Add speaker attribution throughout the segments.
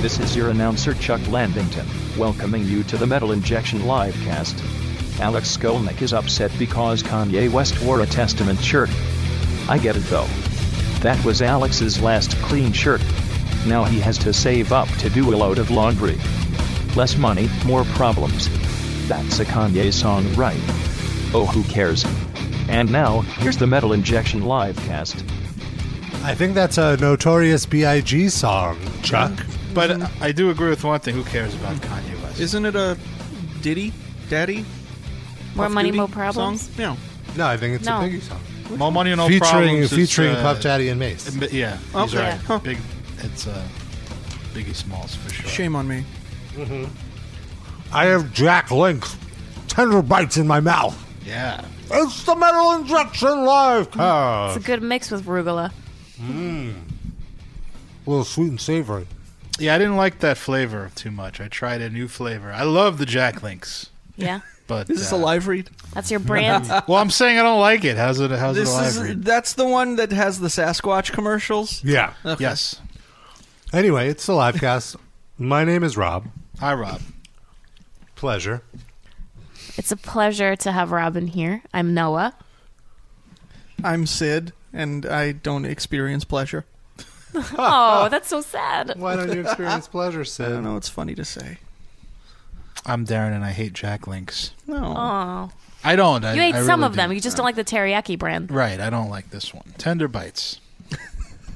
Speaker 1: This is your announcer Chuck Landington, welcoming you to the Metal Injection Livecast. Alex Skolnick is upset because Kanye West wore a Testament shirt. I get it though. That was Alex's last clean shirt. Now he has to save up to do a load of laundry. Less money, more problems. That's a Kanye song, right? Oh, who cares? And now, here's the Metal Injection Livecast.
Speaker 2: I think that's a notorious B.I.G. song, Chuck.
Speaker 3: But I do agree with one thing. Who cares about Kanye West?
Speaker 4: Isn't it a Diddy, Daddy?
Speaker 5: More
Speaker 4: Puff
Speaker 5: money,
Speaker 4: Duty
Speaker 5: more problems.
Speaker 4: Song? No.
Speaker 2: No, I think it's
Speaker 5: No.
Speaker 2: a Biggie song.
Speaker 3: More money, no
Speaker 2: featuring
Speaker 3: problems. is,
Speaker 2: featuring
Speaker 3: uh,
Speaker 2: Puff Daddy and Mace.
Speaker 3: admi- Yeah, these
Speaker 4: Okay.
Speaker 3: are
Speaker 4: Oh, Huh.
Speaker 3: big. It's uh, Biggie Smalls for sure. Mm-hmm.
Speaker 4: Shame on me.
Speaker 2: I have Jack Link, tender bites in my mouth.
Speaker 3: Yeah,
Speaker 2: It's the Metal Injection Live
Speaker 5: It's
Speaker 2: Cast.
Speaker 5: a good mix with arugula.
Speaker 2: A Mm. little sweet and savory.
Speaker 3: yeah. I didn't like that flavor too much. I tried a new flavor. I love the Jack Links,
Speaker 5: Yeah,
Speaker 3: but
Speaker 4: Is this
Speaker 3: uh,
Speaker 4: a live read?
Speaker 5: that's your brand.
Speaker 3: Well, I'm saying I don't like it. How's it? How's
Speaker 4: This
Speaker 3: it a live
Speaker 4: is
Speaker 3: read?
Speaker 4: that's the one that has the Sasquatch commercials.
Speaker 2: Yeah.
Speaker 4: Okay.
Speaker 3: Yes.
Speaker 2: Anyway, it's the live cast. my name is Rob.
Speaker 3: Hi, Rob.
Speaker 2: Pleasure.
Speaker 5: it's a pleasure to have Robin here. I'm Noah.
Speaker 4: I'm Sid, and I don't experience pleasure.
Speaker 5: Oh, that's so sad.
Speaker 2: Why don't you experience pleasure, Sid?
Speaker 4: I know it's funny to say.
Speaker 3: I'm Darren, and I hate Jack Links.
Speaker 4: No,
Speaker 5: Oh,
Speaker 3: I don't. I,
Speaker 5: you ate
Speaker 3: I
Speaker 5: some
Speaker 3: really
Speaker 5: of them.
Speaker 3: do.
Speaker 5: You just don't like the teriyaki brand.
Speaker 3: Right. I don't like this one. Tender bites.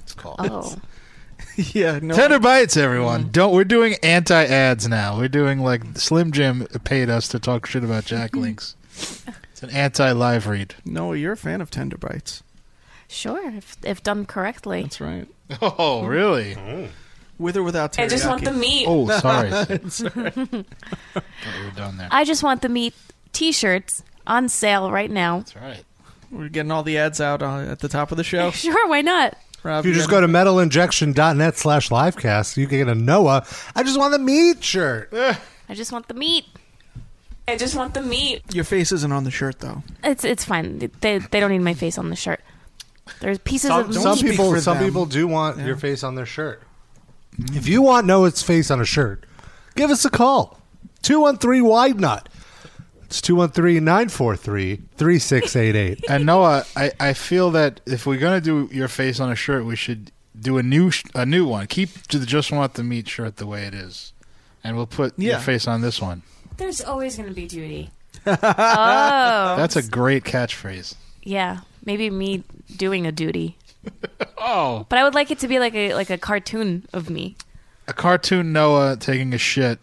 Speaker 3: It's called.
Speaker 5: Oh,
Speaker 4: yeah, no. Mm.
Speaker 3: Tender bites, everyone. Don't we're doing anti ads now. We're doing like Slim Jim paid us to talk shit about Jack
Speaker 5: Mm-hmm.
Speaker 3: Links. it's an anti live read.
Speaker 4: Noah, you're a fan of Tender Bites.
Speaker 5: sure, if, if done correctly.
Speaker 4: That's right.
Speaker 3: Oh, really?
Speaker 4: Mm-hmm. With or without teriyaki. uh,
Speaker 6: I just want the meat.
Speaker 3: Oh, sorry. Sid. Thought we were done there.
Speaker 5: I just want the meat T-shirts on sale right now.
Speaker 3: That's right.
Speaker 4: We're getting all the ads out uh, at the top of the show.
Speaker 5: Sure, why not?
Speaker 4: Rob,
Speaker 2: If you just go to metalinjection.net slash livecast, you can get a Noah. I just want the meat shirt.
Speaker 5: I just want the meat.
Speaker 6: I just want the meat.
Speaker 4: your face isn't on the shirt though.
Speaker 5: It's it's fine. They they don't need my face on the shirt. There's pieces
Speaker 2: Some,
Speaker 5: of
Speaker 2: some
Speaker 5: meat.
Speaker 4: speak
Speaker 2: people
Speaker 4: for
Speaker 2: some
Speaker 4: them.
Speaker 2: people do want your face on their shirt. If you want Noah's face on a shirt, give us a call. 213 Wide Nut. It's 213 943 3688.
Speaker 3: And Noah, I, I feel that if we're gonna do your face on a shirt, we should do a new sh- a new one. Keep the just want the meat shirt the way it is, and we'll put your
Speaker 4: Yeah.
Speaker 3: face on this one.
Speaker 5: There's always gonna be Judy. oh
Speaker 3: That's a great catchphrase.
Speaker 5: yeah, maybe me doing a duty.
Speaker 3: Oh,
Speaker 5: But I would like it to be like a like a cartoon of me.
Speaker 3: a cartoon Noah taking a shit,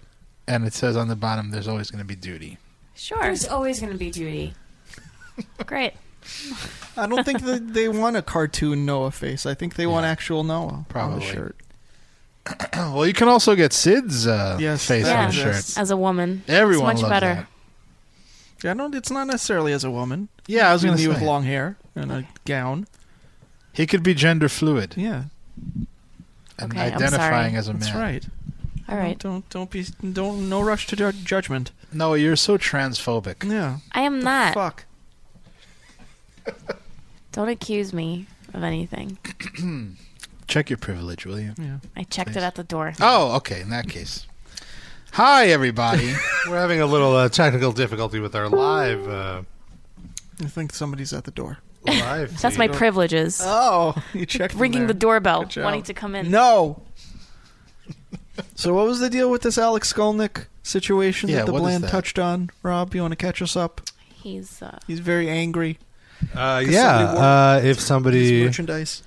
Speaker 3: and it says on the bottom, "There's always gonna be duty."
Speaker 5: Sure. There's always gonna be Judy. Great.
Speaker 4: I don't think that they want a cartoon Noah face. I think they want actual Noah on
Speaker 3: Probably.
Speaker 4: the shirt.
Speaker 3: Well, you can also get Sid's uh,
Speaker 4: Yes,
Speaker 3: face
Speaker 4: that
Speaker 3: on a
Speaker 4: exists.
Speaker 3: shirt.
Speaker 5: As a woman,
Speaker 3: Everyone
Speaker 5: it's much
Speaker 3: loves
Speaker 5: better.
Speaker 3: that.
Speaker 4: Yeah, I don't. It's not necessarily as a woman.
Speaker 3: Yeah, I was gonna
Speaker 4: Maybe
Speaker 3: say
Speaker 4: with long hair and a gown.
Speaker 3: he could be gender fluid
Speaker 4: Yeah,
Speaker 3: and
Speaker 5: Okay, I'm
Speaker 3: identifying
Speaker 5: sorry.
Speaker 3: as a man.
Speaker 4: that's right.
Speaker 5: All right.
Speaker 4: Don't don't be don't no rush to ju- judgment.
Speaker 3: Noah, you're so transphobic.
Speaker 4: Yeah.
Speaker 5: I am not.
Speaker 4: Fuck.
Speaker 5: Don't accuse me of anything.
Speaker 3: Check your privilege, will you?
Speaker 4: Yeah.
Speaker 5: I checked it at the door.
Speaker 3: Oh, okay. In that case, hi everybody.
Speaker 2: We're having a little uh, technical difficulty with our live. Uh,
Speaker 4: I think somebody's at the door.
Speaker 2: live
Speaker 5: That's my privileges.
Speaker 4: Oh, you checked from
Speaker 5: Ringing
Speaker 4: there.
Speaker 5: the doorbell,
Speaker 4: Good job.
Speaker 5: wanting to come in.
Speaker 4: No. so what was the deal with this Alex Skolnick situation
Speaker 3: Yeah,
Speaker 4: that the
Speaker 3: what is
Speaker 4: bland
Speaker 3: that?
Speaker 4: touched on? Rob, you want to catch us up?
Speaker 5: He's uh,
Speaker 4: He's very angry.
Speaker 2: Uh,
Speaker 4: somebody wore
Speaker 2: yeah, uh, if
Speaker 4: His
Speaker 2: somebody.
Speaker 4: merchandise.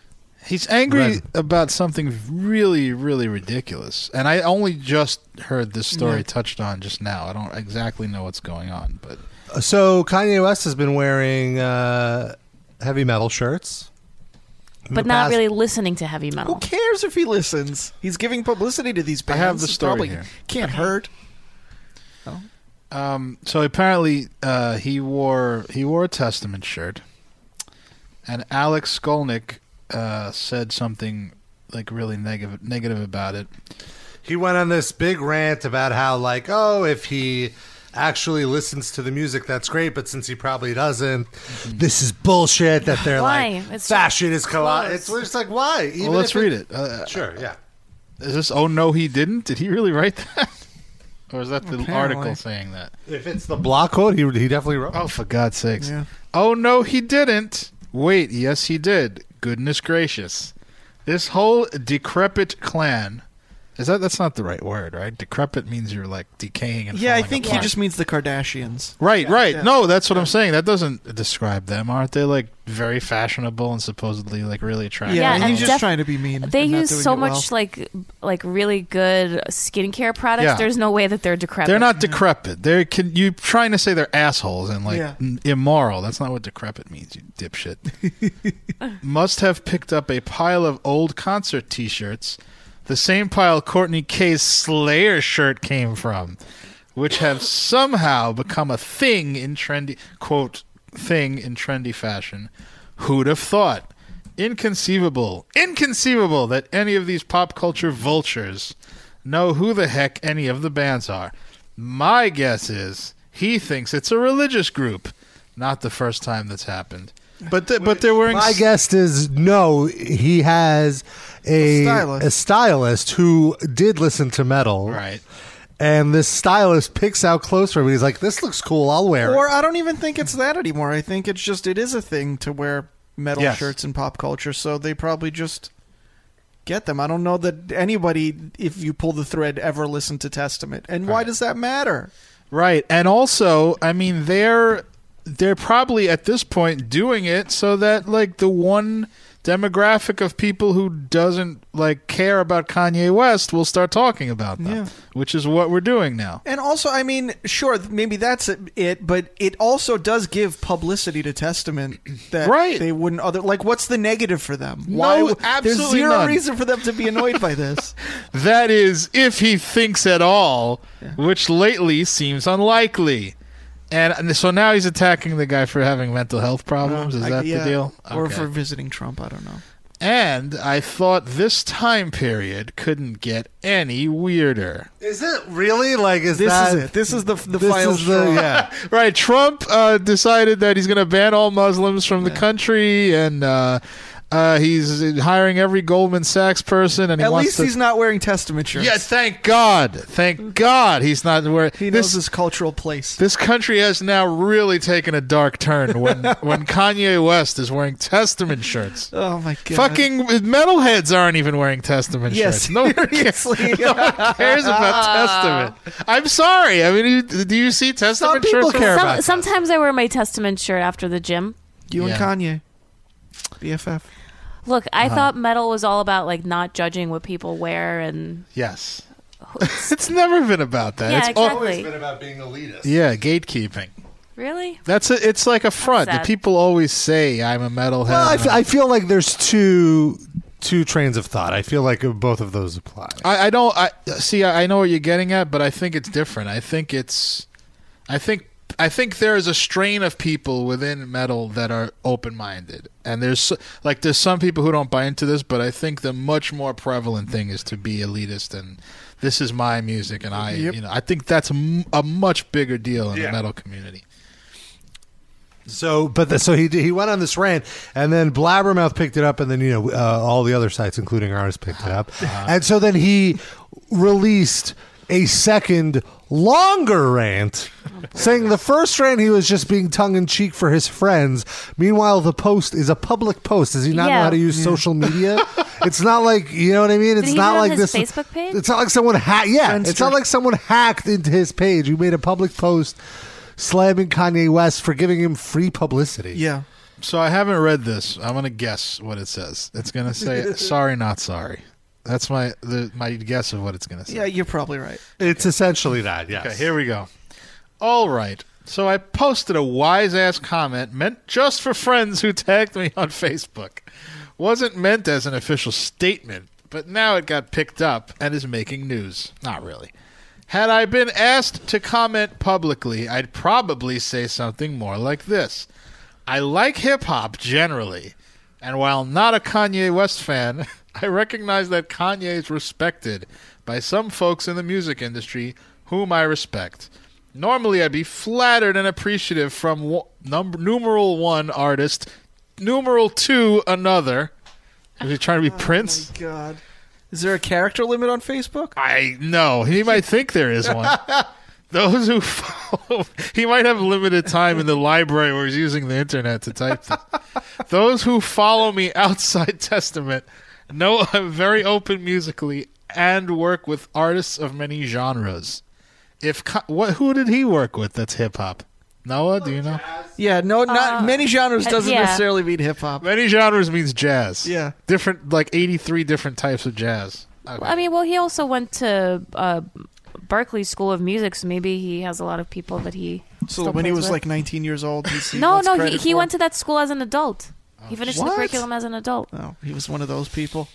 Speaker 3: He's angry
Speaker 2: Red.
Speaker 3: about something really, really ridiculous, and I only just heard this story
Speaker 4: Yeah.
Speaker 3: touched on just now. I don't exactly know what's going on, but
Speaker 2: So Kanye West has been wearing uh, heavy metal shirts. In
Speaker 5: but
Speaker 2: the
Speaker 5: not
Speaker 2: past-
Speaker 5: really listening to heavy
Speaker 4: Who
Speaker 5: metal.
Speaker 4: cares if he listens? He's giving publicity to these
Speaker 3: I
Speaker 4: bands.
Speaker 3: have the
Speaker 4: It's
Speaker 3: story
Speaker 4: probably
Speaker 3: here.
Speaker 4: Can't hurt.
Speaker 5: Oh.
Speaker 3: Um, so apparently, uh, he wore he wore a Testament shirt, and Alex Skolnick uh, said something like really negative negative about it.
Speaker 2: He went on this big rant about how, like, oh, if he actually listens to the music, that's great. But since he probably doesn't,
Speaker 3: Mm-hmm.
Speaker 2: this is bullshit. That they're
Speaker 5: Why?
Speaker 2: like,
Speaker 5: It's
Speaker 2: fashion is
Speaker 5: close.
Speaker 2: collage. It's just like why? Even
Speaker 3: well, let's
Speaker 2: if it-
Speaker 3: read it. Uh,
Speaker 2: Sure. Yeah.
Speaker 3: Is this? Oh no, he didn't. Did he really write that? Or is that the
Speaker 4: Apparently.
Speaker 3: article saying that?
Speaker 2: If it's the block quote, he, he definitely wrote.
Speaker 3: Oh, for God's sakes!
Speaker 4: Yeah.
Speaker 3: Oh no, he didn't. Wait, yes, he did. Goodness gracious! This whole decrepit clan. Is that? That's not the right word, right? Decrepit means you're like decaying and.
Speaker 4: Yeah, I
Speaker 3: falling
Speaker 4: think he
Speaker 3: apart.
Speaker 4: just means the Kardashians.
Speaker 3: Right, right. No, that's what I'm saying. That doesn't describe them. Aren't they like very fashionable and supposedly like really attractive?
Speaker 5: Yeah,
Speaker 4: he's
Speaker 5: and
Speaker 4: just
Speaker 5: def-
Speaker 4: trying to be mean.
Speaker 5: They
Speaker 4: and not
Speaker 5: use
Speaker 4: doing
Speaker 5: so
Speaker 4: it well.
Speaker 5: much like like really good skincare products.
Speaker 3: Yeah.
Speaker 5: There's no way that they're decrepit.
Speaker 3: They're not decrepit. They're can you trying to say they're assholes and like
Speaker 4: Yeah.
Speaker 3: n- immoral? That's not what decrepit means, you dipshit. Must have picked up a pile of old concert T-shirts, the same pile Courtney K's Slayer shirt came from, which have somehow become a thing in trendy quote thing in trendy fashion. Who'd have thought? Inconceivable, inconceivable that any of these pop culture vultures know who the heck any of the bands are. My guess is he thinks it's a religious group. Not the first time that's happened. But th- but they're wearing
Speaker 2: My
Speaker 3: s-
Speaker 2: guess is no. He has a,
Speaker 4: A stylist.
Speaker 2: a stylist who did listen to metal,
Speaker 3: right.
Speaker 2: And this stylist picks out clothes for him. and He's like, "This looks cool. I'll wear
Speaker 4: Or
Speaker 2: it."
Speaker 4: I don't even think it's that anymore. I think it's just it is a thing to wear metal
Speaker 3: Yes.
Speaker 4: shirts in pop culture, so they probably just get them. I don't know that anybody, if you pull the thread, ever listened to Testament. And why does that matter?
Speaker 3: Right. And also, I mean, they're they're probably at this point doing it so that like the one demographic of people who doesn't like care about Kanye West will start talking about them,
Speaker 4: Yeah.
Speaker 3: which is what we're doing now.
Speaker 4: And also, I mean, sure, th- maybe that's it, but it also does give publicity to Testament that
Speaker 3: Right.
Speaker 4: they wouldn't other like. What's the negative for them?
Speaker 3: No,
Speaker 4: There's
Speaker 3: absolutely
Speaker 4: zero
Speaker 3: none.
Speaker 4: reason for them to be annoyed by this.
Speaker 3: That is, if he thinks at all, which lately seems unlikely. And and so now he's attacking the guy for having mental health problems. Is
Speaker 4: I-
Speaker 3: that
Speaker 4: yeah.
Speaker 3: the deal?
Speaker 4: Or
Speaker 3: Okay.
Speaker 4: for visiting Trump? I don't know.
Speaker 3: and I thought this time period couldn't get any weirder.
Speaker 2: Is it really like? Is
Speaker 4: This
Speaker 2: that
Speaker 4: is it. This is the the
Speaker 2: this
Speaker 4: final
Speaker 2: is the
Speaker 4: straw.
Speaker 2: yeah.
Speaker 3: Right, Trump uh, decided that he's going to ban all Muslims from the country, and uh, uh, he's hiring every Goldman Sachs person. And he
Speaker 4: At
Speaker 3: wants
Speaker 4: least
Speaker 3: to-
Speaker 4: he's not wearing Testament shirts.
Speaker 3: Yeah, thank God, thank God, he's not where
Speaker 4: he knows
Speaker 3: this
Speaker 4: his cultural place.
Speaker 3: This country has now really taken a dark turn when when Kanye West is wearing Testament shirts.
Speaker 4: Oh my god!
Speaker 3: Fucking metalheads aren't even wearing Testament
Speaker 4: yes,
Speaker 3: shirts. No one
Speaker 4: seriously.
Speaker 3: cares about Testament. I'm sorry. I mean, you- do you see Testament
Speaker 2: people
Speaker 3: shirts?
Speaker 2: care
Speaker 5: Some-
Speaker 2: about that.
Speaker 5: sometimes I wear my Testament shirt after the gym.
Speaker 4: you
Speaker 3: Yeah. Uh-huh.
Speaker 4: and Kanye, BFF.
Speaker 5: Look, I thought metal was all about like not judging what people wear and
Speaker 3: Yes. it's never been about that.
Speaker 5: Oh, yeah,
Speaker 3: it's all-
Speaker 5: exactly.
Speaker 2: about being elitist.
Speaker 3: yeah, gatekeeping.
Speaker 5: really?
Speaker 3: That's a, it's like a front.
Speaker 5: sad.
Speaker 3: People always say I'm a metalhead.
Speaker 2: Well, I, f- I feel like there's two two trains of thought. I feel like both of those apply.
Speaker 3: I, I don't. I see. I, I know what you're getting at, but I think it's different. I think it's. I think. I think there is a strain of people within metal that are open-minded, and there's s- like there's some people who don't buy into this, but I think the much more prevalent thing is to be elitist and this is my music, and I, you know, I think that's a, m- a much bigger deal in the metal community.
Speaker 2: So, but the, so he he went on this rant, and then Blabbermouth picked it up, and then you know uh, all the other sites, including ours, picked it up,
Speaker 5: Uh-huh.
Speaker 2: and so then he released a second longer rant,
Speaker 5: Oh,
Speaker 2: saying the first rant he was just being tongue in cheek for his friends. Meanwhile, the post is a public post. Does he not know
Speaker 5: Yeah.
Speaker 2: how to use social media? it's not like you know what I mean. It's
Speaker 5: he do
Speaker 2: not
Speaker 5: it on
Speaker 2: like
Speaker 5: his
Speaker 2: this
Speaker 5: Facebook page?
Speaker 2: It's not like someone hacked. Yeah, it's not
Speaker 4: Friendster.
Speaker 2: like someone hacked into his page. He made a public post slamming Kanye West for giving him free publicity.
Speaker 4: Yeah,
Speaker 3: So I haven't read this. I'm gonna guess what it says. It's gonna say "sorry, not sorry." That's my the, my guess of what it's gonna say.
Speaker 4: yeah, you're probably right.
Speaker 2: It's essentially that, yes.
Speaker 3: Okay, here we go. All right. So I posted a wise ass comment meant just for friends who tagged me on Facebook. Wasn't meant as an official statement, but now it got picked up and is making news. Not really. Had I been asked to comment publicly, I'd probably say something more like this. I like hip hop generally, and while not a Kanye West fan, I recognize that Kanye is respected by some folks in the music industry whom I respect. Normally, I'd be flattered and appreciative from wo- num- numeral one artist, numeral two another. Is he trying to be Prince?
Speaker 4: Oh, God, Is there a character limit on Facebook?
Speaker 3: I know. He might think there is one. Those who follow, he might have limited time in the library where he's using the internet to type this. Those who follow me outside Testament know I'm very open musically and work with artists of many genres. If co- what, who did he work with? That's hip hop. Noah, do you know?
Speaker 4: Yeah, no, not many genres
Speaker 5: uh,
Speaker 4: doesn't
Speaker 5: yeah.
Speaker 4: necessarily mean hip hop.
Speaker 3: Many genres means jazz.
Speaker 4: Yeah.
Speaker 3: different like 83 different types of jazz.
Speaker 5: I mean, well, he also went to uh, Berkeley School of Music, so maybe he has a lot of people that he.
Speaker 4: So
Speaker 5: still
Speaker 4: when he
Speaker 5: plays
Speaker 4: was
Speaker 5: with.
Speaker 4: like 19 years old, he's
Speaker 5: no, no, he, he went to that school as an adult. He finished
Speaker 4: Oh, What?
Speaker 5: the curriculum as an adult.
Speaker 4: Oh, he was one of those people.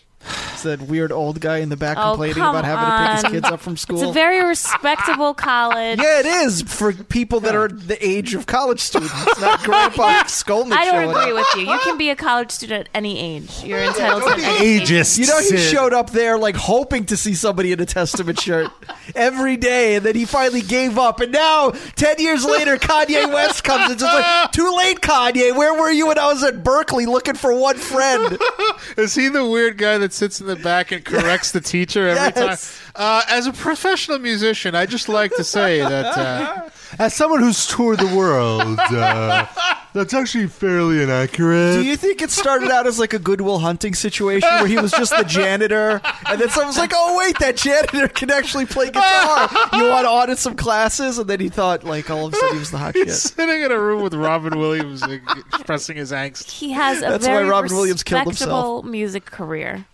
Speaker 4: It's that weird old guy in the back
Speaker 5: Oh,
Speaker 4: complaining
Speaker 5: come
Speaker 4: about having to pick
Speaker 5: on.
Speaker 4: his kids up from school.
Speaker 5: It's a very respectable college.
Speaker 4: yeah, it is for people that are the age of college students, not Grandpa Skolnick.
Speaker 5: I
Speaker 4: showing
Speaker 5: don't
Speaker 4: up.
Speaker 5: agree with you. You can be a college student at any age. You're entitled to any
Speaker 2: Ageist.
Speaker 4: You know, he
Speaker 2: Sid.
Speaker 4: showed up there like hoping to see somebody in a Testament shirt every day, and then he finally gave up. And now, 10 years later, Kanye West comes and just like, too late, Kanye. Where were you when I was at Berkeley looking for one friend?
Speaker 3: Is he the weird guy that sits in the back and corrects the teacher every
Speaker 4: Yes.
Speaker 3: time? Uh, as a professional musician, I just like to say that uh,
Speaker 2: As someone who's toured the world, uh, that's actually fairly inaccurate.
Speaker 4: Do you think it started out as like a Goodwill hunting situation where he was just the janitor? And then someone's like, oh, wait, that janitor can actually play guitar. You want to audit some classes? And then he thought, like, all of a sudden he was the hot
Speaker 3: he's
Speaker 4: shit.
Speaker 3: sitting in a room with Robin Williams like, expressing his angst.
Speaker 5: He has a
Speaker 4: That's why
Speaker 5: very
Speaker 4: Robin Williams killed himself.
Speaker 5: respectable music career.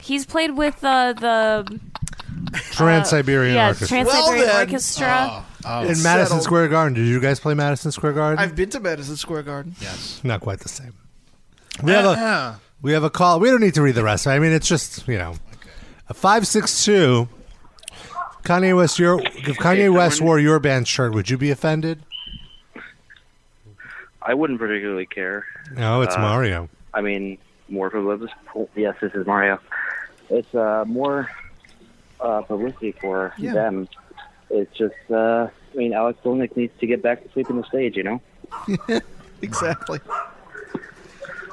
Speaker 5: He's played with uh, the
Speaker 4: uh,
Speaker 5: uh,
Speaker 2: Trans Siberian
Speaker 5: yeah,
Speaker 2: Orchestra.
Speaker 5: Trans
Speaker 4: Well,
Speaker 5: Siberian
Speaker 4: then. Oh.
Speaker 5: Orchestra.
Speaker 2: in Madison
Speaker 4: settled.
Speaker 2: Square Garden. Did you guys play Madison Square Garden?
Speaker 4: I've been to Madison Square Garden.
Speaker 3: Yes.
Speaker 2: Not quite the same. We have a
Speaker 3: Uh-huh.
Speaker 2: we have a call. We don't need to read the rest. I mean, it's just you know, a five six two. Kanye West, your if Kanye West wore your band shirt, would you be offended?
Speaker 7: I wouldn't particularly care.
Speaker 2: No, it's Mario.
Speaker 7: I mean, more publicity. Yes, this is Mario. It's uh, more uh, publicity for them. It's just, uh, I mean, Alex Dolnick needs to get back to sleeping the stage, you know?
Speaker 4: Exactly.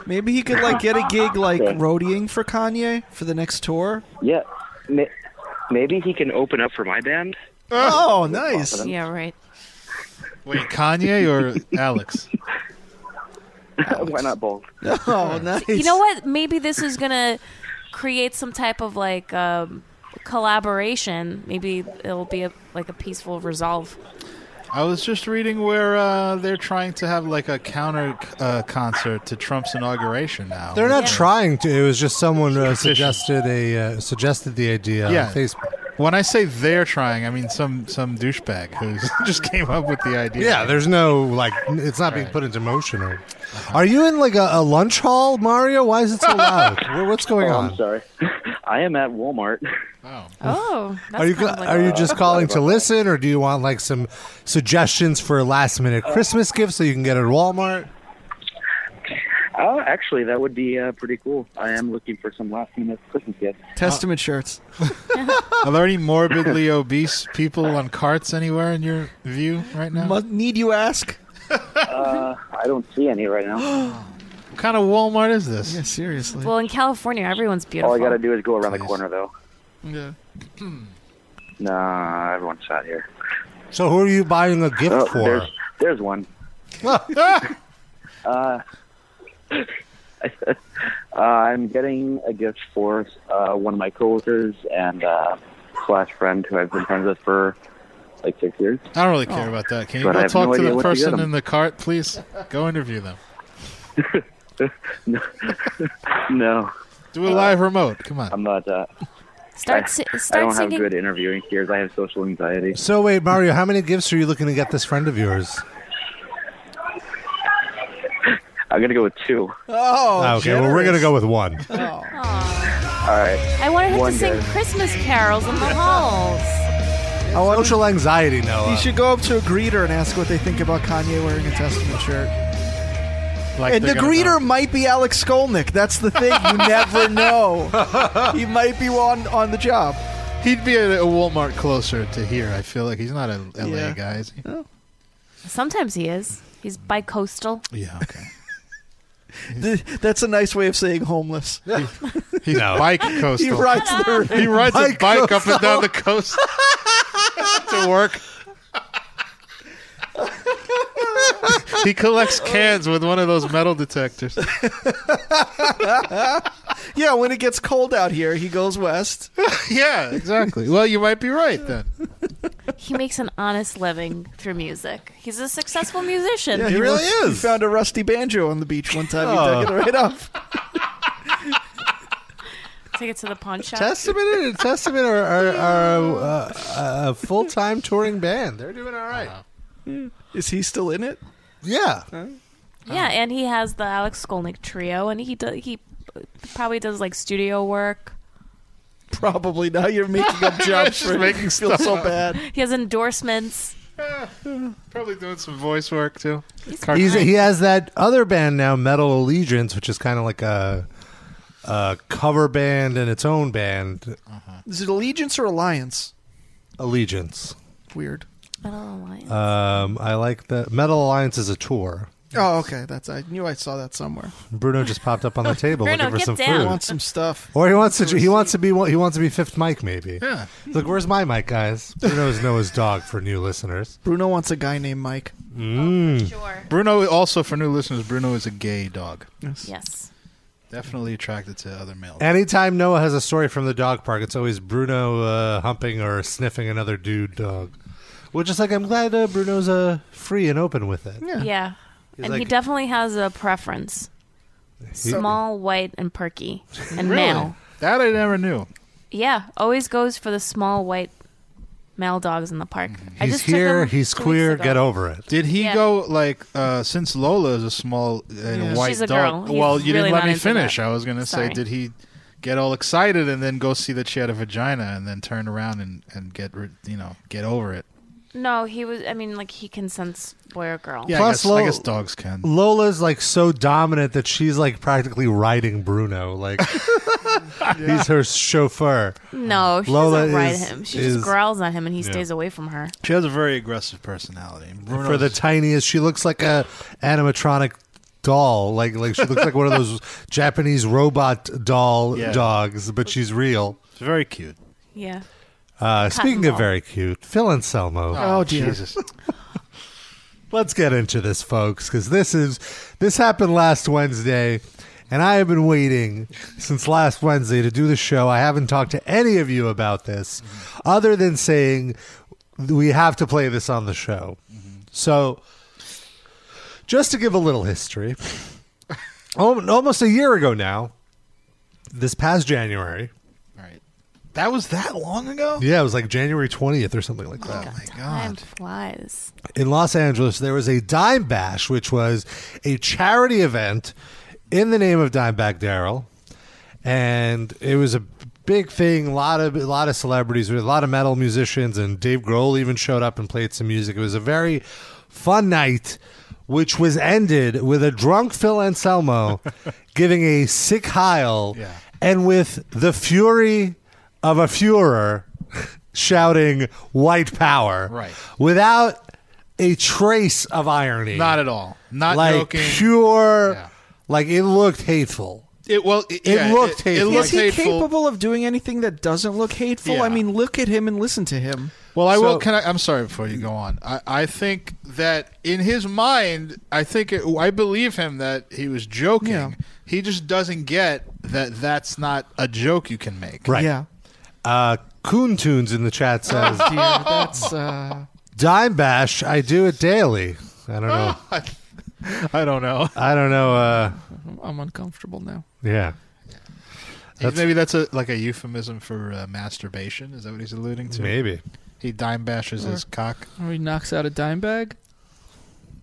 Speaker 4: Maybe he could like get a gig like roadieing for Kanye for the next tour.
Speaker 7: Yeah. May- maybe he can open up for my band.
Speaker 3: Ah.
Speaker 4: Oh, nice.
Speaker 5: Yeah, right.
Speaker 3: Wait, Kanye or Alex?
Speaker 7: Why not both?
Speaker 4: Oh, nice.
Speaker 5: You know what? Maybe this is gonna create some type of like um, collaboration. Maybe it'll be a, like a peaceful resolve.
Speaker 3: I was just reading where uh, they're trying to have like a counter uh, concert to Trump's inauguration now.
Speaker 2: They're not
Speaker 5: Yeah.
Speaker 2: trying to. It was just someone uh,
Speaker 3: Petition.
Speaker 2: suggested a uh, suggested the idea
Speaker 3: Yeah.
Speaker 2: on Facebook.
Speaker 3: When I say they're trying, I mean some some douchebag who just came up with the idea.
Speaker 2: Yeah, there's no like, n- it's not being put into motion. Or, are you in like a, a lunch hall, Mario? Why is it so loud? Wha- What's going
Speaker 7: Oh, I'm
Speaker 2: on?
Speaker 7: sorry. I am at Walmart.
Speaker 3: Oh.
Speaker 5: Oh, that's
Speaker 2: Are you
Speaker 5: kind
Speaker 2: ca-
Speaker 5: of like
Speaker 2: are you just calling to listen, or do you want like some suggestions for last minute
Speaker 7: Uh,
Speaker 2: Christmas gifts that you can get at Walmart?
Speaker 7: Oh, actually, that would be uh, pretty cool. I am looking for some last minute Christmas gifts.
Speaker 4: Testament shirts.
Speaker 3: Uh, Are there any morbidly obese people on carts anywhere in your view right now?
Speaker 4: Mu- need you ask?
Speaker 7: Uh, I don't see any right now.
Speaker 4: Oh,
Speaker 3: What kind of Walmart is this?
Speaker 4: Yeah, seriously.
Speaker 5: well in California, everyone's beautiful.
Speaker 7: All Oh, I got to do is go around the
Speaker 3: Nice.
Speaker 7: corner, though.
Speaker 4: yeah.
Speaker 7: Nah, everyone's out here.
Speaker 2: So who are you buying a gift
Speaker 7: Oh,
Speaker 2: for?
Speaker 7: there's, there's one. Uh, I'm getting a gift for uh, one of my coworkers and uh, slash friend who I've been friends with for like six years.
Speaker 3: I don't really
Speaker 5: Oh.
Speaker 3: care about that. Can you
Speaker 7: But I
Speaker 3: go
Speaker 7: have
Speaker 3: talk
Speaker 7: no
Speaker 3: to
Speaker 7: idea
Speaker 3: the
Speaker 7: what to get
Speaker 3: person
Speaker 7: 'em.
Speaker 3: in the cart, please? Go interview them.
Speaker 7: No,
Speaker 3: Do a live remote. Come on.
Speaker 7: I'm not. Uh,
Speaker 5: Start si-
Speaker 7: I
Speaker 5: start
Speaker 7: don't have
Speaker 5: singing.
Speaker 7: good interviewing skills. I have social anxiety.
Speaker 2: So wait, Mario, how many gifts are you looking to get this friend of yours?
Speaker 7: I'm gonna go with two.
Speaker 4: Oh,
Speaker 2: Ah, okay, well we're gonna go with one.
Speaker 7: Oh. All right.
Speaker 5: I wanted him
Speaker 7: One
Speaker 5: to sing
Speaker 7: day.
Speaker 5: Christmas carols in the halls.
Speaker 2: Social anxiety,
Speaker 4: You
Speaker 2: Noah.
Speaker 4: Oh, should go up to a greeter and ask what they think about Kanye wearing a Testament shirt.
Speaker 3: Like
Speaker 4: And the
Speaker 3: they're gonna go.
Speaker 4: greeter might be Alex Skolnick. That's the thing. You never know. He might be on on the job.
Speaker 3: He'd be at a Walmart closer to here. I feel like he's not a LA
Speaker 4: Yeah.
Speaker 3: guy, is he?
Speaker 5: Sometimes he is. He's bi-coastal.
Speaker 3: Yeah. Okay.
Speaker 4: Th- That's a nice way of saying homeless.
Speaker 3: He's bike coastal.
Speaker 4: He rides the
Speaker 3: He rides a
Speaker 4: bike
Speaker 3: bike up and
Speaker 4: coastal.
Speaker 3: down the coast to work. he collects cans with one of those metal detectors.
Speaker 4: yeah, when it gets cold out here, he goes west.
Speaker 3: yeah, exactly. Well, you might be right then.
Speaker 5: He makes an honest living through music. He's a successful musician.
Speaker 4: Yeah, was- Ah. He found a rusty banjo on the beach one time. He
Speaker 5: Oh.
Speaker 4: took it right off.
Speaker 5: Take it to the pawn shop.
Speaker 2: Testament and Testament are, are, are uh, uh, a full time touring band. They're doing all right.
Speaker 4: Is he still in it?
Speaker 2: Yeah.
Speaker 5: Yeah,
Speaker 3: Oh.
Speaker 5: and he has the Alex Skolnick trio, and he do, he probably does like studio work.
Speaker 4: Probably. Now you're making up jobs
Speaker 3: Just
Speaker 4: for him.
Speaker 3: making
Speaker 4: You feel so
Speaker 3: stuff up.
Speaker 4: bad.
Speaker 5: He has endorsements.
Speaker 3: Probably doing some voice work too.
Speaker 2: He's, he has that other band now, Metal Allegiance, which is kind of like a, a cover band and its own band,
Speaker 4: Is it Allegiance or Alliance?
Speaker 2: Allegiance.
Speaker 4: Weird.
Speaker 5: I don't know why.
Speaker 2: Um, I like the Metal Alliance is a tour.
Speaker 4: Oh, okay. That's I knew I saw that somewhere.
Speaker 2: Bruno just popped up on the table
Speaker 5: Bruno,
Speaker 2: looking for
Speaker 5: get
Speaker 2: some
Speaker 5: down.
Speaker 4: I
Speaker 2: food.
Speaker 4: want some stuff.
Speaker 2: Or he wants to he wants to be he wants to be fifth mic maybe.
Speaker 3: Yeah.
Speaker 2: Look, where's my mic, guys? Bruno is Noah's dog for new listeners. Mm.
Speaker 4: Bruno wants a guy named Mike.
Speaker 5: sure.
Speaker 3: Bruno also for new listeners, Bruno is a gay dog.
Speaker 5: Yes.
Speaker 3: Definitely attracted to other males.
Speaker 2: Anytime Noah has a story from the dog park, it's always Bruno uh, humping or sniffing another dude dog. Well, just like I'm glad uh, Bruno's uh, free and open with it.
Speaker 4: Yeah.
Speaker 5: Yeah.
Speaker 2: He's
Speaker 5: and he
Speaker 2: like-
Speaker 5: definitely has a preference. Small, white, and perky, and male.
Speaker 3: That I never knew.
Speaker 5: Yeah, always goes for the small, white, male dogs in the park. I
Speaker 2: He's
Speaker 5: just took
Speaker 2: here.
Speaker 5: him
Speaker 2: He's
Speaker 5: two weeks
Speaker 2: queer.
Speaker 5: ago.
Speaker 2: Get over it.
Speaker 3: Did he
Speaker 5: Yeah.
Speaker 3: go like uh, since Lola is a small uh, white
Speaker 5: She's a girl.
Speaker 3: dog?
Speaker 5: He's
Speaker 3: well, you
Speaker 5: really
Speaker 3: didn't let
Speaker 5: not
Speaker 3: me
Speaker 5: into
Speaker 3: finish.
Speaker 5: that.
Speaker 3: I was gonna
Speaker 5: Sorry.
Speaker 3: say, did he get all excited and then go see that she had a vagina and then turn around and and get rid- you know get over it?
Speaker 5: No, he was. I mean, like he can sense boy or girl.
Speaker 3: Yeah,
Speaker 2: Plus
Speaker 3: I, guess, I
Speaker 2: Lo-
Speaker 3: guess dogs can.
Speaker 2: Lola's like so dominant that she's like practically riding Bruno. Like he's her chauffeur.
Speaker 5: No, she
Speaker 2: Lola
Speaker 5: doesn't ride
Speaker 2: is-
Speaker 5: him. She
Speaker 2: is-
Speaker 5: just growls at him, and he
Speaker 2: Yeah.
Speaker 5: stays away from her.
Speaker 3: She has a very aggressive personality. Bruno
Speaker 2: for the tiniest. She looks like a animatronic doll. Like like she looks like one of those Japanese robot doll
Speaker 3: Yeah.
Speaker 2: dogs, but she's real.
Speaker 3: very cute.
Speaker 5: Yeah.
Speaker 2: Uh, speaking of
Speaker 5: ball.
Speaker 2: very cute, Phil Anselmo.
Speaker 4: Oh, dear.
Speaker 3: Jesus!
Speaker 2: Let's get into this, folks, because this is this happened last Wednesday, and I have been waiting since last Wednesday to do the show. I haven't talked to any of you about this, other than saying we have to play this on the show. So, just to give a little history, al- almost a year ago now, this past January,
Speaker 3: all right, that was that long ago.
Speaker 2: yeah, it was like January twentieth or something like that.
Speaker 3: Oh my
Speaker 5: Time
Speaker 3: god!
Speaker 5: flies.
Speaker 2: in Los Angeles, there was a Dime Bash, which was a charity event in the name of Dimebag Daryl, and it was a big thing. A lot of a lot of celebrities, a lot of metal musicians, and Dave Grohl even showed up and played some music. It was a very fun night, which was ended with a drunk Phil Anselmo giving a sick Heil,
Speaker 3: Yeah.
Speaker 2: and with the fury of a Führer. Shouting white power
Speaker 3: Right.
Speaker 2: without a trace of irony.
Speaker 3: Not at all. Not
Speaker 2: like
Speaker 3: joking.
Speaker 2: pure.
Speaker 3: Yeah.
Speaker 2: Like it looked hateful.
Speaker 3: It well, it,
Speaker 2: It
Speaker 3: yeah,
Speaker 2: looked
Speaker 3: It,
Speaker 2: hateful.
Speaker 3: it
Speaker 2: Is
Speaker 3: looked
Speaker 4: Is he
Speaker 3: hateful.
Speaker 4: capable of doing anything that doesn't look hateful?
Speaker 3: Yeah.
Speaker 4: I mean, look at him and listen to him.
Speaker 3: Well, I
Speaker 2: So-
Speaker 3: will. Can I, I'm sorry before you go on. I, I think that in his mind, I think it, I believe him that he was joking.
Speaker 4: Yeah.
Speaker 3: He just doesn't get that that's not a joke you can make.
Speaker 2: Right.
Speaker 4: Yeah.
Speaker 2: Uh, Coon Tunes in the chat says,
Speaker 4: Dear, that's uh,
Speaker 2: "Dime bash. I do it daily. I don't know.
Speaker 3: I don't know.
Speaker 2: I don't know. Uh,
Speaker 4: I'm uncomfortable now.
Speaker 2: yeah.
Speaker 3: Maybe that's a like a euphemism for uh, masturbation. Is that what he's alluding to?
Speaker 2: Maybe.
Speaker 3: He dime bashes his cock.
Speaker 4: Or he knocks out a dime bag.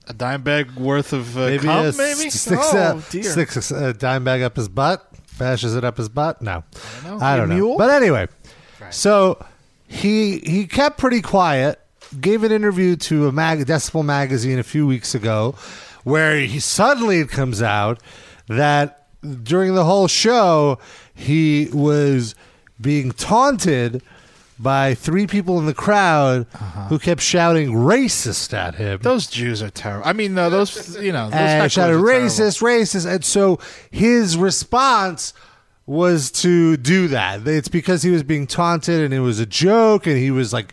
Speaker 3: A dime bag worth of uh,
Speaker 2: Maybe
Speaker 3: cum,
Speaker 2: uh, s-
Speaker 3: maybe.
Speaker 2: sticks
Speaker 4: Oh,
Speaker 2: up,
Speaker 4: dear.
Speaker 2: sticks a dime bag uh, up his butt, bashes it up his butt. No, I don't know.
Speaker 4: A mule?
Speaker 2: But anyway, so he he kept pretty quiet. Gave an interview to a mag- Decibel magazine a few weeks ago, where he suddenly it comes out that during the whole show he was being taunted by three people in the crowd who kept shouting racist at him
Speaker 3: Uh-huh. those Jews are terrible. I mean, uh,
Speaker 4: Eh,
Speaker 3: those you know. Those
Speaker 2: and
Speaker 3: hecklers
Speaker 2: shouted
Speaker 3: are terrible.
Speaker 2: racist, racist. And so his response was to do that. It's because he was being taunted and it was a joke and he was like,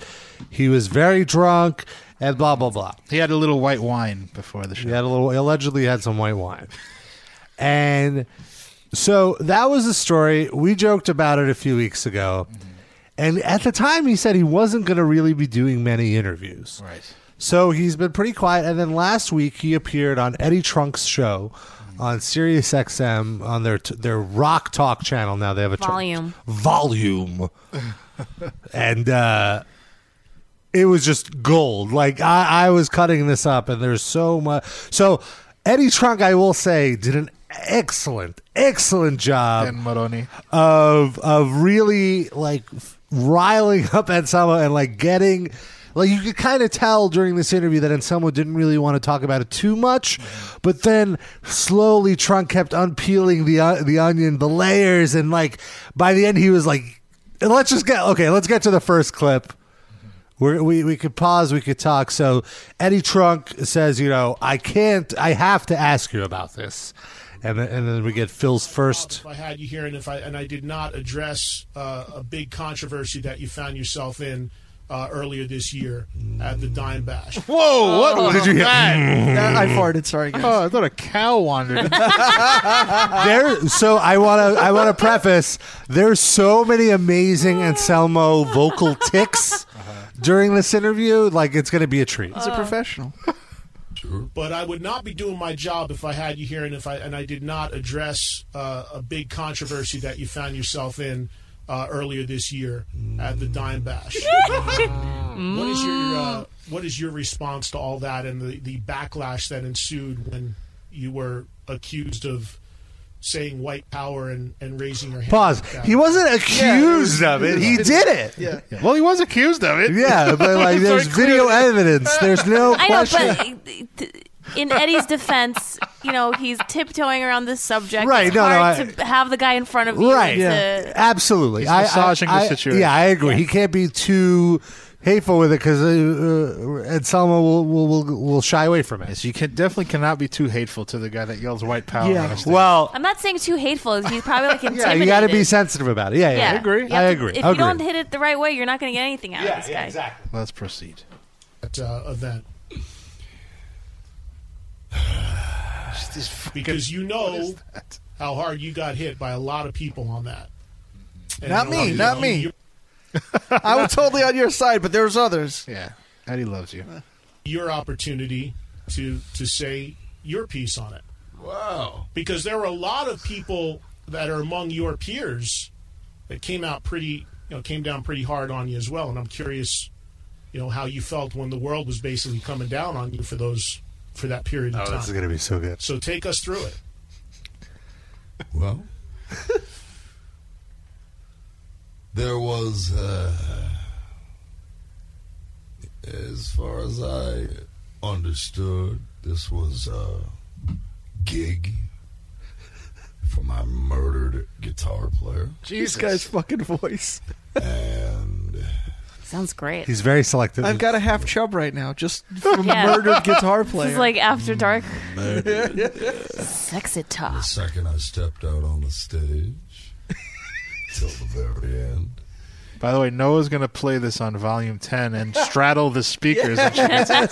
Speaker 2: he was very drunk and blah, blah, blah.
Speaker 3: He had a little white wine before the show.
Speaker 2: He had a little, he allegedly had some white wine. And so that was the story. We joked about it a few weeks ago. And at the time, he said he wasn't going to really be doing many interviews.
Speaker 3: Right.
Speaker 2: So he's been pretty quiet. And then last week, he appeared on Eddie Trunk's show on Sirius XM on their their Rock Talk channel. Now they have a tr-
Speaker 5: Volume.
Speaker 2: volume. and uh, it was just gold. Like I, I was cutting this up, and there's so much. So Eddie Trunk, I will say, did an excellent, excellent job
Speaker 3: And Moroni.
Speaker 2: of of really like f- riling up Anselmo and like getting like you could kind of tell during this interview that Anselmo didn't really want to talk about it too much, but then slowly Trunk kept unpeeling the uh, the onion, the layers, and like by the end he was like, "Let's just get okay, let's get to the first clip." We're, we we could pause, we could talk. So Eddie Trunk says, you know, I can't, I have to ask you about this, and then, and then we get Phil's first.
Speaker 8: if I had you here, and if I and I did not address uh, a big controversy that you found yourself in uh, earlier this year at the Dime Bash.
Speaker 3: Whoa! What
Speaker 5: Oh.
Speaker 3: was
Speaker 2: you hear- Mm.
Speaker 3: that?
Speaker 4: I farted. Sorry, guys.
Speaker 3: Oh, I thought a cow wandered. in.
Speaker 2: there so I want to I want to preface there's so many amazing Anselmo vocal ticks during this interview like it's going to be a treat.
Speaker 4: He's Uh-huh. a
Speaker 3: Uh-huh.
Speaker 4: professional.
Speaker 8: But I would not be doing my job if I had you here, and if I and I did not address uh, a big controversy that you found yourself in uh, earlier this year at the Dime Bash. what is your uh, what is your response to all that and the, the backlash that ensued when you were accused of saying white power and, and raising your hand?
Speaker 2: Pause.
Speaker 8: like that?
Speaker 2: He wasn't accused of it. He did it. Yeah,
Speaker 3: well, he was accused of it.
Speaker 2: but like
Speaker 3: Very
Speaker 2: there's video evidence. There's no
Speaker 5: I know,
Speaker 2: question.
Speaker 5: but in Eddie's defense, you know, he's tiptoeing around this subject.
Speaker 2: Right,
Speaker 5: It's
Speaker 2: no, no,
Speaker 5: hard
Speaker 2: I-
Speaker 5: to have the guy in front of you.
Speaker 2: right.
Speaker 5: to-
Speaker 2: Yeah. Absolutely.
Speaker 3: He's massaging the
Speaker 2: I,
Speaker 3: situation.
Speaker 2: Yeah, I agree. He can't be too hateful with it cuz uh, uh, Anselmo will, will will will shy away from it.
Speaker 3: Yes, you can definitely cannot be too hateful to the guy that yells white power.
Speaker 4: Yeah.
Speaker 3: on a stage.
Speaker 2: Well,
Speaker 5: I'm not saying too hateful. He's probably like
Speaker 2: yeah,
Speaker 5: intimidated.
Speaker 2: you got to be sensitive about it. Yeah, yeah.
Speaker 5: Yeah. You
Speaker 2: I
Speaker 5: have to-
Speaker 2: agree.
Speaker 5: If
Speaker 2: agree.
Speaker 5: you don't hit it the right way, you're not going to get anything out of this guy.
Speaker 3: let's proceed.
Speaker 8: that uh, event because you know how hard you got hit by a lot of people on that. And
Speaker 4: Not
Speaker 8: I
Speaker 4: me,
Speaker 8: know
Speaker 4: not
Speaker 8: you-
Speaker 4: me.
Speaker 8: You're,
Speaker 4: I was totally on your side, but there's others.
Speaker 3: Yeah, Eddie loves you.
Speaker 8: your opportunity to to say your piece on it. Wow! Because there were a lot of people that are among your peers that came out pretty, you know, came down pretty hard on you as well. And I'm curious, you know, how you felt when the world was basically coming down on you for those for that period of
Speaker 2: Oh,
Speaker 8: time.
Speaker 2: this is going to be so good.
Speaker 8: So take us through it.
Speaker 9: Well, there was, uh, as far as I understood, this was a gig for my murdered guitar player,
Speaker 4: This guy's fucking voice.
Speaker 9: and
Speaker 5: Sounds great.
Speaker 2: He's very selective.
Speaker 4: I've got a half chub right now, just from
Speaker 5: Yeah.
Speaker 4: a murdered guitar
Speaker 5: This is
Speaker 4: player.
Speaker 5: like after dark.
Speaker 9: murdered
Speaker 5: Sexy talk.
Speaker 9: the second I stepped out on the stage till the very end.
Speaker 3: By the way, Noah's going to play this on volume ten and straddle the speakers and shit, so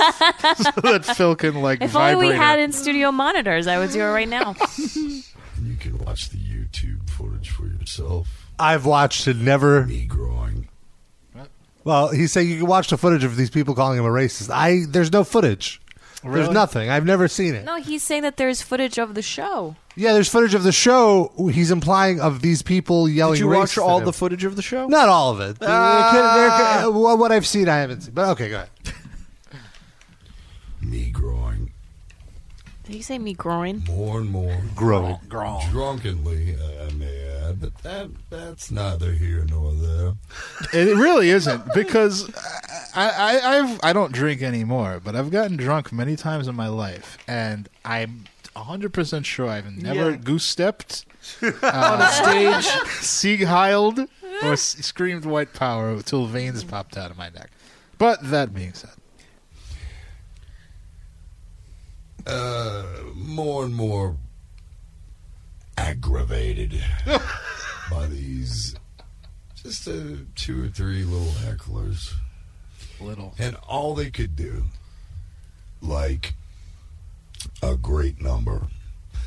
Speaker 3: that Phil can like
Speaker 5: If
Speaker 3: vibrate.
Speaker 5: only we
Speaker 3: it.
Speaker 5: had in studio monitors, I would do it right now.
Speaker 9: And you can watch the YouTube footage for yourself.
Speaker 2: I've watched it never.
Speaker 9: Me growing.
Speaker 2: Well, he's saying you can watch the footage of these people calling him a racist. I there's no footage. There's
Speaker 3: Really?
Speaker 2: nothing. I've never seen it.
Speaker 5: No, he's saying that there's footage of the show.
Speaker 2: Yeah, there's footage of the show. He's implying of these people yelling.
Speaker 4: Did you
Speaker 2: racist
Speaker 4: watch
Speaker 2: at
Speaker 4: all
Speaker 2: him.
Speaker 4: the footage of the show? Ah.
Speaker 2: Not all of it. There could- there could- well, what I've seen, I haven't seen. But okay, go ahead.
Speaker 9: Me growing.
Speaker 5: Did you say me groin?
Speaker 9: more and more
Speaker 2: Growing.
Speaker 9: drunkenly, I may add, but that that's neither here nor there.
Speaker 3: It really isn't because I, I I've I don't drink anymore, but I've gotten drunk many times in my life, and I'm 100 percent sure I've never uh,
Speaker 4: Yeah.
Speaker 3: goose stepped on a stage, sieg heiled, or s- screamed white power till veins popped out of my neck. But that being said,
Speaker 9: Uh, more and more aggravated by these just uh, two or three little hecklers.
Speaker 3: Little.
Speaker 9: And all they could do, like a great number.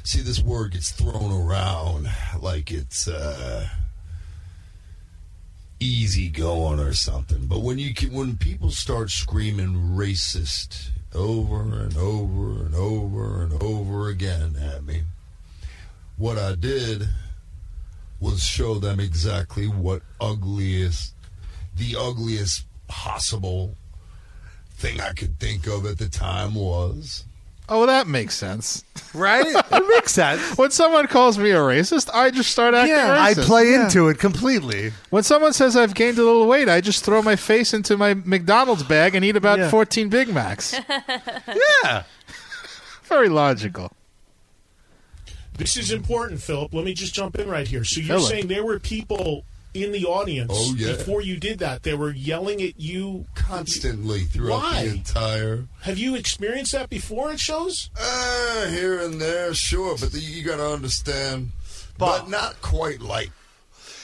Speaker 9: See, this word gets thrown around like it's uh, easy going or something. But when you can, when people start screaming racist over and over and over and over again at me, what I did was show them exactly what ugliest, the ugliest possible thing I could think of at the time was.
Speaker 3: Oh, well, that makes sense.
Speaker 2: Right? it makes sense.
Speaker 3: When someone calls me a racist, I just start acting
Speaker 2: I
Speaker 3: racist.
Speaker 2: play into it completely.
Speaker 3: When someone says I've gained a little weight, I just throw my face into my McDonald's bag and eat about 14 Big Macs.
Speaker 2: Yeah.
Speaker 3: Very logical.
Speaker 8: This is important, Philip. Let me just jump in right here. So you're
Speaker 3: Philip.
Speaker 8: saying there were people in the audience
Speaker 9: Oh, yeah.
Speaker 8: before you did that. They were yelling at you.
Speaker 9: constantly throughout
Speaker 8: Why?
Speaker 9: the entire
Speaker 8: Have you experienced that before at shows?
Speaker 9: uh, here and there, sure, but the, you got to understand, but, not quite like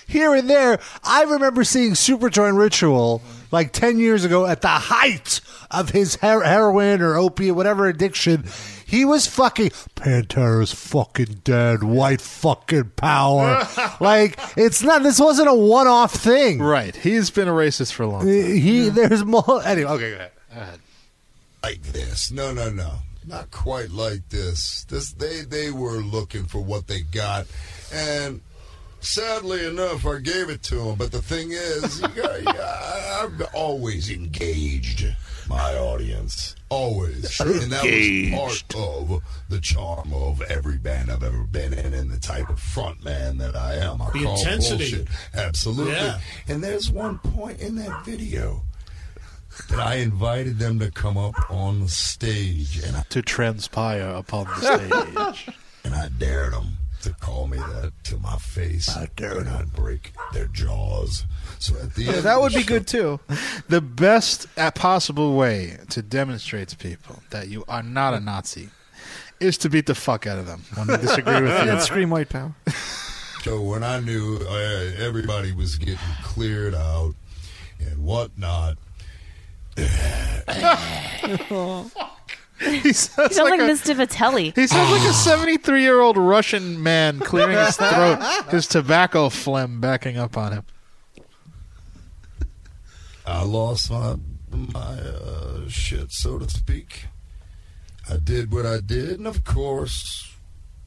Speaker 2: Here and there, I remember seeing Superjoint Ritual like 10 years ago at the height of his her- heroin or opiate, whatever addiction. He was fucking Pantera's fucking dead, white fucking power. like, it's not, this wasn't a one off thing.
Speaker 3: Right. He's been a racist for a long time.
Speaker 2: He, there's more. Anyway, okay, go ahead.
Speaker 9: like this. No, no, no, not quite like this. This they they were looking for what they got, and sadly enough, I gave it to them. But the thing is, you got, yeah, I, I've always engaged my audience, always, and that was part of the charm of every band I've ever been in, and the type of front man that I am. I
Speaker 8: The
Speaker 9: call
Speaker 8: intensity.
Speaker 9: bullshit. Absolutely.
Speaker 8: Yeah.
Speaker 9: And there's one point in that video that I invited them to come up on the stage, and I,
Speaker 3: To transpire upon the stage.
Speaker 9: and I dared them to call me that to my face. I dared them. break their jaws. So at the end,
Speaker 4: That
Speaker 9: of
Speaker 4: would
Speaker 9: the
Speaker 4: be good too.
Speaker 3: the best uh, possible way to demonstrate to people that you are not a Nazi is to beat the fuck out of them when they disagree with you.
Speaker 4: And scream white power.
Speaker 9: So when I knew uh, everybody was getting cleared out and whatnot,
Speaker 3: He sounds
Speaker 5: He sounds like,
Speaker 3: a-
Speaker 5: Miss Divitelli.
Speaker 3: He sounds like a 73 year old Russian man clearing his throat, his tobacco phlegm backing up on him.
Speaker 9: I lost my my uh, shit, so to speak. I did what I did, and of course,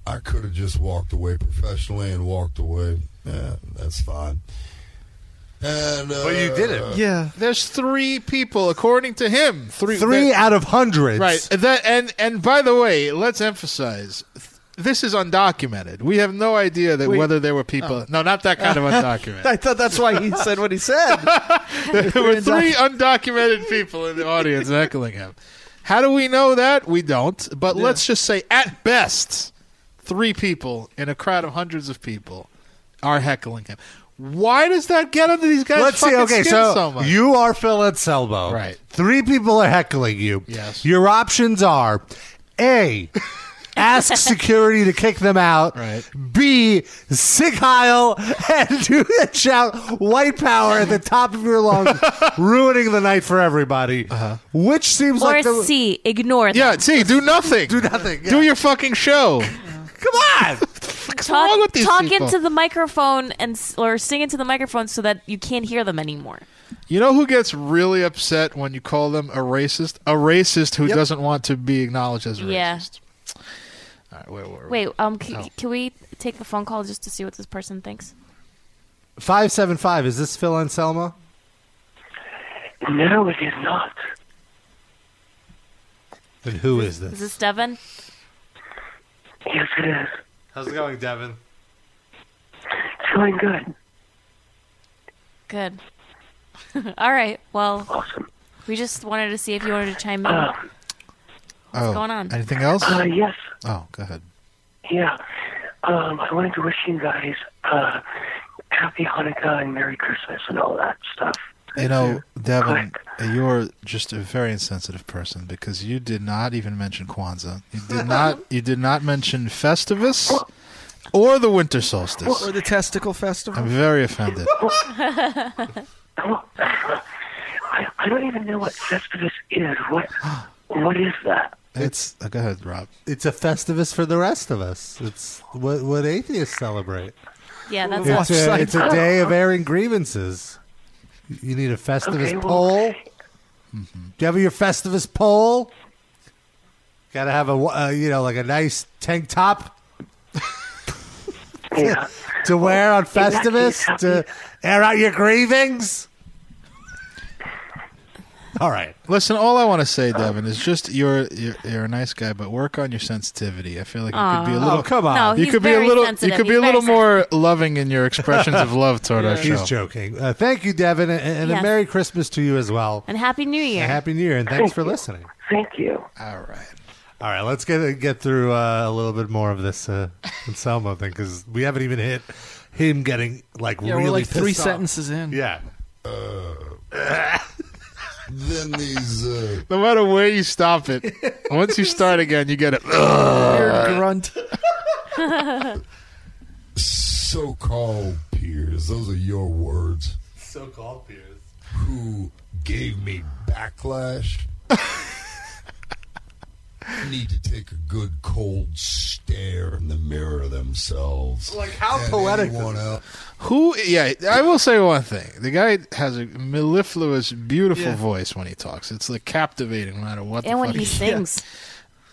Speaker 9: I could have just walked away professionally and walked away. Yeah, that's fine. And uh,
Speaker 2: But you did it.
Speaker 4: Yeah.
Speaker 3: There's three people, according to him. Three.
Speaker 2: Three
Speaker 3: that-
Speaker 2: out of hundreds.
Speaker 3: right. That and and by the way, let's emphasize. th- This is undocumented. We have no idea that whether there were people. No, not that kind of undocumented.
Speaker 4: Oh. I thought that's why he said what he said.
Speaker 3: there were three undocumented people in the audience heckling him. How do we know that? We don't. But let's just say, at best, three people in a crowd of hundreds of people are heckling him. Why does that get under these guys'
Speaker 2: Let's see.
Speaker 3: fucking
Speaker 2: Okay,
Speaker 3: skin
Speaker 2: so,
Speaker 3: so, much?
Speaker 2: you are Phil Anselmo.
Speaker 3: Right.
Speaker 2: Three people are heckling you.
Speaker 3: Yes.
Speaker 2: Your options are A, ask security to kick them out.
Speaker 3: Right.
Speaker 2: B, sick aisle and do and shout white power at the top of your lungs, ruining the night for everybody. Uh-huh. Which seems
Speaker 5: Or
Speaker 2: like the.
Speaker 5: C, ignore them.
Speaker 3: yeah, see, do nothing. Do
Speaker 2: nothing, yeah.
Speaker 3: Do your fucking show.
Speaker 2: Come on!
Speaker 5: Talk,
Speaker 3: wrong with these
Speaker 5: talk
Speaker 3: people?
Speaker 5: into the microphone and s- or sing into the microphone so that you can't hear them anymore.
Speaker 3: You know who gets really upset when you call them a racist? A racist who doesn't want to be acknowledged as a
Speaker 5: Yeah.
Speaker 3: racist. All right, where were we?
Speaker 5: Wait, um, c-
Speaker 3: Oh.
Speaker 5: can we take the phone call just to see what this person thinks?
Speaker 2: 575, is this Phil Anselmo?
Speaker 7: No, it is not.
Speaker 2: And who is this?
Speaker 5: Is this Devin?
Speaker 7: Yes, it is.
Speaker 2: How's it going, Devin?
Speaker 7: It's going good.
Speaker 5: Good. All right. Well,
Speaker 7: Awesome.
Speaker 5: we just wanted to see if you wanted to chime in.
Speaker 3: oh,
Speaker 5: going on?
Speaker 3: Anything else?
Speaker 7: Uh, yes.
Speaker 3: oh, go ahead.
Speaker 7: Yeah. Um, I wanted to wish you guys uh, happy Hanukkah and Merry Christmas and all that stuff.
Speaker 3: You know, Devin, you're just a very insensitive person because you did not even mention Kwanzaa. You did not. You did not mention Festivus. Or the winter solstice.
Speaker 4: Or the testicle festival.
Speaker 3: I'm very offended.
Speaker 7: Oh,
Speaker 10: I, I don't even know what Festivus is. What what is that?
Speaker 3: It's uh, go ahead, Rob.
Speaker 2: It's a festivus for the rest of us. It's what what atheists celebrate.
Speaker 5: Yeah, that's
Speaker 2: It's
Speaker 5: awesome.
Speaker 2: a, it's a day of airing grievances. You need a festivus
Speaker 10: Okay, well-
Speaker 2: poll.
Speaker 3: Mm-hmm.
Speaker 2: Do you have your festivus poll? Got to have a uh, you know like a nice tank top
Speaker 10: Yeah.
Speaker 2: to wear on
Speaker 10: in that
Speaker 2: festivus
Speaker 10: case,
Speaker 2: to air out your grievings. All right.
Speaker 3: Listen, all I want to say, Devin, is just you're, you're you're a nice guy, but work on your sensitivity. I feel like you could be a
Speaker 5: Aw.
Speaker 3: little.
Speaker 5: Oh, come on. No,
Speaker 3: you
Speaker 5: he's
Speaker 3: could be a
Speaker 5: very
Speaker 3: little.
Speaker 5: sensitive.
Speaker 3: You could be
Speaker 5: He's
Speaker 3: a little
Speaker 5: very
Speaker 3: more loving in your expressions of love toward our show.
Speaker 2: He's joking. Uh, thank you, Devin, and, and
Speaker 5: Yes.
Speaker 2: a Merry Christmas to you as well.
Speaker 5: and Happy New
Speaker 2: A
Speaker 5: Year.
Speaker 2: happy New Year, and thanks for listening.
Speaker 10: Thank you.
Speaker 3: All right.
Speaker 2: All right, let's get get through uh, a little bit more of this uh, Anselmo thing because we haven't even hit him getting like
Speaker 4: Yeah,
Speaker 2: really
Speaker 4: we're like three
Speaker 2: pissed off.
Speaker 4: sentences in.
Speaker 2: Yeah,
Speaker 9: Uh, Then these. Uh,
Speaker 3: No matter where you stop it, once you start again, you get it.
Speaker 4: Weird grunt.
Speaker 9: so-called peers. Those are your words.
Speaker 2: so-called peers.
Speaker 9: Who gave me backlash? Need to take a good cold stare in the mirror themselves.
Speaker 2: Like, how
Speaker 9: And
Speaker 2: poetic
Speaker 9: anyone else.
Speaker 3: Who? Yeah, I will say one thing. The guy has a mellifluous, beautiful voice when he talks. It's like captivating, no matter what. the
Speaker 5: and when
Speaker 3: fuck
Speaker 5: he sings,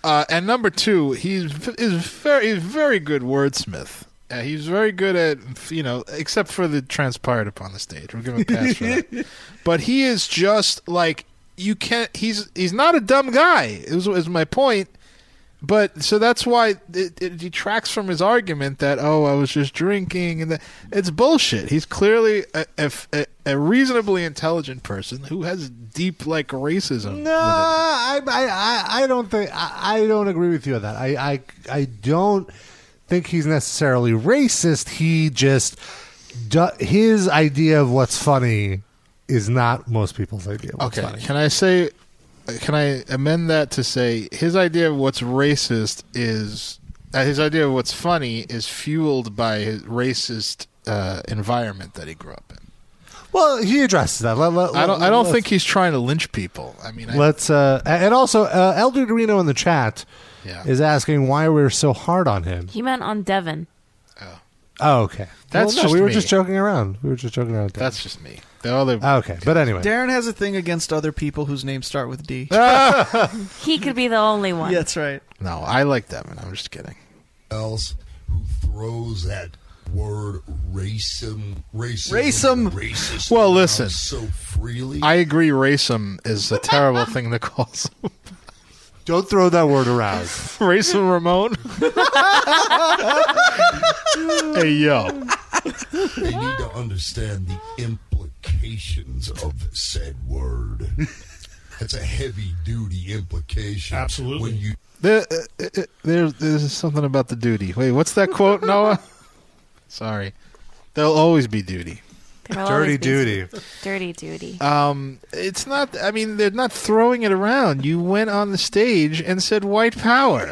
Speaker 3: Uh, and number two, he's is very he's very good wordsmith. Uh, he's very good at you know, except for the transpired upon the stage. We'll give him a pass for that. But he is just like you can't. He's he's not a dumb guy. Is is my point. But so that's why it, it detracts from his argument that oh I was just drinking and that it's bullshit. He's clearly a, a, a- a reasonably intelligent person who has deep like racism.
Speaker 2: No, I, I, I- I don't think I, I don't agree with you on that. I, I, I don't think he's necessarily racist. He just do, his idea of what's funny is not most people's idea. Of what's
Speaker 3: Okay.
Speaker 2: funny.
Speaker 3: Can I say? Can I amend that to say his idea of what's racist is uh, his idea of what's funny is fueled by his racist uh, environment that he grew up in.
Speaker 2: Well, he addresses that. Let- let-
Speaker 3: I don't. I
Speaker 2: let's-
Speaker 3: don't think he's trying to lynch people. I mean, I,
Speaker 2: Let's uh, and also uh, Elder Dorino in the chat
Speaker 3: Yeah.
Speaker 2: is asking why we're so hard on him.
Speaker 5: he meant on Devon.
Speaker 2: Oh, okay.
Speaker 3: That's
Speaker 2: Well, no,
Speaker 3: just
Speaker 2: we were
Speaker 3: me.
Speaker 2: just joking around. We were just joking around.
Speaker 3: that's just me. The other.
Speaker 2: okay. But anyway,
Speaker 4: Darren has a thing against other people whose names start with D.
Speaker 5: He could be the only one.
Speaker 4: Yeah, that's right.
Speaker 3: no, I like Devin. I'm just kidding.
Speaker 9: else who throws that word racism,
Speaker 4: Racism.
Speaker 9: racism, racist.
Speaker 3: Well,
Speaker 9: around
Speaker 3: listen.
Speaker 9: so freely.
Speaker 3: I agree. Racism is a terrible thing to call. someone.
Speaker 2: don't throw that word around.
Speaker 3: Racism Ramon. hey yo.
Speaker 9: they need to understand the implications of said word. That's a heavy duty implication.
Speaker 8: Absolutely.
Speaker 9: When you
Speaker 3: There, uh, uh, uh, there, there's something about the duty. Wait, what's that quote, Noah? Sorry, there'll always be duty.
Speaker 5: There will
Speaker 2: Dirty
Speaker 5: always be-
Speaker 2: duty.
Speaker 5: Dirty duty.
Speaker 3: Um, it's not. I mean, they're not throwing it around. You went on the stage and said "white power."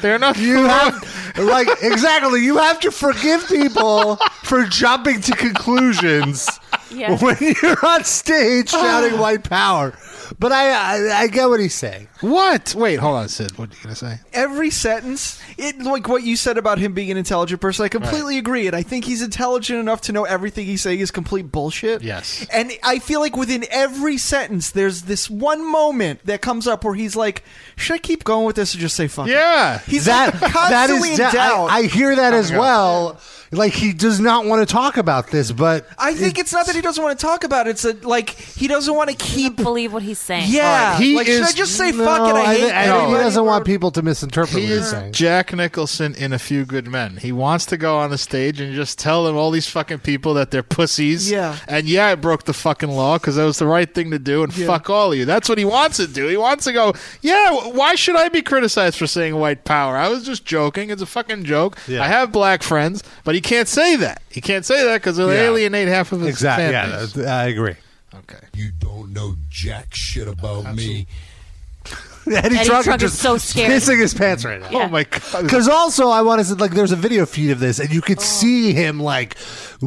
Speaker 3: They're not. You have.
Speaker 2: like exactly, you have to forgive people for jumping to conclusions
Speaker 5: Yeah.
Speaker 2: when you're on stage shouting white power. But I, I, I get what he's saying.
Speaker 3: What? Wait, hold on, Sid. What are you gonna say?
Speaker 4: Every sentence, it like what you said about him being an intelligent person, I completely agree. And I think he's intelligent enough to know everything he's saying is complete bullshit.
Speaker 3: Yes.
Speaker 4: And I feel like within every sentence, there's this one moment that comes up where he's like, "Should I keep going with this or just say fuck?" it?"
Speaker 3: Yeah.
Speaker 4: He's
Speaker 2: that
Speaker 4: like
Speaker 2: that
Speaker 4: constantly
Speaker 2: is
Speaker 4: in
Speaker 2: de-
Speaker 4: doubt.
Speaker 2: I, I hear that as
Speaker 3: God.
Speaker 2: well. Like he does not want to talk about this, but
Speaker 4: I think it's not that he doesn't want to talk about it. It's that like he doesn't want to
Speaker 5: He
Speaker 4: keep.
Speaker 5: believe what he's saying.
Speaker 4: Yeah,
Speaker 3: Alright, he
Speaker 4: like should
Speaker 3: is-
Speaker 4: I just say
Speaker 2: No,
Speaker 4: fuck it? I, hate
Speaker 2: think- I think he
Speaker 4: everybody
Speaker 2: doesn't want
Speaker 4: or-
Speaker 2: people to misinterpret what
Speaker 3: He
Speaker 2: he's
Speaker 3: is
Speaker 2: saying.
Speaker 3: Jack Nicholson in A Few Good Men. He wants to go on the stage and just tell them all these fucking people that they're pussies.
Speaker 4: Yeah.
Speaker 3: And yeah, I broke the fucking law because that was the right thing to do. And fuck all of you. That's what he wants to do. He wants to go. Yeah. wh- Why should I be criticized for saying white power? I was just joking. It's a fucking joke.
Speaker 2: Yeah.
Speaker 3: I have black friends, but he can't say that. He can't say that because it'll
Speaker 2: Yeah.
Speaker 3: alienate half of his
Speaker 2: exactly.
Speaker 3: fan
Speaker 2: Yeah,
Speaker 3: base.
Speaker 2: th- I agree.
Speaker 3: Okay.
Speaker 9: you don't know jack shit about me,
Speaker 2: Eddie,
Speaker 5: Eddie
Speaker 2: Trunk,
Speaker 5: Trunk
Speaker 2: is
Speaker 5: is
Speaker 2: just
Speaker 5: so scared.
Speaker 2: pissing his pants right now.
Speaker 5: Yeah. Oh, my
Speaker 2: god! Because also, I want to say, like, there's a video feed of this, and you could see him like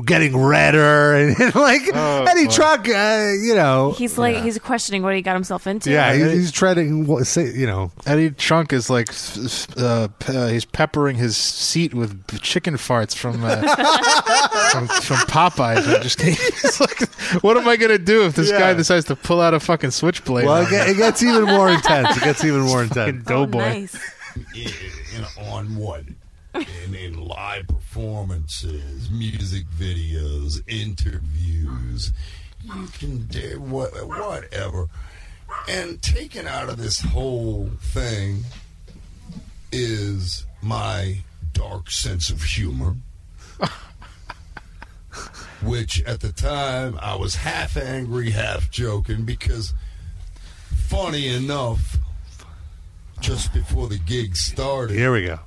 Speaker 2: getting redder, and, and, like
Speaker 5: Oh,
Speaker 2: Eddie
Speaker 5: boy.
Speaker 2: Trunk, uh, you know,
Speaker 5: He's like he's questioning what he got himself into.
Speaker 2: yeah, he's, he's trying to wa- say, you know,
Speaker 3: Eddie Trunk is like, f- f- uh, pe- uh, he's peppering his seat with b- chicken farts from uh, from, from Popeyes. I just, he's like, what am I gonna do if this
Speaker 2: Yeah.
Speaker 3: guy decides to pull out a fucking switchblade?
Speaker 2: well,
Speaker 3: on
Speaker 2: it, get-
Speaker 3: me?
Speaker 2: it gets even more intense. It gets even more intense.
Speaker 3: Doughboy.
Speaker 9: Oh, in, on what? In, in live performances, music videos, interviews, you can do what, whatever. And taken out of this whole thing is my dark sense of humor, which at the time I was half angry, half joking because, funny enough, just before the gig started.
Speaker 2: Here we go.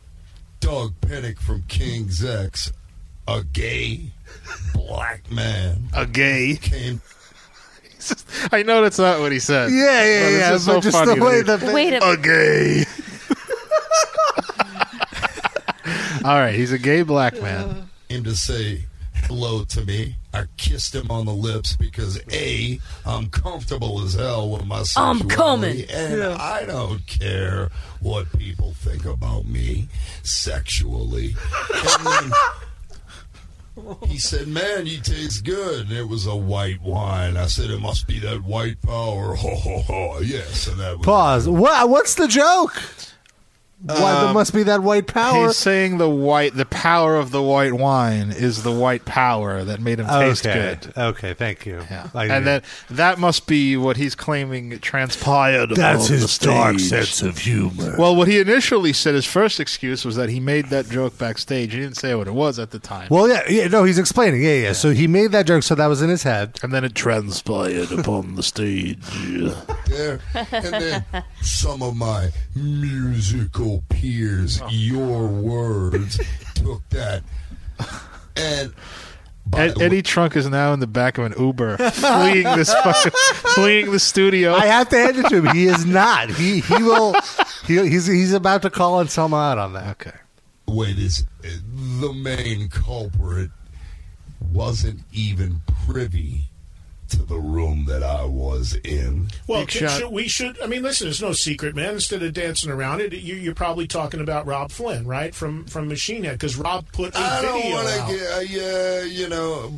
Speaker 9: Doug Pennick from King's X, a gay black man.
Speaker 3: A gay.
Speaker 9: Came.
Speaker 3: I know that's not what he said.
Speaker 9: Yeah, yeah,
Speaker 3: But it's
Speaker 9: yeah,
Speaker 3: Just
Speaker 9: but
Speaker 3: so
Speaker 9: just
Speaker 3: funny
Speaker 9: the way
Speaker 3: that he-
Speaker 9: the- Wait a-
Speaker 3: a gay. All right, he's a gay black man.
Speaker 9: Came to say hello to me. I kissed him on the lips because A, I'm comfortable as hell with my
Speaker 10: I'm
Speaker 9: sexuality.
Speaker 10: coming.
Speaker 9: And
Speaker 10: Yeah.
Speaker 9: I don't care what people think about me sexually. And then he said, "Man, you taste good." And it was a white wine. I said, "It must be that white power." Ho ho ho! Yes, and that was
Speaker 2: Pause. What? What's the joke? Why there
Speaker 3: Um,
Speaker 2: must be that white power?
Speaker 3: He's saying the white, the power of the white wine is the white power that made him taste
Speaker 2: Okay.
Speaker 3: good.
Speaker 2: Okay, thank you. I-
Speaker 3: and that that must be what he's claiming transpired.
Speaker 2: That's
Speaker 3: on the
Speaker 2: his dark
Speaker 3: stage.
Speaker 2: sense of humor.
Speaker 3: Well, what he initially said, his first excuse was that he made that joke backstage. He didn't say what it was at the time.
Speaker 2: Well, yeah, yeah, no, he's explaining. Yeah, yeah, So he made that joke, so that was in his head.
Speaker 3: And then it transpired upon the stage.
Speaker 9: there. And then some of my musical peers,
Speaker 3: Oh,
Speaker 9: your words, took that and
Speaker 3: Ed, Eddie Trunk is now in the back of an Uber, fleeing this fucking, fleeing the studio.
Speaker 2: I have to hand it to him. He is not. He he will. He, he's he's about to call on Selma out on that.
Speaker 3: Okay.
Speaker 9: Wait, is the main culprit wasn't even privy to the room that I was in.
Speaker 8: Well, c- should, we should. I mean, listen, it's no secret, man. Instead of dancing around it, you, you're probably talking about Rob Flynn, right? From from Machine Head, because Rob put a
Speaker 9: I don't
Speaker 8: video
Speaker 9: want
Speaker 8: out.
Speaker 9: to get, uh, yeah, you know.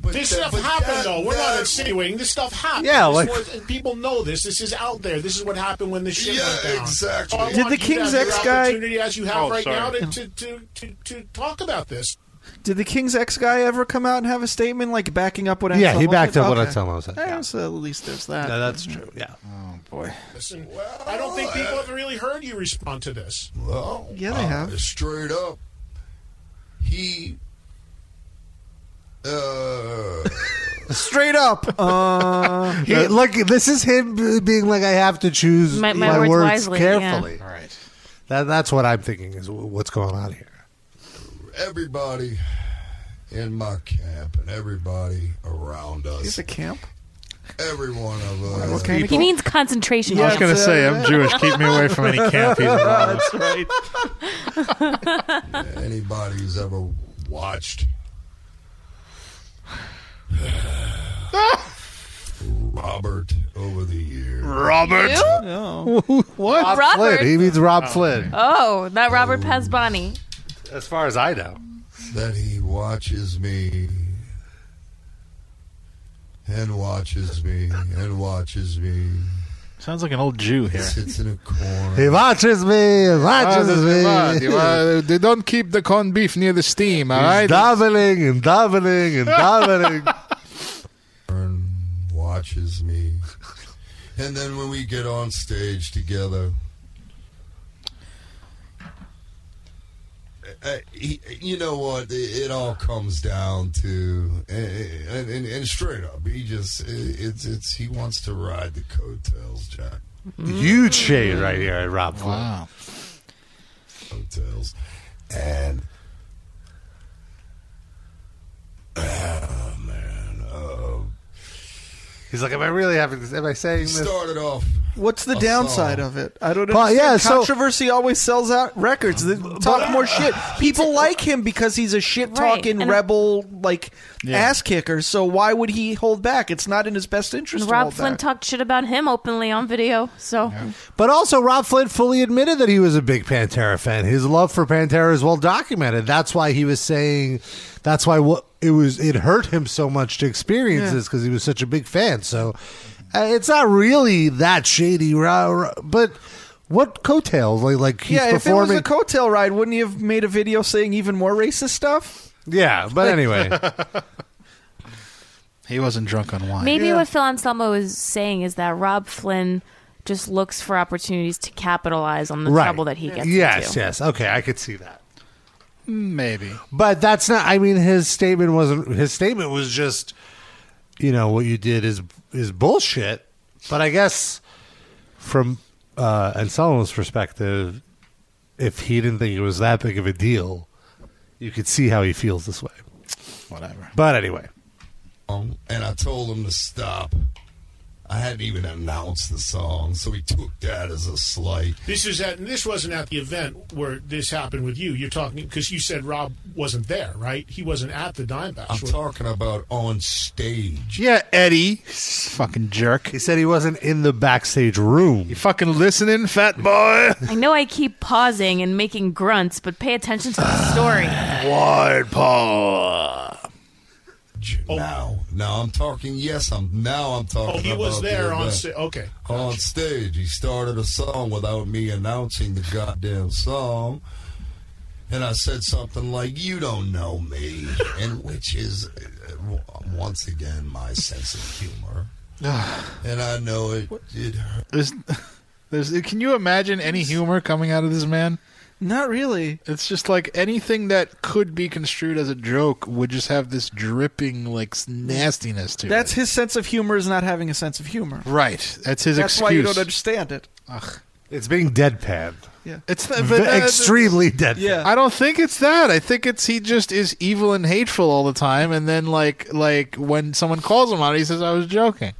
Speaker 9: But
Speaker 8: this
Speaker 9: that-
Speaker 8: stuff
Speaker 9: but
Speaker 8: happened,
Speaker 9: that-
Speaker 8: though. We're not
Speaker 9: that-
Speaker 8: insinuating. This stuff happened.
Speaker 9: Yeah,
Speaker 8: This
Speaker 9: like-
Speaker 8: was- and people know this. This is out there. This is what happened when the shit
Speaker 9: Yeah,
Speaker 8: went down.
Speaker 9: exactly.
Speaker 8: So I
Speaker 9: Did
Speaker 8: want
Speaker 9: the
Speaker 8: you to
Speaker 9: King's
Speaker 8: have your
Speaker 9: X guy-
Speaker 8: opportunity as you have
Speaker 9: Oh,
Speaker 8: right
Speaker 9: sorry.
Speaker 8: now to, to, to, to, to talk about this?
Speaker 4: Did the King's X guy ever come out and have a statement like backing up what?
Speaker 2: Yeah, he
Speaker 4: Anselmo
Speaker 2: backed
Speaker 4: said?
Speaker 2: up what
Speaker 4: Okay.
Speaker 2: Anselmo said,
Speaker 4: Eh, so at least there's that.
Speaker 2: No, that's true. Yeah.
Speaker 4: Oh boy.
Speaker 8: Listen, I don't think people have really heard you respond to this.
Speaker 9: Well,
Speaker 8: Yeah,
Speaker 4: they
Speaker 9: uh,
Speaker 4: have.
Speaker 9: Straight up, he. Uh,
Speaker 4: Straight up. Uh,
Speaker 2: He, look, this is him being like, I have to choose my,
Speaker 4: My- my words
Speaker 2: words,
Speaker 4: wisely, yeah.
Speaker 2: carefully.
Speaker 4: All
Speaker 3: right.
Speaker 2: That, that's what I'm thinking is wh- what's going on here.
Speaker 9: everybody in my camp and everybody around us.
Speaker 4: He's a camp?
Speaker 9: Every one of us.
Speaker 4: Okay.
Speaker 5: He means concentration.
Speaker 3: I was
Speaker 5: camp.
Speaker 3: going to say, I'm Jewish. Keep me away from any camp. He's involved
Speaker 4: That's right.
Speaker 9: Anybody who's ever watched Robert over the years.
Speaker 5: Robert? You?
Speaker 3: what?
Speaker 5: Rob Robert? Flynn.
Speaker 2: He means Rob Flynn.
Speaker 5: Oh, not Robert Pasbani.
Speaker 2: As far as I know.
Speaker 9: That he watches me and watches me and watches me.
Speaker 3: Sounds like an old Jew here.
Speaker 9: Sits in a corner.
Speaker 2: He watches me. He
Speaker 3: Ah,
Speaker 2: watches me.
Speaker 3: uh, they don't keep the corned beef near the steam, all right?
Speaker 2: He's davening and davening and davening.
Speaker 9: watches me. And then when we get on stage together, uh, he, you know what? It, it all comes down to, and, and, and straight up, he just it's it's he wants to ride the coattails, Jack.
Speaker 4: Mm.
Speaker 2: Huge shade right here at Rob Flynn.
Speaker 3: Wow.
Speaker 9: Coattails, and oh man, uh,
Speaker 2: He's like, am I really having this? Am I saying this?
Speaker 9: started off
Speaker 4: What's the
Speaker 2: a
Speaker 4: downside
Speaker 2: song.
Speaker 4: of it? I don't
Speaker 2: But,
Speaker 4: understand.
Speaker 2: yeah, so-
Speaker 4: Controversy always sells out records. They talk more shit. People like him because he's a shit talking
Speaker 5: Right, and-
Speaker 4: rebel, like
Speaker 5: Yeah.
Speaker 4: ass kicker. So why would he hold back? It's not in his best interest.
Speaker 5: And
Speaker 4: to
Speaker 5: Rob
Speaker 4: hold
Speaker 5: Flynn
Speaker 4: back.
Speaker 5: talked shit about him openly on video. So
Speaker 2: But also, Rob Flynn fully admitted that he was a big Pantera fan. His love for Pantera is well documented. That's why he was saying, that's why what it was. It hurt him so much to experience
Speaker 11: Yeah.
Speaker 2: this because he was such a big fan. So uh, it's not really that shady. Ra- ra- But what coattails like like he's
Speaker 4: yeah, if it was
Speaker 2: performing?
Speaker 4: a coattail ride, wouldn't he have made a video saying even more racist stuff?
Speaker 2: yeah, but anyway,
Speaker 3: he wasn't drunk on wine.
Speaker 5: maybe what Phil Anselmo is saying is that Rob Flynn just looks for opportunities to capitalize on the
Speaker 2: right?
Speaker 5: trouble that he gets
Speaker 2: yes,
Speaker 5: into.
Speaker 2: yes. Okay, I could see that.
Speaker 3: Maybe.
Speaker 2: But that's not. I mean, his statement wasn't. His statement was just, you know, what you did is is bullshit. But I guess from uh, Anselmo's perspective, if he didn't think it was that big of a deal, you could see how he feels this way.
Speaker 3: Whatever.
Speaker 2: But anyway,
Speaker 9: Um, and I told him to stop. I hadn't even announced the song, so he took that as a slight.
Speaker 8: This is at, and this wasn't at the event where this happened with you. You're talking because you said Rob wasn't there, right? He wasn't at the dime bash.
Speaker 9: I'm
Speaker 8: was-
Speaker 9: talking about on stage.
Speaker 3: Yeah, Eddie. Fucking jerk. He
Speaker 2: said he wasn't in the backstage room.
Speaker 3: You fucking listening, fat boy?
Speaker 5: I know I keep pausing and making grunts, but pay attention to the story.
Speaker 3: Wide paw.
Speaker 9: Now, now I'm talking. Yes, I'm. Now I'm talking.
Speaker 8: Oh, he
Speaker 9: about
Speaker 8: was
Speaker 9: the
Speaker 8: there on
Speaker 9: event.
Speaker 8: sta- okay.
Speaker 9: On stage, he started a song without me announcing the goddamn song, and I said something like, "You don't know me," and which is uh, w- once again my sense of humor, and I know it. It hurt.
Speaker 3: There's, there's, can you imagine any humor coming out of this man?
Speaker 4: Not really.
Speaker 3: It's just like anything that could be construed as a joke would just have this dripping like s- nastiness to
Speaker 4: That's his sense of humor is not having a sense of humor.
Speaker 3: it. Right. That's his
Speaker 4: That's
Speaker 3: excuse.
Speaker 4: why you don't understand it.
Speaker 2: it's being deadpan.
Speaker 4: Yeah.
Speaker 3: It's the,
Speaker 2: V-
Speaker 4: uh,
Speaker 2: extremely deadpan.
Speaker 3: I don't think it's that. I think it's he just is evil and hateful all the time, and then like like when someone calls him out, he says, "I was joking."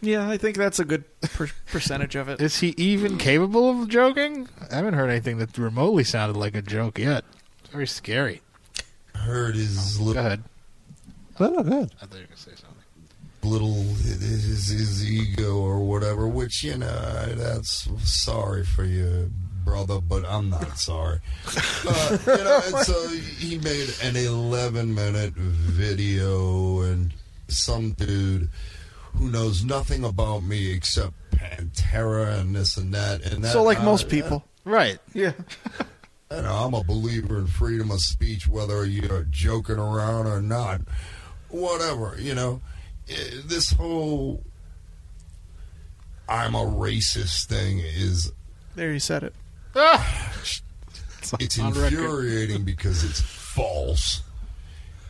Speaker 4: Yeah, I think that's a good per- percentage of it.
Speaker 3: Is he even capable of joking? I haven't heard anything that remotely sounded like a joke yet. It's very scary.
Speaker 9: Hurt his little.
Speaker 3: Go ahead.
Speaker 2: Well, good.
Speaker 3: I thought you were gonna say something.
Speaker 9: Little his, his ego or whatever, which you know that's sorry for you, brother, but I'm not sorry. Uh, you know, and so he made an 11 minute video, and some dude who knows nothing about me except Pantera and this and that, and that.
Speaker 4: So, like
Speaker 9: I-
Speaker 4: most people.
Speaker 3: right?
Speaker 4: Yeah.
Speaker 9: you know, I'm a believer in freedom of speech, whether you're joking around or not. Whatever, you know. Eh, This whole I'm a racist thing is
Speaker 4: There you said it.
Speaker 3: Ah!
Speaker 9: it's
Speaker 4: on record.
Speaker 9: infuriating because it's false.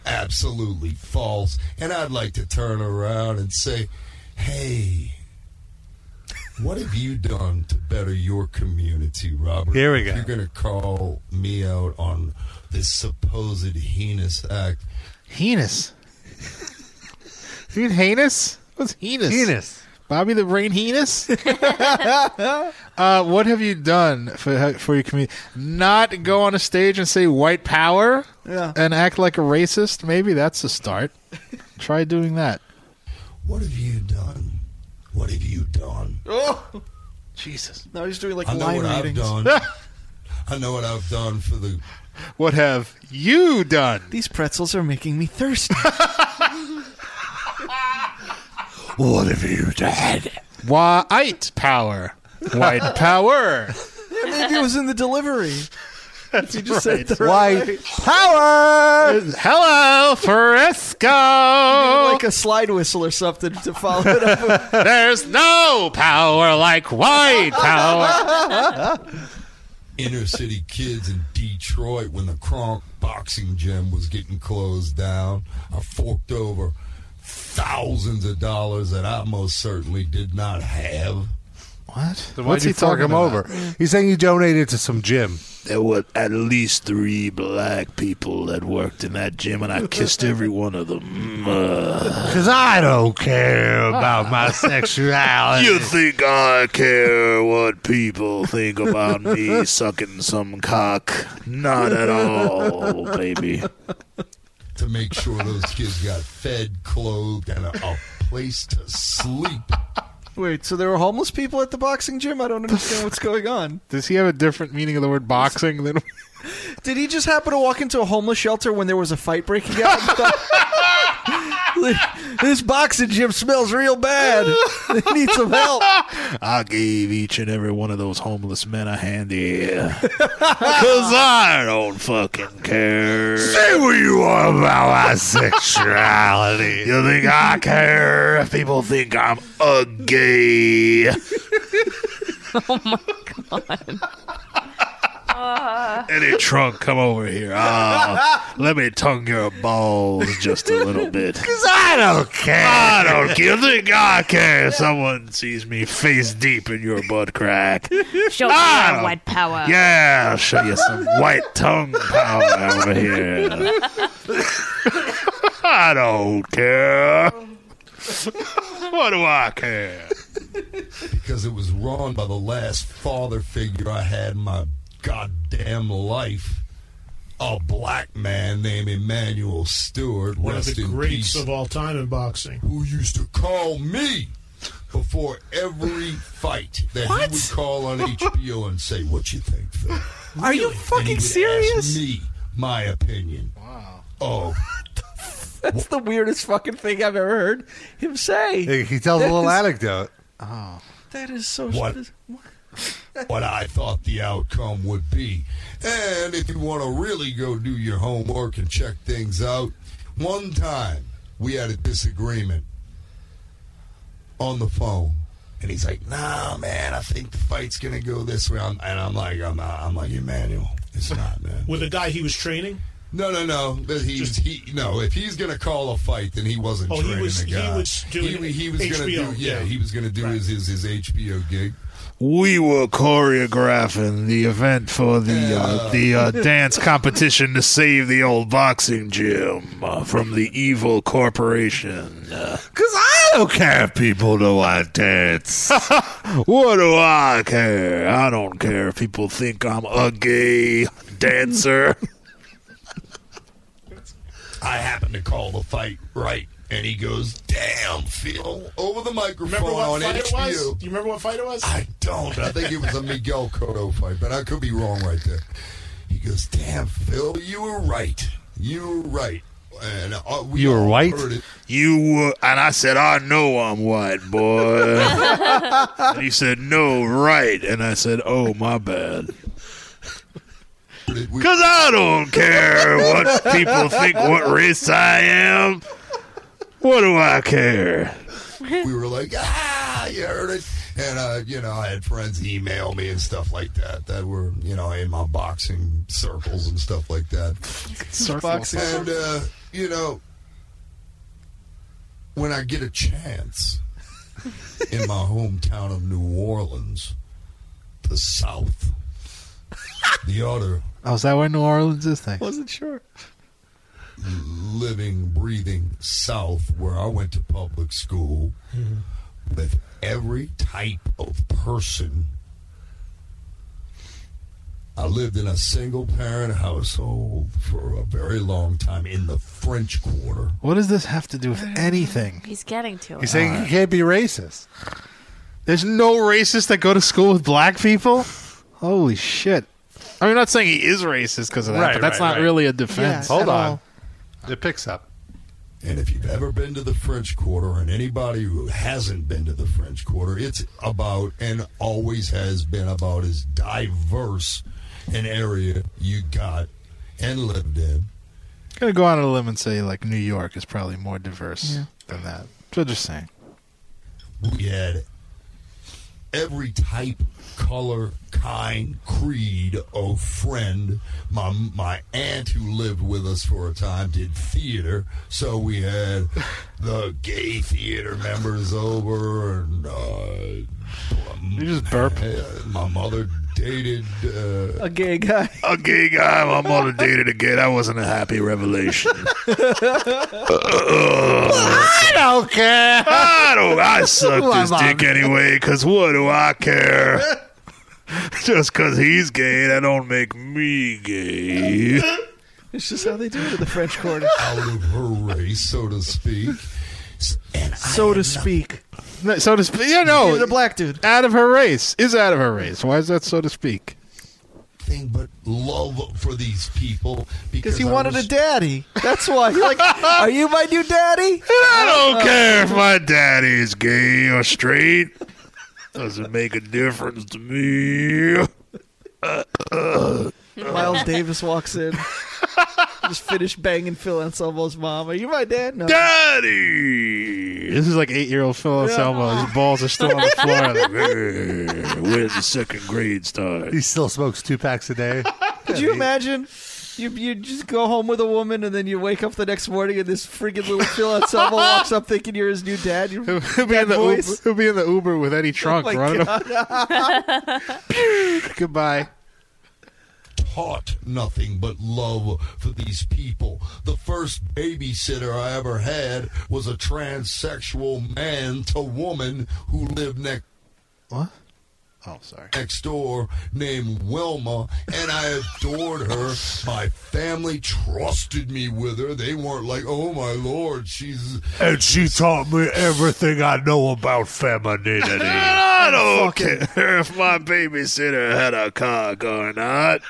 Speaker 9: Absolutely false. And I'd like to turn around and say, hey, what have you done to better your community, Robert?
Speaker 2: Here we
Speaker 9: If
Speaker 2: go.
Speaker 9: You're going to call me out on this supposed heinous act.
Speaker 3: Heinous? You mean heinous? What's heinous?
Speaker 2: Heinous.
Speaker 3: Bobby the Brain heinous. uh, what have you done for for your community? Not go on a stage and say white power
Speaker 4: Yeah.
Speaker 3: and act like a racist. Maybe that's a start. Try doing that.
Speaker 9: What have you done? What have you done?
Speaker 4: Oh,
Speaker 3: Jesus!
Speaker 4: Now he's doing like
Speaker 9: I know
Speaker 4: line
Speaker 9: what
Speaker 4: readings.
Speaker 9: I've done. I know what I've done for the
Speaker 3: What have you done?
Speaker 4: These pretzels are making me thirsty.
Speaker 9: What have you done?
Speaker 3: White power. White power.
Speaker 4: Yeah, maybe it was in the delivery.
Speaker 3: That's
Speaker 4: you just said it the right
Speaker 2: Why
Speaker 4: way.
Speaker 2: power?
Speaker 3: Hello, Fresco.
Speaker 4: like a slide whistle or something to follow it up.
Speaker 3: There's no power like white power.
Speaker 9: inner city kids in Detroit when the Kronk boxing gym was getting closed down. I forked over thousands of dollars that I most certainly did not have.
Speaker 3: What?
Speaker 2: Then why'd you fuck him over? He's saying you donated to some gym.
Speaker 11: There were at least three black people that worked in that gym, and I kissed every one of them.
Speaker 2: Because I don't care about my sexuality.
Speaker 11: You think I care what people think about me sucking some cock? Not at all, baby.
Speaker 9: to make sure those kids got fed, clothed, and a, a place to sleep.
Speaker 4: Wait, so there were homeless people at the boxing gym? I don't understand what's going on.
Speaker 3: Does he have a different meaning of the word boxing than?
Speaker 4: Did he just happen to walk into a homeless shelter when there was a fight breaking out? and thought, this boxing gym smells real bad. They need some help.
Speaker 11: I gave each and every one of those homeless men a hand here. Because I don't fucking care.
Speaker 10: Say
Speaker 11: what you want about my
Speaker 10: sexuality.
Speaker 11: You think I care if people think I'm ugly?
Speaker 5: Oh my god. Uh,
Speaker 11: Any trunk, come over here. Ah, let me tongue your balls just a little bit. Because
Speaker 10: I don't care.
Speaker 11: I don't care. You think I care if someone sees me face deep in your butt crack?
Speaker 5: Show me
Speaker 11: I
Speaker 5: your
Speaker 11: don't-
Speaker 5: white power.
Speaker 11: Yeah, I'll show you some white tongue power over here. I don't care. What do I care?
Speaker 9: Because it was wrong by the last father figure I had in my goddamn life. A black man named Emmanuel Stewart.
Speaker 8: One of
Speaker 9: rest
Speaker 8: the
Speaker 9: in
Speaker 8: greats
Speaker 9: peace,
Speaker 8: of all time in boxing.
Speaker 9: Who used to call me before every fight that he would call on HBO and say, What you think, Phil?
Speaker 10: Are you
Speaker 9: And he
Speaker 10: fucking
Speaker 9: would ask
Speaker 10: serious?
Speaker 9: me my opinion. Wow. Oh,
Speaker 4: That's the weirdest fucking thing I've ever heard him say.
Speaker 2: He tells a little
Speaker 4: That is-
Speaker 2: anecdote.
Speaker 9: Oh.
Speaker 4: That is so.
Speaker 9: What? what I thought the outcome would be. And if you want to really go do your homework and check things out, one time we had a disagreement on the phone. And he's like, nah, man, I think the fight's going to go this way. I'm- and I'm like, I'm not. I'm like, Emmanuel, it's not, man.
Speaker 8: With a guy he was training?
Speaker 9: No, no, no. That He's, he, no, if he's going to call a fight, then he wasn't
Speaker 8: Oh, he
Speaker 9: training
Speaker 8: was-
Speaker 9: the
Speaker 8: he
Speaker 9: guy.
Speaker 8: was doing
Speaker 9: he, he was gonna
Speaker 8: HBO,
Speaker 9: do, yeah,
Speaker 8: yeah.
Speaker 9: he was going to do his, his, his HBO gig.
Speaker 11: We were choreographing the event for the uh, the uh, dance competition to save the old boxing gym uh, from the evil corporation. Uh, Because I don't care if people know I dance. what do I care? I don't care if people think I'm a gay dancer.
Speaker 9: I happen to call the fight right, and he goes, "Damn, Phil!" Oh, Over the microphone
Speaker 8: Remember
Speaker 9: on
Speaker 8: what fight it
Speaker 9: HBO.
Speaker 8: was? Do you remember what fight it was?
Speaker 9: I don't. I think it was a Miguel Cotto fight, but I could be wrong right there. He goes, "Damn, Phil, you were right. You were right." And uh, we
Speaker 2: You were
Speaker 9: all
Speaker 2: white?
Speaker 9: heard it.
Speaker 11: You were, and I said, I know I'm white, boy. and he said, No, right. And I said, Oh, my bad. Because I don't care what people think, what race I am. What do I care?
Speaker 9: we were like, "Ah, you heard it." And uh, you know, I had friends email me and stuff like that that were you know in my boxing circles and stuff like that.
Speaker 10: Circles.
Speaker 9: And uh, you know, when I get a chance in my hometown of New Orleans, the South, the other
Speaker 3: Oh, is that where New Orleans is? Thing.
Speaker 4: Wasn't sure.
Speaker 9: living, breathing South, where I went to public school with every type of person. I lived in a single parent household for a very long time in the French Quarter.
Speaker 3: What does this have to do with anything?
Speaker 5: He's getting to it.
Speaker 3: He's saying you can't be racist. There's no racists that go to school with black people. Holy shit! I mean, I'm not saying he is racist because of that,
Speaker 2: Right,
Speaker 3: but that's
Speaker 2: right,
Speaker 3: not
Speaker 2: right.
Speaker 3: really a defense.
Speaker 2: Yeah, Hold
Speaker 3: at
Speaker 2: on.
Speaker 3: all.
Speaker 2: It picks up.
Speaker 9: And if you've ever been to the French Quarter, and anybody who hasn't been to the French Quarter, it's about and always has been about as diverse an area you got and lived in.
Speaker 3: Gonna go out on a limb and say like New York is probably more diverse than that. So just saying.
Speaker 9: We had every type, color, kind, creed of friend. My my aunt who lived with us for a time did theater, so we had the gay theater members over and uh,
Speaker 3: You just burp.
Speaker 9: My mother dated uh,
Speaker 4: a gay guy.
Speaker 11: A gay guy. My mother dated a gay. That wasn't a happy revelation. I
Speaker 3: don't care.
Speaker 11: I don't. I suck
Speaker 10: My
Speaker 11: this
Speaker 10: mom-
Speaker 11: dick anyway. Cause what do I care? Just cause he's gay, that don't make me gay.
Speaker 4: It's just how they do it at the French Quarter.
Speaker 9: out of her race, so to speak.
Speaker 4: so to speak.
Speaker 3: No, so to speak. Yeah, no.
Speaker 4: He's a black dude.
Speaker 3: Out of her race. Is out of her race. Why is that so to speak?
Speaker 9: Thing but love for these people because
Speaker 4: Because he
Speaker 9: I
Speaker 4: wanted
Speaker 9: was-
Speaker 4: a daddy. That's why. He's like, are you my new daddy? Uh,
Speaker 11: I don't care if my daddy is gay or straight. Doesn't make a difference to me.
Speaker 4: Miles Davis walks in. Just finished banging Phil Anselmo's mom. Are you my dad? No.
Speaker 11: Daddy!
Speaker 3: This is like eight-year-old Phil Anselmo. His balls are still on the floor.
Speaker 11: Like, "Eh, Where's the second grade start?
Speaker 2: He still smokes two packs a day.
Speaker 4: Could you imagine? You you just go home with a woman and then you wake up the next morning and this freaking little Phil Anselmo walks up thinking you're his new dad. Your
Speaker 3: He'll be,
Speaker 4: dad
Speaker 3: in the Uber,
Speaker 4: voice.
Speaker 3: he'll be in the Uber with Eddie Trunk
Speaker 4: Oh my
Speaker 3: running up.
Speaker 4: God.
Speaker 3: Goodbye.
Speaker 9: taught nothing but love for these people. The first babysitter I ever had was a transsexual man to woman who lived next.
Speaker 3: What? Oh, sorry.
Speaker 9: Next door, named Wilma, and I adored her. My family trusted me with her. They weren't like, "Oh my lord, she's."
Speaker 11: And she taught me everything I know about femininity. I don't care if my babysitter had a cock or not.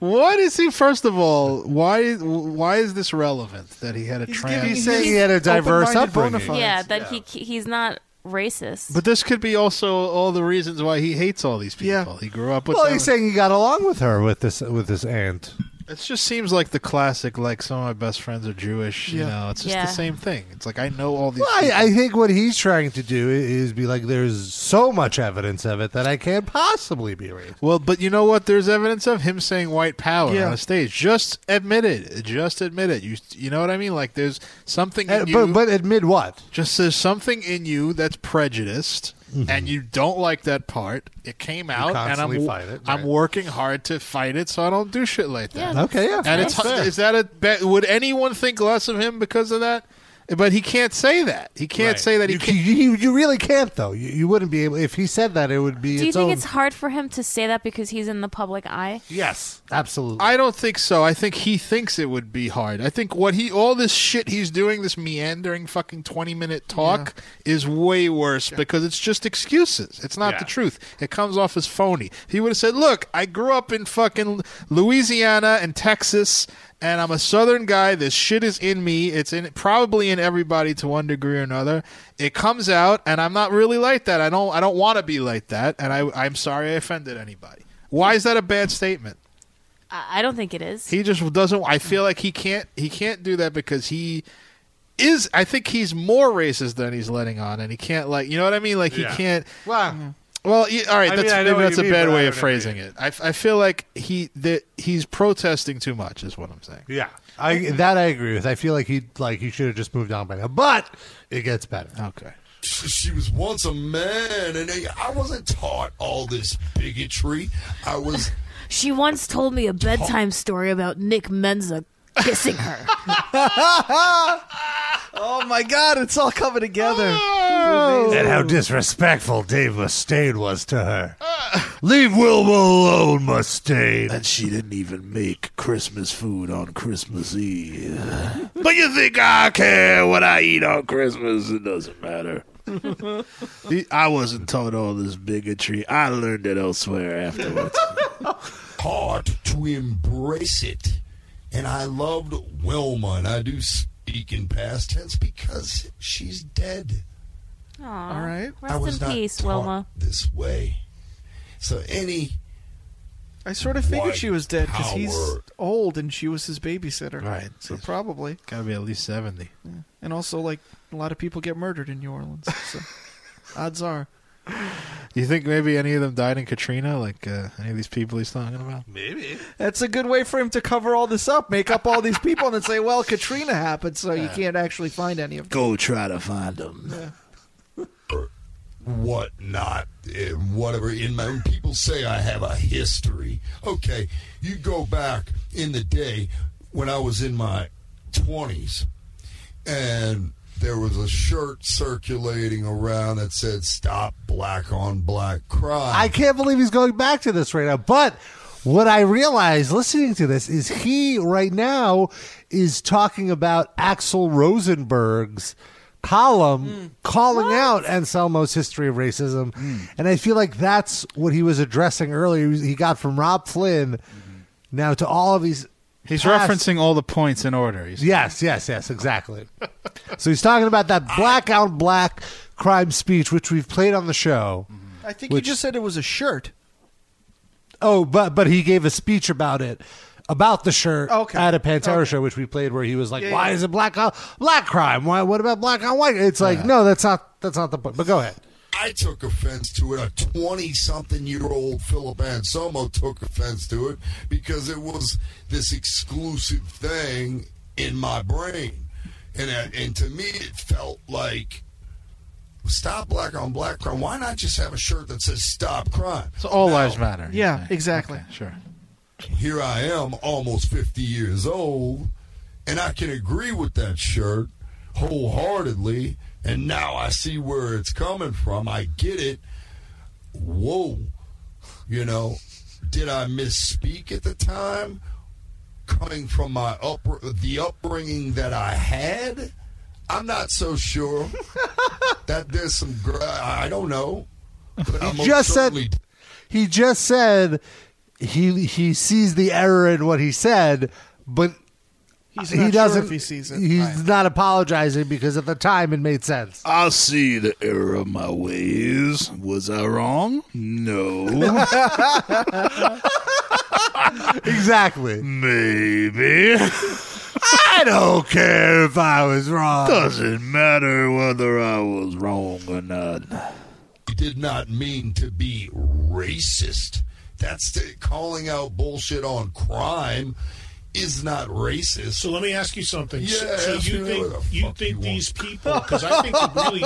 Speaker 3: What is he? First of all, why why is this relevant that he had a trans?
Speaker 2: he's saying he had a diverse upbringing.
Speaker 5: Yeah, that he he's not racist.
Speaker 3: But this could be also all the reasons why he hates all these people. He grew up with
Speaker 2: well,
Speaker 3: them.
Speaker 2: he's saying he got along with her with this with this aunt.
Speaker 3: It just seems like the classic. Like some of my best friends are Jewish. You
Speaker 2: Yeah.
Speaker 3: know, it's just
Speaker 2: Yeah.
Speaker 3: the same thing. It's like I know all these.
Speaker 2: Well,
Speaker 3: people.
Speaker 2: I, I think what he's trying to do is be like, there's so much evidence of it that I can't possibly be racist.
Speaker 3: Well, but you know what? There's evidence of him saying white power
Speaker 2: Yeah.
Speaker 3: on a stage. Just admit it. Just admit it. You you know what I mean? Like there's something in
Speaker 2: Uh,
Speaker 3: you.
Speaker 2: but- but admit what?
Speaker 3: Just there's something in you that's prejudiced,
Speaker 2: Mhm.
Speaker 3: and you don't like that part. It came out, and I'm
Speaker 2: constantly fight it,
Speaker 3: I'm working hard to fight it, so I don't do shit like that.
Speaker 2: Yeah, Okay, yeah,
Speaker 3: And it's
Speaker 2: that's fair.
Speaker 3: is that a bet? Would anyone think less of him because of that? But he can't say that. He can't say that he
Speaker 2: you,
Speaker 3: can't.
Speaker 2: you, you really can't though. You, you wouldn't be able if he said that. It would be.
Speaker 5: Do you
Speaker 2: its
Speaker 5: think
Speaker 2: own-
Speaker 5: it's hard for him to say that because he's in the public eye?
Speaker 2: Yes, absolutely.
Speaker 3: I don't think so. I think he thinks it would be hard. I think what he all this shit he's doing, this meandering fucking twenty minute talk, is way worse because it's just excuses. It's not the truth. It comes off as phony. He would have said, "Look, I grew up in fucking Louisiana and Texas." And I'm a Southern guy. This shit is in me. It's in probably in everybody to one degree or another. It comes out, and I'm not really like that. I don't. I don't want to be like that. And I, I'm sorry I offended anybody. Why is that a bad statement?
Speaker 5: I I don't think it is.
Speaker 3: He just doesn't. I feel like he can't. He can't do that because he is. I think he's more racist than he's letting on, and he can't like. You know what I mean? Like
Speaker 11: Yeah.
Speaker 3: he can't. Mm.
Speaker 2: Wow.
Speaker 3: Well, yeah, all right.
Speaker 11: I
Speaker 3: that's
Speaker 11: mean, I know
Speaker 3: maybe
Speaker 11: what
Speaker 3: that's a
Speaker 11: you mean,
Speaker 3: bad
Speaker 11: but I
Speaker 3: way of
Speaker 11: haven't
Speaker 3: phrasing it. I, I feel like he that he's protesting too much. Is what I'm saying.
Speaker 2: Yeah, I that I agree with. I feel like he like he should have just moved on by now. But it gets better.
Speaker 3: Okay.
Speaker 9: She was once a man, and I- I wasn't taught all this bigotry. I was
Speaker 5: She once told me a bedtime story about Nick Menza kissing her.
Speaker 4: oh my God, it's all coming together.
Speaker 3: Oh!
Speaker 11: And how disrespectful Dave Mustaine was to her. Uh, Leave Wilma alone, Mustaine. And she didn't even make Christmas food on Christmas Eve. but you think I care what I eat on Christmas? It doesn't matter. The- I wasn't taught all this bigotry. I learned it elsewhere afterwards.
Speaker 9: taught to embrace it. And I loved Wilma, and I do speak in past tense because she's dead
Speaker 5: Aw.
Speaker 9: All right. I was
Speaker 5: Rest in
Speaker 9: not
Speaker 5: peace,
Speaker 9: taught
Speaker 5: Wilma.
Speaker 9: this way. So any
Speaker 4: I sort of figured
Speaker 9: White
Speaker 4: she was dead because he's
Speaker 9: power.
Speaker 4: old and she was his babysitter. Right. So probably.
Speaker 3: Got to be at least 70.
Speaker 4: And also, like, a lot of people get murdered in New Orleans. So odds are.
Speaker 3: You think maybe any of them died in Katrina? Like uh, any of these people he's talking about?
Speaker 4: Maybe. That's a good way for him to cover all this up, make up all these people, and then say, well, Katrina happened, so you can't actually find any of them.
Speaker 11: Go try to find them.
Speaker 9: whatnot, eh, whatever. In my when people say I have a history. Okay, you go back in the day when I was in my twenties, and there was a shirt circulating around that said "Stop Black on Black Crime."
Speaker 2: I can't believe he's going back to this right now. But what I realize listening to this is he right now is talking about Axel Rosenberg's column calling out Anselmo's history of racism. And I feel like that's what he was addressing earlier. He was- He got from Rob Flynn
Speaker 3: Mm-hmm.
Speaker 2: now to all of these.
Speaker 3: He's
Speaker 2: past-
Speaker 3: referencing all the points in order. He's
Speaker 2: Yes, yes, yes, exactly. so he's talking about that black on black crime speech, which we've played on the show.
Speaker 4: I think you just said it was a shirt.
Speaker 2: Oh, but but he gave a speech about it, about the shirt
Speaker 4: Oh, Okay.
Speaker 2: at a Pantera show, which we played, where he was like,
Speaker 4: Yeah,
Speaker 2: "Why
Speaker 4: yeah.
Speaker 2: is it black on black crime? Why? What about black on white?" It's like, no, that's not that's not the point. But go ahead.
Speaker 9: I took offense to it. A 20 something year old Philip Anselmo took offense to it because it was this exclusive thing in my brain. And, uh, and to me, it felt like stop black on black crime. Why not just have a shirt that says stop crime?
Speaker 3: So all lives matter.
Speaker 4: Yeah, exactly.
Speaker 3: sure.
Speaker 9: Here I am, almost 50 years old, and I can agree with that shirt wholeheartedly. And now I see where it's coming from. I get it. Whoa. You know, did I misspeak at the time? Coming from my upbr the upbringing that I had, I'm not so sure that there's some. Gr- I I don't know. But I
Speaker 2: He
Speaker 9: most
Speaker 2: just said
Speaker 9: certainly
Speaker 2: he just said he he sees the error in what he said, but
Speaker 11: He's
Speaker 2: he
Speaker 11: not sure
Speaker 2: doesn't.
Speaker 11: if he sees it.
Speaker 2: He's not apologizing because at the time it made sense.
Speaker 11: I see the error of my ways. Was I wrong? No.
Speaker 2: exactly.
Speaker 11: Maybe.
Speaker 2: I don't care if I was wrong.
Speaker 11: Doesn't matter whether I was wrong or not.
Speaker 9: did not mean to be racist. That's the, calling out bullshit on crime is not racist.
Speaker 8: So let me ask you something.
Speaker 9: Yeah,
Speaker 8: So- so
Speaker 9: ask
Speaker 8: you
Speaker 9: me
Speaker 8: think
Speaker 9: what the
Speaker 8: you think these people? Because I think the really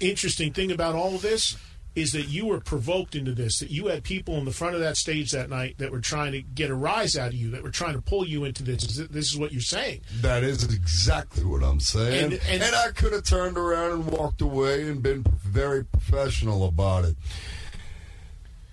Speaker 8: interesting thing about all of this is that you were provoked into this. That you had people in the front of that stage that night that were trying to get a rise out of you. That were trying to pull you into this. Is- This is what you're saying.
Speaker 9: That is exactly what I'm saying.
Speaker 8: And-
Speaker 9: And,
Speaker 8: and-
Speaker 9: I could have turned around and walked away and been very professional about it.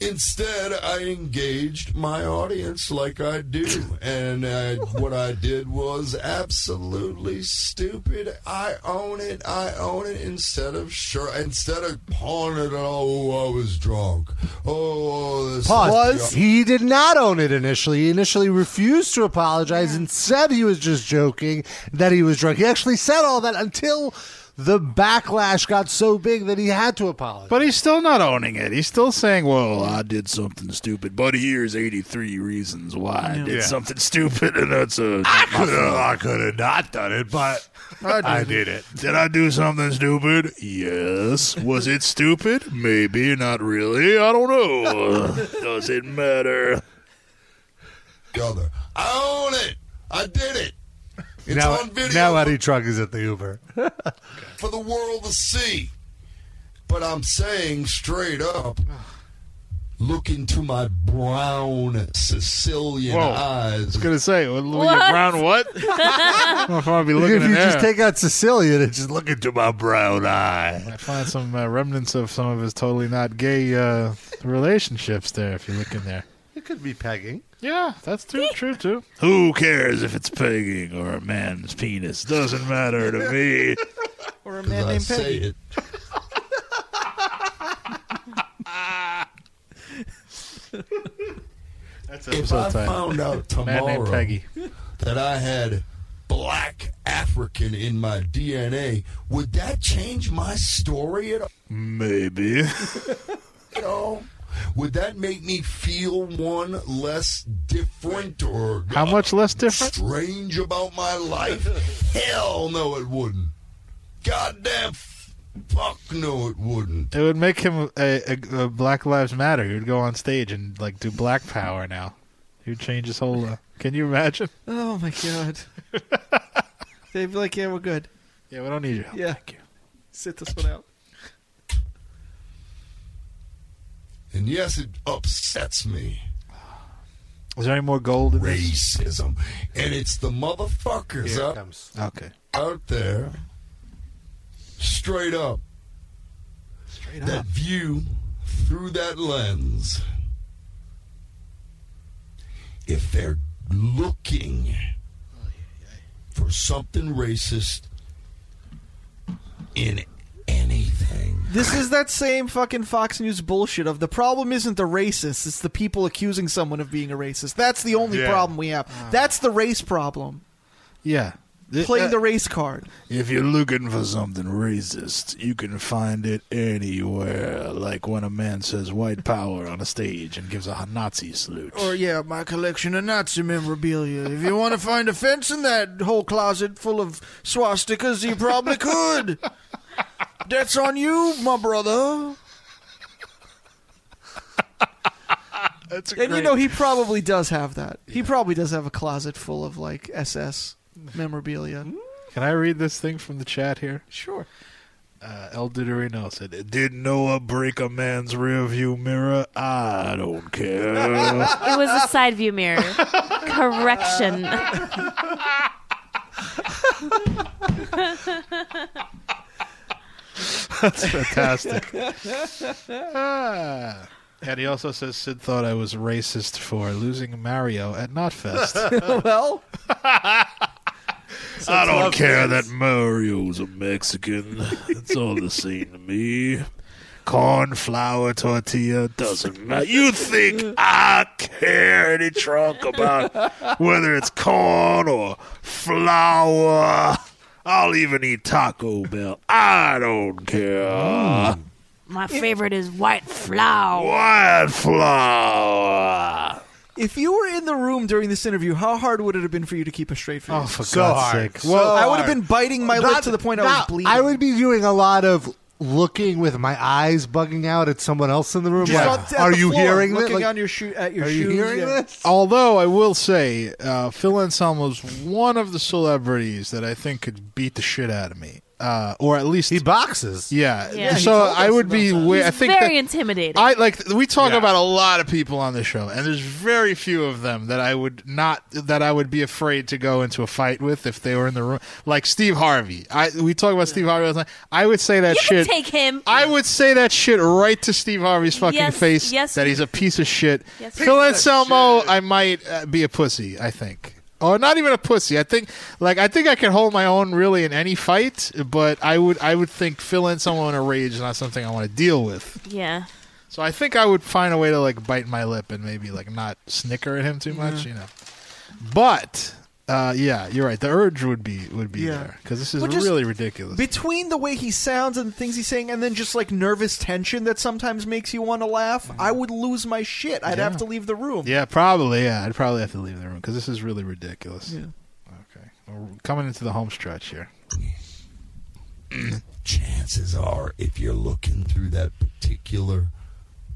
Speaker 9: Instead, I engaged my audience like I do. And I, what I did was absolutely stupid. I own it. I own it instead of sure, instead of pawning it. Oh, I was drunk. Oh, this
Speaker 2: Pause. He did not own it initially. He initially refused to apologize and said he was just joking that he was drunk. He actually said all that until the backlash got so big that he had to apologize.
Speaker 11: But he's still not owning it. He's still saying, "Well, I did something stupid, but here's 83 reasons why I did
Speaker 2: Yeah.
Speaker 11: something stupid, and that's uh, a
Speaker 2: coulda- I
Speaker 11: have not done it, but
Speaker 2: I did it.
Speaker 11: Did I do something stupid? Yes. Was it stupid? Maybe not really. I don't know. Does it matter?
Speaker 9: The other. I own it. I did it. It's
Speaker 2: now,
Speaker 9: on video.
Speaker 2: now Eddie Trunk is at the Uber.
Speaker 9: for the world to see. But I'm saying straight up, look into my brown Sicilian
Speaker 3: Whoa.
Speaker 9: eyes. I was
Speaker 3: gonna say, what?
Speaker 9: What?
Speaker 3: Brown what? I don't know if I'll be looking
Speaker 2: if
Speaker 3: in
Speaker 2: you
Speaker 3: there.
Speaker 2: just take out Sicilian and just look into my brown eye.
Speaker 3: I find some uh, remnants of some of his totally not gay uh, relationships there. If you look in there,
Speaker 2: It could be pegging.
Speaker 3: Yeah, that's true. True too.
Speaker 11: Who cares if it's pegging or a man's penis? Doesn't matter to me.
Speaker 4: Or a
Speaker 11: man
Speaker 9: I
Speaker 11: named
Speaker 9: say
Speaker 11: Peggy.
Speaker 9: it.
Speaker 3: That's
Speaker 9: if I found out
Speaker 3: Man named
Speaker 9: tomorrow
Speaker 3: Peggy.
Speaker 9: that I had black African in my DNA, would that change my story at all?
Speaker 11: Maybe.
Speaker 9: at all? Oh, Would that make me feel one less different or uh,
Speaker 3: How much less different?
Speaker 9: strange about my life? Hell no, it wouldn't. Goddamn f- fuck no, it wouldn't.
Speaker 3: It would make him a, a, a Black Lives Matter. He would go on stage and like do Black Power now. He would change his whole. Uh, can you imagine?
Speaker 4: Oh my god. They'd be like, "Yeah, we're good."
Speaker 3: Yeah, we don't need your help.
Speaker 4: Yeah. Sit this one out.
Speaker 9: And yes, it upsets me.
Speaker 3: Is there any more gold in this?
Speaker 9: Racism. And it's the motherfuckers
Speaker 3: Here it
Speaker 9: out-
Speaker 3: Okay.
Speaker 9: out there, straight up,
Speaker 3: straight
Speaker 9: that view through that lens. If they're looking for something racist in
Speaker 4: This is that same fucking Fox News bullshit of the problem isn't the racist, it's the people accusing someone of being a racist. That's the only
Speaker 3: Yeah. Uh.
Speaker 4: problem we have. That's the race problem.
Speaker 11: Yeah.
Speaker 4: Playing
Speaker 11: uh,
Speaker 4: the race card.
Speaker 11: If you're looking for something racist, you can find it anywhere. Like when a man says white power on a stage and gives a Nazi salute.
Speaker 12: Or yeah, my collection of Nazi memorabilia. If you want to find a fence in that whole closet full of swastikas, you probably could. That's on you, my brother.
Speaker 3: That's
Speaker 4: and you know, he probably does have that. He probably does have a closet full of like SS memorabilia.
Speaker 3: Can I read this thing from the chat here?
Speaker 4: Sure.
Speaker 3: Uh, El Didorino said, it
Speaker 11: Did Noah break a man's rearview mirror? I don't care.
Speaker 5: It was a side view mirror. Correction.
Speaker 3: That's fantastic. Ah. and he also says Sid thought I was racist for losing Mario at Knotfest.
Speaker 4: well,
Speaker 11: I don't care that Mario's a Mexican. It's all the same to me. Corn flour tortilla doesn't matter. You think I care any trunk about whether it's corn or flour? I'll even eat Taco Bell. I don't care.
Speaker 5: Mm. My favorite is white flour.
Speaker 11: White flour.
Speaker 4: If you were in the room during this interview, how hard would it have been for you to keep a straight face? Oh,
Speaker 3: for
Speaker 2: So God's hard. sake. So
Speaker 4: Well, I would have
Speaker 2: hard.
Speaker 4: been biting my lip
Speaker 2: Not-
Speaker 4: to the point I was
Speaker 2: not-
Speaker 4: bleeding.
Speaker 2: I would be doing a lot of looking with my eyes bugging out at someone else in the room.
Speaker 4: Just
Speaker 2: like,
Speaker 4: on- at
Speaker 2: are
Speaker 4: the
Speaker 2: you
Speaker 4: floor,
Speaker 2: hearing this?
Speaker 4: looking on your shoe at your
Speaker 2: are you
Speaker 4: shoes,
Speaker 2: hearing
Speaker 4: yeah.
Speaker 2: this?
Speaker 3: Although I will say, uh, Phil Anselmo's one of the celebrities that I think could beat the shit out of me, uh, or at least he
Speaker 2: boxes.
Speaker 3: Yeah,
Speaker 5: Yeah, he
Speaker 3: so
Speaker 5: told us
Speaker 3: I would be. wa-
Speaker 5: He's
Speaker 3: I think
Speaker 5: very
Speaker 3: that-
Speaker 5: intimidating.
Speaker 3: I like we talk about a lot of people on the show, and there's very few of them that I would not that I would be afraid to go into a fight with if they were in the room. Like Steve Harvey, I we talk about Steve Harvey. all the time. I would say that
Speaker 5: you
Speaker 3: shit.
Speaker 5: can take him.
Speaker 3: I would say that shit right to Steve Harvey's fucking
Speaker 5: Yes,
Speaker 3: face.
Speaker 5: yes,
Speaker 3: that
Speaker 5: you-
Speaker 3: he's a piece of shit.
Speaker 5: Yes, you
Speaker 3: Phil
Speaker 5: can.
Speaker 3: Anselmo, I might uh, be a pussy. I think, or not even a pussy. I think, like, I think I can hold my own really in any fight. But I would, I would think Phil Anselmo in a rage is not something I want to deal with.
Speaker 5: Yeah.
Speaker 3: So I think I would find a way to like bite my lip and maybe like not snicker at him too much, you know. But uh, yeah, you're right. The urge would be would be
Speaker 4: Yeah.
Speaker 3: there because this is
Speaker 4: But just-
Speaker 3: really ridiculous.
Speaker 4: Between the way he sounds and the things he's saying, and then just like nervous tension that sometimes makes you want to laugh, I would lose my shit. I'd
Speaker 3: Yeah.
Speaker 4: have to leave the room.
Speaker 3: Yeah, probably. Yeah, I'd probably have to leave the room because this is really ridiculous. Yeah. Okay, we're coming into the home stretch here.
Speaker 9: Mm. chances are, if you're looking through that particular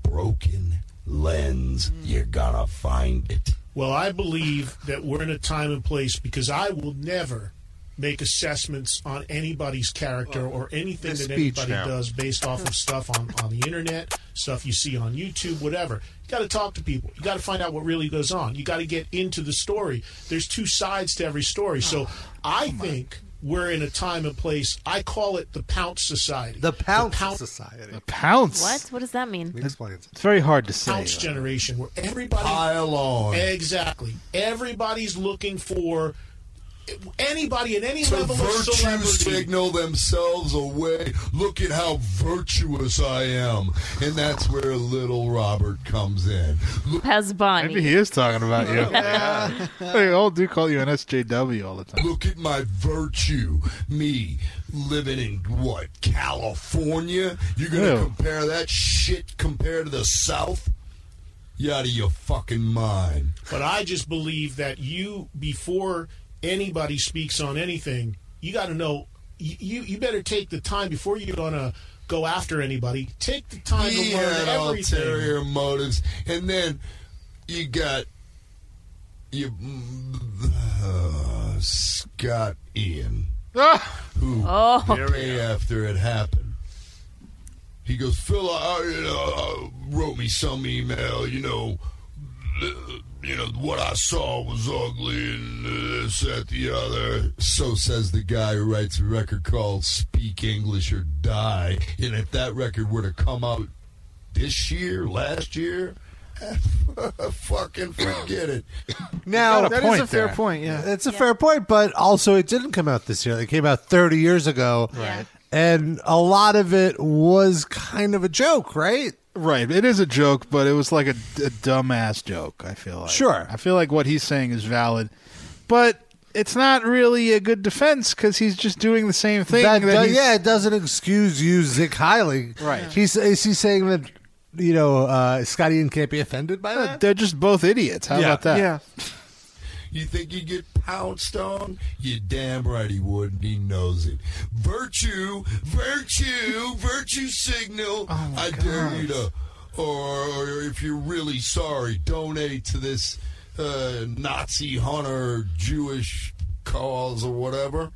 Speaker 9: broken
Speaker 8: Mm.
Speaker 9: lens, you're gonna find it.
Speaker 8: Well, I believe that we're in a time and place because I will never make assessments on anybody's character or anything
Speaker 2: His
Speaker 8: that
Speaker 2: speech
Speaker 8: anybody
Speaker 2: now.
Speaker 8: does based off of stuff on, on the internet, stuff you see on YouTube, whatever. You got to talk to people. You got to find out what really goes on. You got to get into the story. There's two sides to every story. So I think we're in a time and place. I call it the Pounce Society. The Pounce
Speaker 2: Society. The
Speaker 3: Pounce.
Speaker 5: What? What does that mean?
Speaker 3: It's very hard to say.
Speaker 8: Pounce generation where everybody
Speaker 9: pile on.
Speaker 8: Exactly. Everybody's looking for anybody at any
Speaker 9: To
Speaker 8: level of
Speaker 9: virtue
Speaker 8: celebrity.
Speaker 9: signal themselves away. Look at how virtuous I am, and that's where little Robert comes in.
Speaker 5: Has Bonnie.
Speaker 3: Maybe he is talking about you.
Speaker 9: Yeah.
Speaker 3: They all do call you an SJW all the time.
Speaker 9: Look at my virtue, me living in what California. You're gonna
Speaker 3: Ew.
Speaker 9: compare that shit compared to the South? You out of your fucking mind.
Speaker 8: But I just believe that you, before anybody speaks on anything, you got to know. You, you you better take the time before you're gonna go after anybody. Take the time
Speaker 9: he
Speaker 8: to learn
Speaker 9: had
Speaker 8: everything.
Speaker 9: ulterior motives, and then you got you uh, Scott Ian, who
Speaker 5: Oh.
Speaker 9: the day after it happened, He goes, Phil, I, you know, uh, wrote me some email, you know, uh, you know, what I saw was ugly and uh, this, that, the other. So says the guy who writes a record called Speak English or Die. And if that record were to come out this year, last year, fucking forget it.
Speaker 2: Now
Speaker 9: Got a
Speaker 2: that is
Speaker 9: point there.
Speaker 2: it's a fair point, but also it didn't come out this year. It came out 30 years ago,
Speaker 3: Right.
Speaker 2: And a lot of it was kind of a joke, right?
Speaker 3: Right. It is a joke, but it was like a, a dumbass joke, I feel like. Sure. I feel like what he's saying is valid, but it's not really a good defense because he's just doing the same thing.
Speaker 2: That
Speaker 3: that
Speaker 2: do-
Speaker 3: he's-
Speaker 2: yeah, it doesn't excuse you, Zick Heilig.
Speaker 3: Right.
Speaker 2: He's is he saying that you know uh, Scotty and can't be offended by that?
Speaker 3: They're just both idiots. How
Speaker 2: Yeah.
Speaker 3: about that?
Speaker 2: Yeah.
Speaker 9: You think he'd get pounced on? You damn right he would, and he knows it. Virtue, virtue, virtue signal. I dare you to, or if you're really sorry, donate to this uh, Nazi hunter Jewish cause or whatever.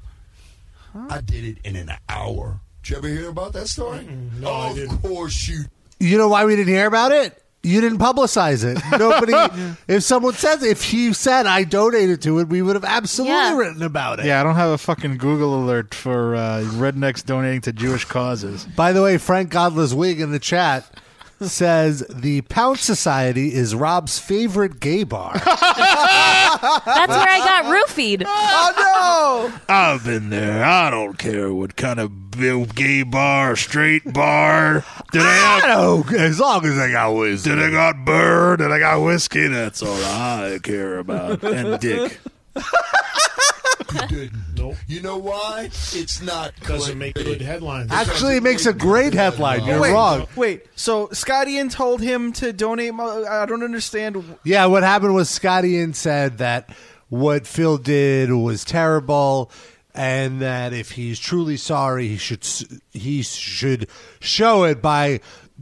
Speaker 9: I did it in an hour. Did you ever hear about that story? No, of course you
Speaker 2: You know why we didn't hear about it? You didn't publicize it. Nobody. If someone says, if he said I donated to it, we would have absolutely written about it.
Speaker 3: Yeah, I don't have a fucking Google alert for uh, rednecks donating to Jewish causes.
Speaker 2: By the way, Frank Godless Wig in the chat says the Pound Society is Rob's favorite gay bar.
Speaker 5: That's where I got roofied. Oh
Speaker 11: I've been there. I don't care what kind of bu- gay bar, straight bar. Did I have,
Speaker 2: as long as I got whiskey.
Speaker 11: Did I got bird? Did I got whiskey? That's all I care about. And dick.
Speaker 9: Nope. You know why? It's not
Speaker 8: doesn't make good headlines.
Speaker 2: Actually, it makes a great headline. You're
Speaker 12: wait,
Speaker 2: wrong.
Speaker 12: Wait, so Scotty and told him to donate. Mo- I don't understand.
Speaker 2: Yeah, what happened was Scotty and said that what Phil did was terrible, and that if he's truly sorry, he should s- he should show it by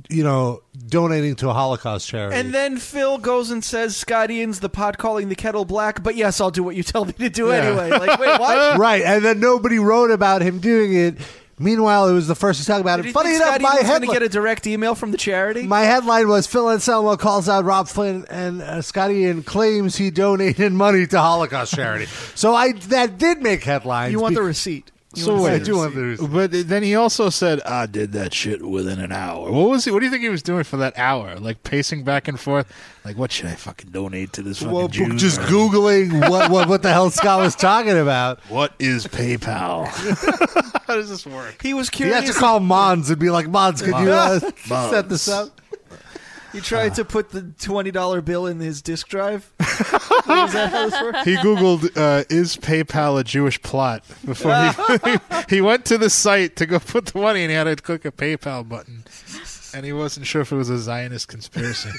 Speaker 2: you know donating to a Holocaust charity.
Speaker 12: And then Phil goes and says, "Scottians, the pot calling the kettle black." But yes, I'll do what you tell me to do
Speaker 2: Yeah.
Speaker 12: anyway. Like, wait, what?
Speaker 2: right, and then nobody wrote about him doing it. Meanwhile, it was the first to talk about
Speaker 12: Did
Speaker 2: it.
Speaker 12: you
Speaker 2: Funny
Speaker 12: think
Speaker 2: enough,
Speaker 12: Scotty
Speaker 2: my
Speaker 12: was going to
Speaker 2: headline,
Speaker 12: get a direct email from the charity?
Speaker 2: my headline was Phil Anselmo calls out Rob Flynn and uh, Scotty and claims he donated money to Holocaust charity. so I that did make headlines.
Speaker 12: You want the
Speaker 2: bec-
Speaker 12: receipt? You
Speaker 3: So
Speaker 2: I
Speaker 3: wait,
Speaker 2: do want the receipt.
Speaker 3: but then he also said, "I did that shit within an hour." What was he? What do you think he was doing for that hour? Like pacing back and forth. Like, what should I fucking donate to this fucking
Speaker 2: Well,
Speaker 3: Jew?
Speaker 2: just
Speaker 3: or-
Speaker 2: googling what, what what the hell Scott was talking about.
Speaker 11: What is PayPal?
Speaker 3: How does this work?
Speaker 12: He was
Speaker 2: You have
Speaker 12: curious.
Speaker 2: to call Mons and be like, Mons, could you uh, set this up?
Speaker 12: He tried to put the twenty dollar bill in his disk drive. Is that how this works?
Speaker 3: He googled, uh, "Is PayPal a Jewish plot?" Before he, he went to the site to go put the money, and he had to click a PayPal button, and he wasn't sure if it was a Zionist conspiracy.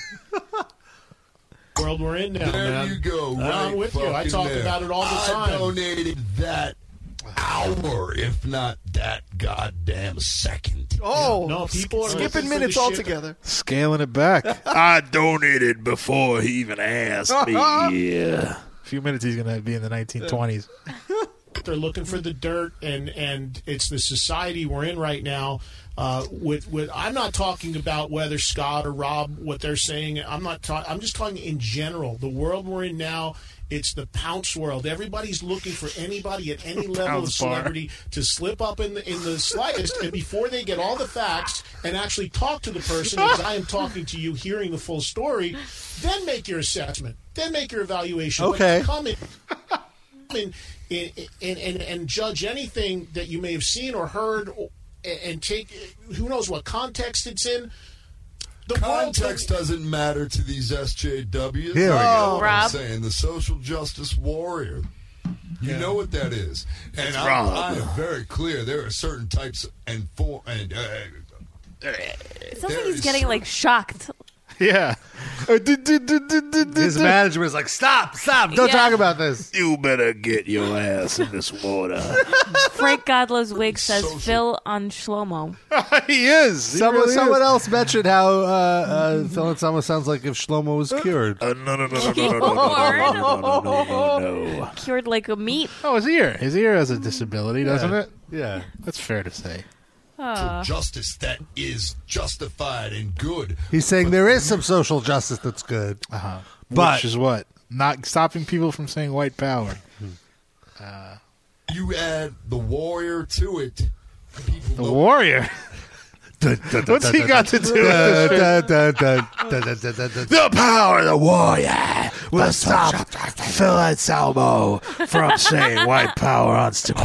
Speaker 8: world we're in now,
Speaker 9: There
Speaker 8: man.
Speaker 9: you go.
Speaker 8: I'm
Speaker 9: right
Speaker 8: with you. I
Speaker 9: fucking
Speaker 8: talk
Speaker 9: there.
Speaker 8: about it all the time.
Speaker 9: I donated that hour, if not that goddamn second.
Speaker 12: Oh,
Speaker 8: no, people are
Speaker 12: skipping
Speaker 8: listening to
Speaker 12: minutes
Speaker 8: shit.
Speaker 12: altogether.
Speaker 3: Scaling it back.
Speaker 11: I donated before he even asked me. Yeah.
Speaker 3: A few minutes, he's gonna be in the 1920s.
Speaker 8: They're looking for the dirt, and and it's the society we're in right now. Uh, with with I'm not talking about whether Scott or Rob what they're saying. I'm not. Ta- I'm just talking in general. The world we're in now. It's the pounce world. Everybody's looking for anybody at any level of
Speaker 11: Pounce bar.
Speaker 8: celebrity to slip up in the in the slightest, and before they get all the facts and actually talk to the person, as I am talking to you, hearing the full story, then make your assessment, then make your evaluation. But
Speaker 2: Okay.
Speaker 8: come in- and, and, and, and judge anything that you may have seen or heard or, and take who knows what context it's in. The world-
Speaker 9: Context doesn't matter to these SJWs.
Speaker 8: Here we go.
Speaker 9: I'm
Speaker 8: Rob.
Speaker 9: saying the social justice warrior. You know what that is, and
Speaker 11: It's
Speaker 9: I'm,
Speaker 11: Rob.
Speaker 9: I am very clear. There are certain types and form and. Uh,
Speaker 5: It sounds like he's getting like shocked.
Speaker 3: Yeah.
Speaker 11: Uh,
Speaker 2: His manager was like, stop, stop, don't
Speaker 5: Yeah.
Speaker 2: talk about this.
Speaker 11: You better get your ass in this water.
Speaker 5: Frank Godlow's wig says Phil on Shlomo.
Speaker 3: he is.
Speaker 2: Someone, someone else mentioned how uh, uh, Phil Anselmo sounds like if Shlomo was cured.
Speaker 11: Uh, no, no, no,
Speaker 5: Cured like a meat.
Speaker 3: Oh, his ear. His ear has a disability, doesn't it?
Speaker 2: Yeah.
Speaker 3: That's fair to say.
Speaker 5: Aw.
Speaker 9: for justice that is justified and good.
Speaker 2: He's saying there is some social justice that's good.
Speaker 3: Uh-huh.
Speaker 2: But
Speaker 3: Which is what? Not stopping people from saying white power.
Speaker 9: Uh, you add the warrior to it.
Speaker 3: The warrior. What's he got to do with this shit?
Speaker 2: The
Speaker 11: The power of the warrior will stop Phil Anselmo from saying white power on st-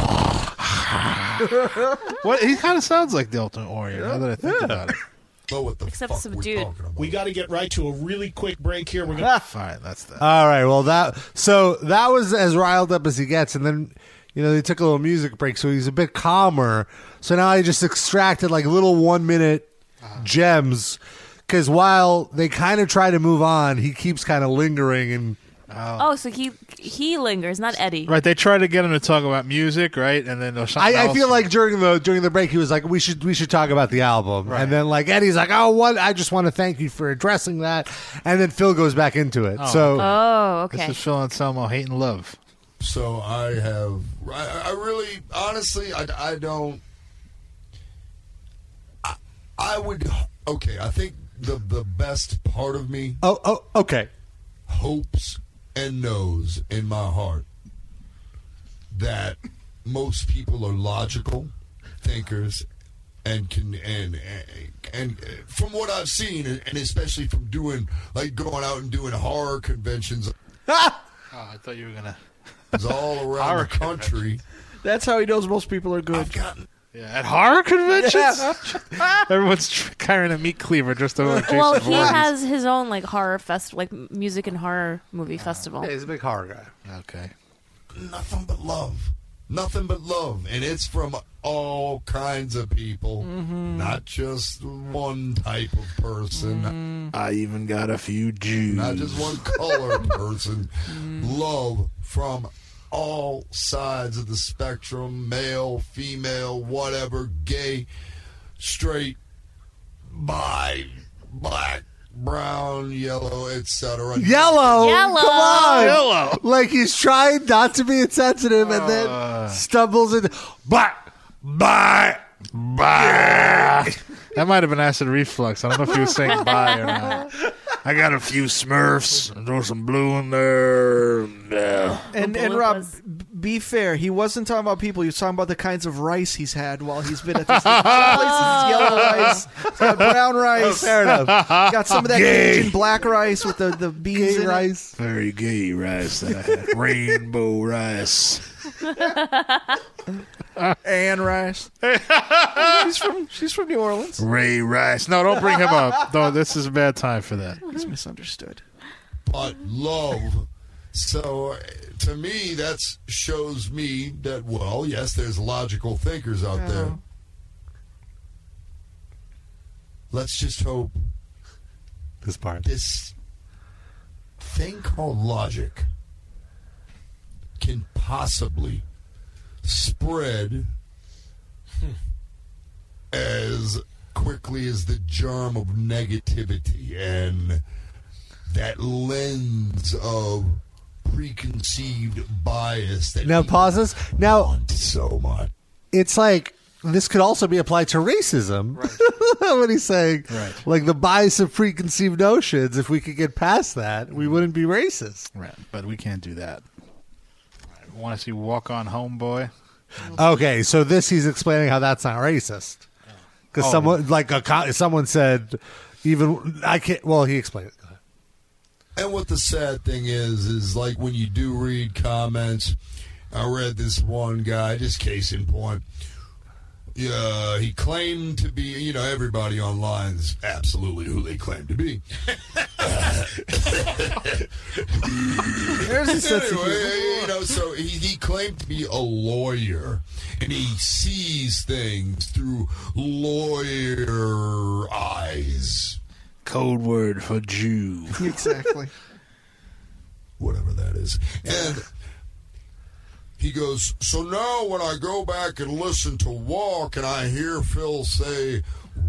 Speaker 3: what he kind of sounds like the Ultimate Warrior. Now that I think about it.
Speaker 8: Except subdued. We got to get right to a really quick break here. We're gonna. Uh,
Speaker 3: Fine, that's the.
Speaker 2: All right. Well, that so that was as riled up as he gets, and then you know they took a little music break, so he's a bit calmer. So now I just extracted like little one minute
Speaker 3: Uh-huh.
Speaker 2: gems because while they kind of try to move on, he keeps kind of lingering and
Speaker 5: Oh, so he he lingers, not Eddie.
Speaker 3: Right, they try to get him to talk about music, right, and then or something
Speaker 2: I, I
Speaker 3: else.
Speaker 2: feel like during the during the break he was like we should we should talk about the album and then like Eddie's like oh what I just want to thank you for addressing that and then Phil goes back into it
Speaker 3: Oh.
Speaker 2: so
Speaker 5: Oh,
Speaker 3: This is Phil Anselmo, hate and love.
Speaker 9: So I have. I, I really, honestly, I, I don't. I, I would. Okay, I think the the best part of me.
Speaker 2: Oh, oh, okay.
Speaker 9: Hopes and knows in my heart that most people are logical thinkers and can and and, and from what I've seen and, and especially from doing like going out and doing horror conventions
Speaker 3: Oh, I thought you were gonna.
Speaker 9: all around
Speaker 3: Horror
Speaker 9: the country.
Speaker 12: That's how he knows most people are good.
Speaker 3: At horror conventions,
Speaker 12: Yeah.
Speaker 3: everyone's tr- carrying a meat cleaver just over. Jason
Speaker 5: well, he
Speaker 3: Voorhees.
Speaker 5: has his own like horror festival, like m- music and horror movie festival.
Speaker 2: he's a big horror guy.
Speaker 3: Okay.
Speaker 9: nothing but love. Nothing but love. And it's from all kinds of people,
Speaker 2: Mm-hmm.
Speaker 9: not just one type of person.
Speaker 11: Mm. I even got a few Jews.
Speaker 9: Not just one color person. Love from all sides of the spectrum male, female, whatever, gay, straight, bi, black, brown, yellow, etc.
Speaker 2: Yellow.
Speaker 9: Yellow.
Speaker 2: Come on.
Speaker 9: Yellow.
Speaker 2: Like he's trying not to be insensitive and then stumbles into black. Bye.
Speaker 3: Bye. that might have been acid reflux. I don't know if he was saying bye or not.
Speaker 11: I got a few Smurfs. Throw some blue in there. and, uh,
Speaker 12: And and Rob, b- be fair. He wasn't talking about people. He was talking about the kinds of rice he's had while he's been at this place. It's yellow rice, it's got brown rice.
Speaker 11: Fair enough.
Speaker 12: Got some of that
Speaker 11: Gay.
Speaker 12: Cajun black rice with the the beans in rice.
Speaker 11: Very gay rice. That I had. Rainbow rice.
Speaker 12: Anne Rice. she's from she's from New Orleans.
Speaker 3: Ray Rice. No, don't bring him up. No, this is a bad time for that.
Speaker 12: He's misunderstood.
Speaker 9: but love. So uh, to me, that shows me that well, yes, there's logical thinkers out there. Let's just hope
Speaker 2: this part,
Speaker 9: this thing called logic, can possibly spread as quickly as the germ of negativity and that lens of preconceived bias that
Speaker 2: Now pauses. Now
Speaker 9: so much.
Speaker 2: It's like this could also be applied to racism. what he's saying, right. like the bias of preconceived notions. If we could get past that, we wouldn't be racist.
Speaker 3: Right, but we can't do that. Want to see Walk On Home, boy?
Speaker 2: Okay, so this he's explaining how that's not racist because
Speaker 3: Oh.
Speaker 2: someone like a co- someone said even I can't. Well, he explained it.
Speaker 9: And what the sad thing is, is like when you do read comments, I read this one guy, just case in point. Yeah, he claimed to be, you know, everybody online is absolutely who they claim to be.
Speaker 10: There's a sense of
Speaker 9: anyway, you know, so he, he claimed to be a lawyer, and he sees things through lawyer eyes.
Speaker 11: Code word for Jew.
Speaker 12: Exactly.
Speaker 9: whatever that is. And he goes, So now when I go back and listen to Walk and I hear Phil say,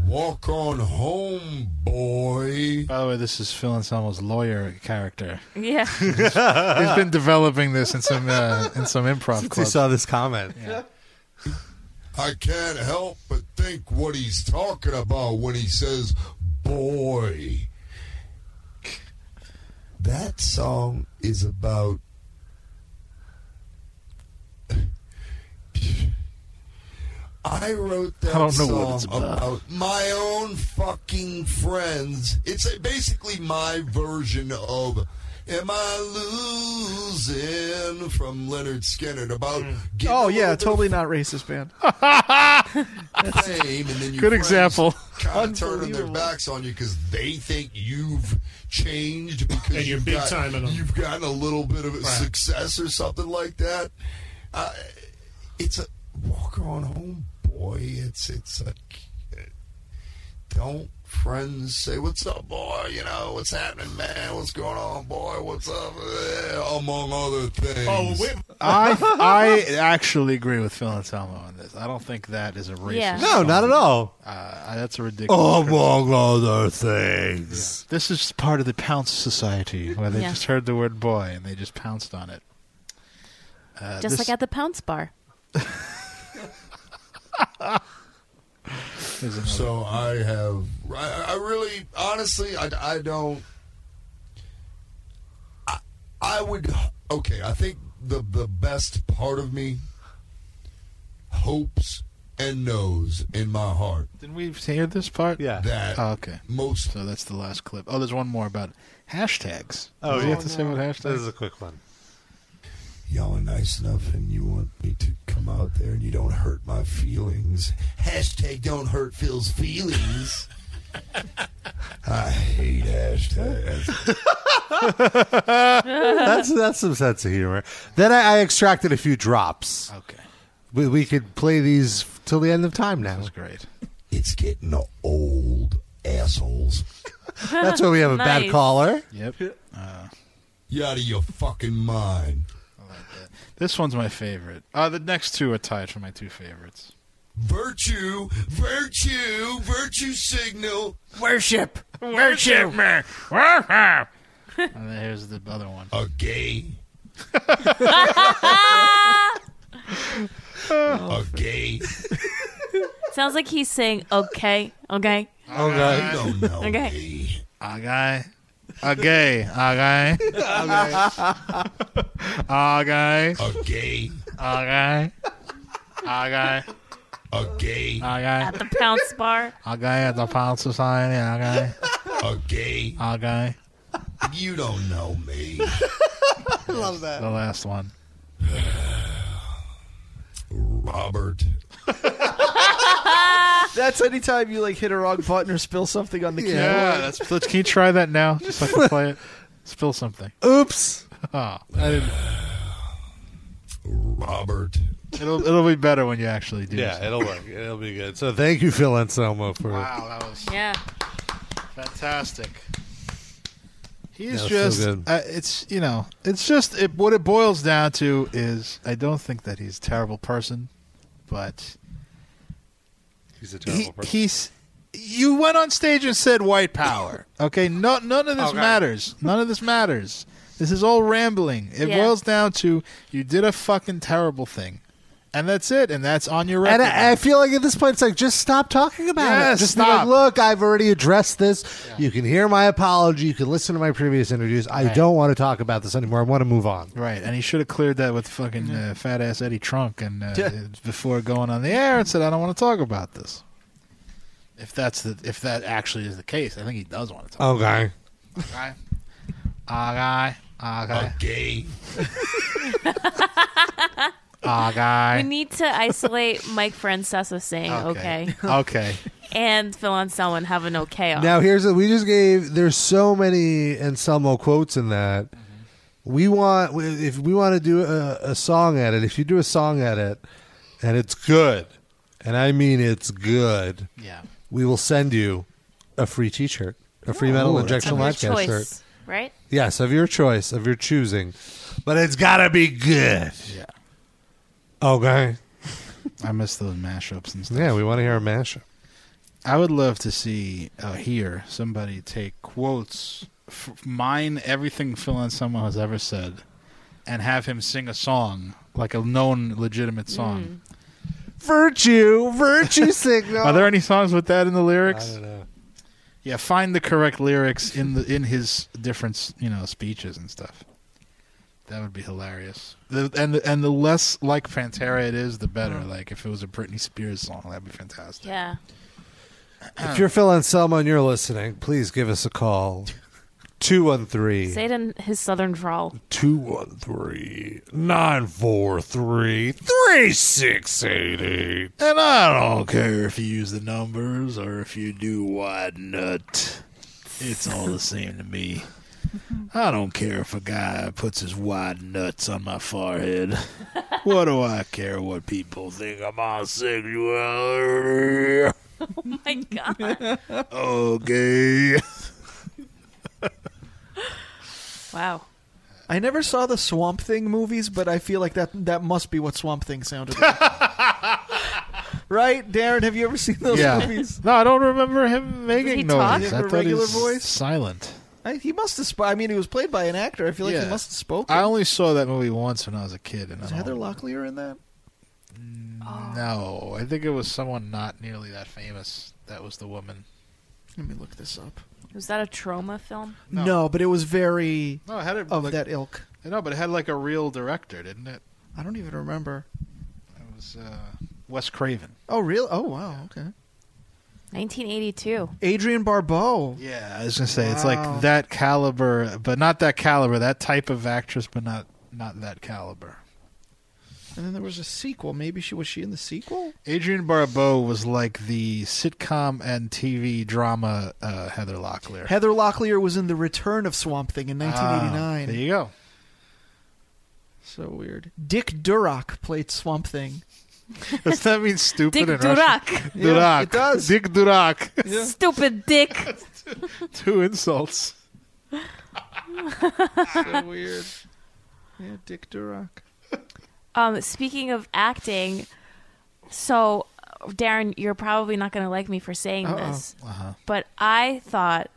Speaker 9: Walk on home, boy.
Speaker 3: By the way, this is Phil Anselmo's lawyer character.
Speaker 5: Yeah.
Speaker 3: He's been developing this in some uh, in some improv
Speaker 2: Since he
Speaker 3: clubs.
Speaker 2: saw this comment.
Speaker 9: I can't help but think think what he's talking about when he says boy. That song is about I wrote that
Speaker 10: I don't know what
Speaker 9: song
Speaker 10: it's about.
Speaker 9: my own fucking friends. It's uh, basically my version of "Am I Losing" from Leonard Skinner about getting
Speaker 12: Oh yeah, totally not racist band.
Speaker 9: fame and then your
Speaker 12: Good example.
Speaker 9: Kind of turning their backs on you because they think you've changed because
Speaker 8: And you're
Speaker 9: you've
Speaker 8: big
Speaker 9: got,
Speaker 8: timing 'em.
Speaker 9: You've gotten a little bit of success or something like that. Uh, it's a walk on home, boy. It's it's a don't friends say what's up, boy? You know what's happening, man? What's going on, boy? What's up? Eh, Among other things.
Speaker 8: Oh, wait.
Speaker 3: I I actually agree with Phil Anselmo on this. I don't think that is a racist.
Speaker 2: Yeah. No, not at all.
Speaker 3: Uh, that's a ridiculous.
Speaker 2: Oh, Among other things.
Speaker 3: This is part of the pounce society where they
Speaker 5: Yeah.
Speaker 3: just heard the word boy and they just pounced on it. Uh,
Speaker 5: Just
Speaker 3: this
Speaker 5: like at the Pounce Bar.
Speaker 3: is another-
Speaker 9: So I have. I, I really, honestly, I, I don't. I, I would. Okay, I think the the best part of me hopes and knows in my heart
Speaker 3: Didn't we hear this part? Yeah.
Speaker 9: that
Speaker 3: Oh, okay.
Speaker 9: Most.
Speaker 3: So that's the last clip. Oh, there's one more about hashtags.
Speaker 2: Oh,
Speaker 9: Oh,
Speaker 3: Does he have to say what hashtags?
Speaker 2: quick one.
Speaker 9: Y'all are nice enough, and you want me to come out there, and you don't hurt my feelings. Hashtag don't hurt Phil's feelings. I hate hashtags.
Speaker 2: that's that's some sense of humor. Then I, I extracted a few drops.
Speaker 3: Okay.
Speaker 2: We, we could play these f- till the end of time now. That's
Speaker 3: great.
Speaker 9: It's getting old, assholes.
Speaker 2: That's why we have a bad
Speaker 9: Nice.
Speaker 2: caller.
Speaker 3: Yep. Uh,
Speaker 9: you out of your fucking mind.
Speaker 3: This one's my favorite. Uh, the next two are tied for my two favorites.
Speaker 9: Virtue, virtue, virtue signal.
Speaker 10: Worship.
Speaker 3: Worship me. Worship. and then here's the other one.
Speaker 9: A gay.
Speaker 5: Oh.
Speaker 9: A gay.
Speaker 5: Sounds like he's saying, okay, okay.
Speaker 9: Okay. No, no.
Speaker 5: Okay.
Speaker 3: A guy. A gay. A guy. A guy.
Speaker 9: A gay.
Speaker 3: A guy. A guy.
Speaker 9: A gay.
Speaker 3: A guy.
Speaker 5: At the Pounce Bar.
Speaker 3: A guy at the Pound Society. A guy.
Speaker 9: A gay.
Speaker 3: A guy.
Speaker 9: You don't know me.
Speaker 12: I love
Speaker 3: The last one.
Speaker 9: Robert.
Speaker 12: That's anytime you like hit a wrong button or spill something on the keyboard.
Speaker 3: Yeah, that's. Let's, can you try that now? Just so I can play it. Spill something.
Speaker 12: Oops.
Speaker 3: Oh, I didn't.
Speaker 9: Robert.
Speaker 3: It'll it'll be better when you actually do.
Speaker 2: Yeah, it'll work. It'll be good. So thank you, Phil Anselmo, for
Speaker 3: Wow, that was
Speaker 5: yeah,
Speaker 3: fantastic. He's
Speaker 2: That was so
Speaker 3: just
Speaker 2: good.
Speaker 3: uh, it's you know it's just it, what it boils down to is I don't think that he's a terrible person, but
Speaker 2: he's a
Speaker 3: he, he's you went on stage and said white power. Okay, no, none of this
Speaker 10: Okay.
Speaker 3: matters. None of this matters. This is all rambling. It
Speaker 10: Yeah.
Speaker 3: boils down to you did a fucking terrible thing, and that's it. And that's on your record.
Speaker 2: And I, I feel like at this point, it's like just stop talking about
Speaker 3: Yeah,
Speaker 2: it. Just be like,
Speaker 3: stop.
Speaker 2: look, I've already addressed this. You can hear my apology. You can listen to my previous interviews. I
Speaker 3: Right.
Speaker 2: don't want to talk about this anymore. I want to move on.
Speaker 3: Right, and he should have cleared that with fucking uh, fat ass Eddie Trunk and uh,
Speaker 2: Mm-hmm. Yeah.
Speaker 3: before going on the air and said, "I don't want to talk about this." If that's the if that actually is the case, I think he does want to talk.
Speaker 2: Okay.
Speaker 3: Okay, okay, okay,
Speaker 9: okay.
Speaker 5: We need to isolate Mike Francesa saying okay.
Speaker 3: okay.
Speaker 5: And Phil Anselmo and have an okay on.
Speaker 2: Now here's a, we just gave. There's so many Anselmo quotes in that. We want if we want to do a, a song edit. If you do a song edit, and it's good, and I mean it's good,
Speaker 3: Yeah.
Speaker 2: we will send you a free T-shirt, a free metal
Speaker 3: Ooh,
Speaker 2: injection
Speaker 5: Of your
Speaker 2: live cast shirt.
Speaker 5: choice, right?
Speaker 2: Yes, of your choice, of your choosing, but it's gotta be good.
Speaker 3: Yeah.
Speaker 2: Okay.
Speaker 3: I miss those mashups and stuff.
Speaker 2: Yeah, we want to hear a mashup.
Speaker 3: I would love to see uh, hear somebody take quotes, f- mine everything Phil Anselmo has ever said, and have him sing a song like a known legitimate song.
Speaker 2: Virtue, virtue signal.
Speaker 3: Are there any songs with that in the lyrics? I don't know. Yeah, find the correct lyrics in the in his different you know speeches and stuff. That would be hilarious. The, and the, and the less like Pantera it is, the better.
Speaker 4: Mm.
Speaker 3: Like if it was a Britney Spears song, that'd be fantastic.
Speaker 5: Yeah.
Speaker 4: Oh.
Speaker 2: If you're Phil Anselmo and you're listening, please give us a call. 213
Speaker 5: Say it in his southern drawl.
Speaker 2: 213 943 3688.
Speaker 11: And I don't care if you use the numbers or if you do wide nut. It's all the same to me. I don't care if a guy puts his wide nuts on my forehead. what do I care what people think of my sexuality?
Speaker 5: Oh my god.
Speaker 11: Okay.
Speaker 5: wow.
Speaker 4: I never saw the Swamp Thing movies, but I feel like that that must be what Swamp Thing sounded like. right, Darren? Have you ever seen those
Speaker 3: Yeah.
Speaker 4: movies?
Speaker 3: No, I don't remember him making
Speaker 4: he
Speaker 3: noise.
Speaker 4: talk
Speaker 3: I
Speaker 4: in a
Speaker 3: thought
Speaker 4: regular
Speaker 3: he's
Speaker 4: voice?
Speaker 3: Silent.
Speaker 4: I, he must have. Sp- I mean, he was played by an actor. I feel like
Speaker 3: Yeah.
Speaker 4: he must have spoken.
Speaker 3: I only saw that movie once when I was a kid, and I
Speaker 4: Was
Speaker 3: don't
Speaker 4: Heather Locklear in that?
Speaker 3: know. I think it was someone not nearly that famous. That was the woman.
Speaker 4: Let me look this up.
Speaker 5: Was that a trauma film?
Speaker 4: No, but it was very
Speaker 3: No, it had a,
Speaker 4: of
Speaker 3: like-
Speaker 4: that ilk.
Speaker 3: I know, but it had like a real director, didn't it?
Speaker 4: I don't even remember.
Speaker 3: It was uh, Wes Craven.
Speaker 4: Oh, real? Oh, wow. Okay.
Speaker 5: 1982.
Speaker 4: Adrian Barbeau.
Speaker 3: Yeah, I was gonna say it's
Speaker 4: Wow.
Speaker 3: like that caliber, but not that caliber. That type of actress, but not not that caliber.
Speaker 4: And then there was a sequel. Maybe she was she in the sequel?
Speaker 3: Adrienne Barbeau was like the sitcom and TV drama uh, Heather Locklear.
Speaker 4: Heather Locklear was in the Return of Swamp Thing in 1989.
Speaker 3: Ah, there you go.
Speaker 4: So weird. Dick Durock played Swamp Thing.
Speaker 3: Does that mean stupid
Speaker 4: Dick
Speaker 3: in Russian?
Speaker 4: Durak. Yeah,
Speaker 3: Durak.
Speaker 4: it does.
Speaker 3: Dick Durak.
Speaker 5: Stupid dick.
Speaker 3: Two insults.
Speaker 4: so weird. Yeah, Dick Durock.
Speaker 5: Um, speaking of acting, so Darren, you're probably not going to like me for saying
Speaker 10: Uh-oh.
Speaker 5: this,
Speaker 10: Uh-huh.
Speaker 5: but I thought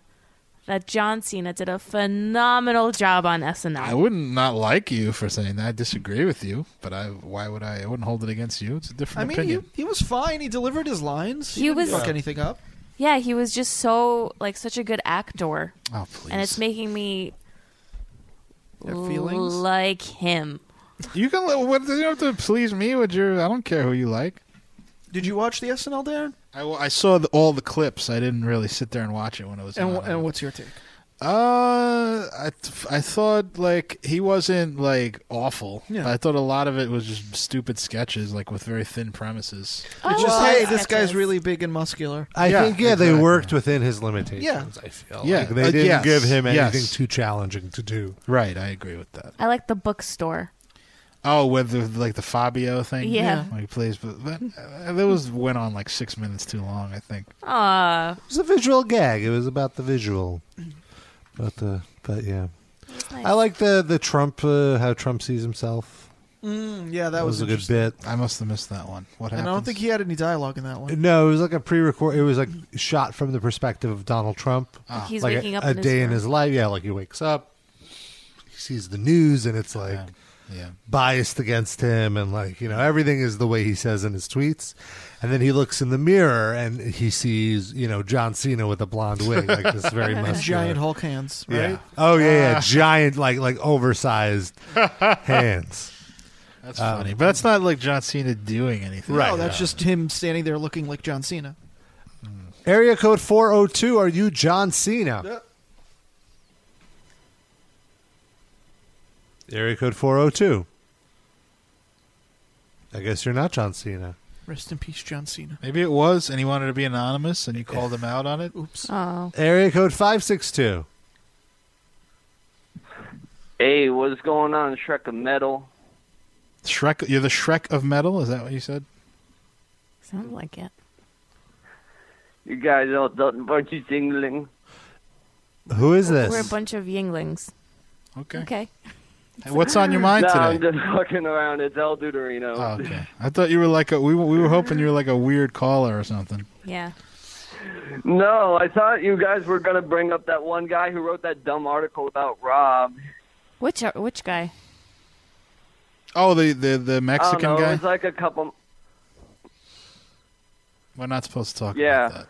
Speaker 5: that John Cena did a phenomenal job on SNL.
Speaker 3: I wouldn't not like you for saying that. I disagree with you, but I why would I? I wouldn't hold it against you. It's a
Speaker 4: I
Speaker 3: different
Speaker 4: mean, he,
Speaker 3: opinion.
Speaker 4: he was fine. He delivered his lines. He,
Speaker 5: He
Speaker 4: didn't
Speaker 5: was-
Speaker 4: fuck anything up.
Speaker 5: Yeah, he was just so like such a good actor.
Speaker 3: Oh, please.
Speaker 5: And it's making me
Speaker 3: Have feelings?
Speaker 5: like him.
Speaker 3: You can. li- What, you don't have to please me with your. I don't care who you like.
Speaker 4: Did you watch the SNL, Darren?
Speaker 3: I, wa- I saw the, all the clips. I didn't really sit there and watch it when it was.
Speaker 4: And,
Speaker 3: on.
Speaker 4: wh- and what's your take?
Speaker 3: Uh, I th- I thought like he wasn't like awful.
Speaker 4: Yeah.
Speaker 3: I thought a lot of it was just stupid sketches, like with very thin premises.
Speaker 4: It's just, hey, this guy's really big and muscular.
Speaker 2: I
Speaker 3: Yeah,
Speaker 2: think, yeah, they
Speaker 3: exactly.
Speaker 2: worked within his limitations,
Speaker 4: Yeah.
Speaker 2: I feel.
Speaker 3: Yeah,
Speaker 2: Like, they
Speaker 3: uh,
Speaker 2: didn't
Speaker 3: yes,
Speaker 2: give him
Speaker 3: yes.
Speaker 2: anything too challenging to do.
Speaker 3: Right, I agree with that.
Speaker 5: I like the bookstore.
Speaker 3: Oh, with the, like the Fabio thing.
Speaker 5: Yeah.
Speaker 3: When he plays, but, but uh, that was went on like six minutes too long. I think.
Speaker 5: Aw,
Speaker 2: It was a visual gag. It was about the visual, about the but yeah. I like the the Trump uh, how Trump sees himself.
Speaker 4: Mm, yeah, that,
Speaker 2: That was, a good bit.
Speaker 3: I must have missed that one. What
Speaker 4: And I don't think he had any dialogue in that one.
Speaker 2: No, it was like a pre-record. It was like shot from the perspective of Donald Trump.
Speaker 3: Ah.
Speaker 4: Like he's
Speaker 2: like
Speaker 4: waking
Speaker 2: a,
Speaker 4: up
Speaker 2: a
Speaker 4: in his
Speaker 2: day in
Speaker 4: room.
Speaker 2: his life. Yeah, like he wakes up, he sees the news, and it's like
Speaker 3: yeah.
Speaker 2: biased against him, and like you know everything is the way he says in his tweets. And then he looks in the mirror and he sees you know John Cena with a blonde wig, like this very
Speaker 4: And
Speaker 2: muscular
Speaker 4: giant Hulk hands, right?
Speaker 2: Yeah. Oh yeah, yeah.
Speaker 3: Uh,
Speaker 4: Ah.
Speaker 2: giant like like oversized hands.
Speaker 3: That's
Speaker 2: Um,
Speaker 3: funny, but that's not like John Cena doing anything.
Speaker 4: No, that's just him standing there looking like John Cena.
Speaker 2: Area code 402. Are you John Cena? Area code 402. I guess you're not John Cena.
Speaker 4: Rest in peace, John Cena.
Speaker 3: Maybe it was, and he wanted to be anonymous, and you called him out on it.
Speaker 4: Oops.
Speaker 5: Oh.
Speaker 2: Area code 562.
Speaker 13: Hey, what is going on, Shrek of Metal?
Speaker 3: Shrek, you're the Shrek of metal. Is that what you said?
Speaker 5: Sounds like it.
Speaker 13: You guys all done bunch jingling.
Speaker 2: Who is
Speaker 5: We're a
Speaker 2: this?
Speaker 5: bunch of yinglings.
Speaker 3: Okay.
Speaker 5: Okay.
Speaker 3: what's on your mind
Speaker 13: no,
Speaker 3: today?
Speaker 13: I'm just fucking around. It's El Duderino.
Speaker 3: Oh, okay. I thought you were like a. We were- we were hoping you were like a weird caller or something.
Speaker 5: yeah.
Speaker 13: No, I thought you guys were gonna bring up that one guy who wrote that dumb article about Rob.
Speaker 5: Which are, which guy?
Speaker 3: Oh, the the the Mexican
Speaker 13: I don't know, Oh, It
Speaker 3: guy.
Speaker 13: was like a couple.
Speaker 3: We're not supposed to talk.
Speaker 13: yeah.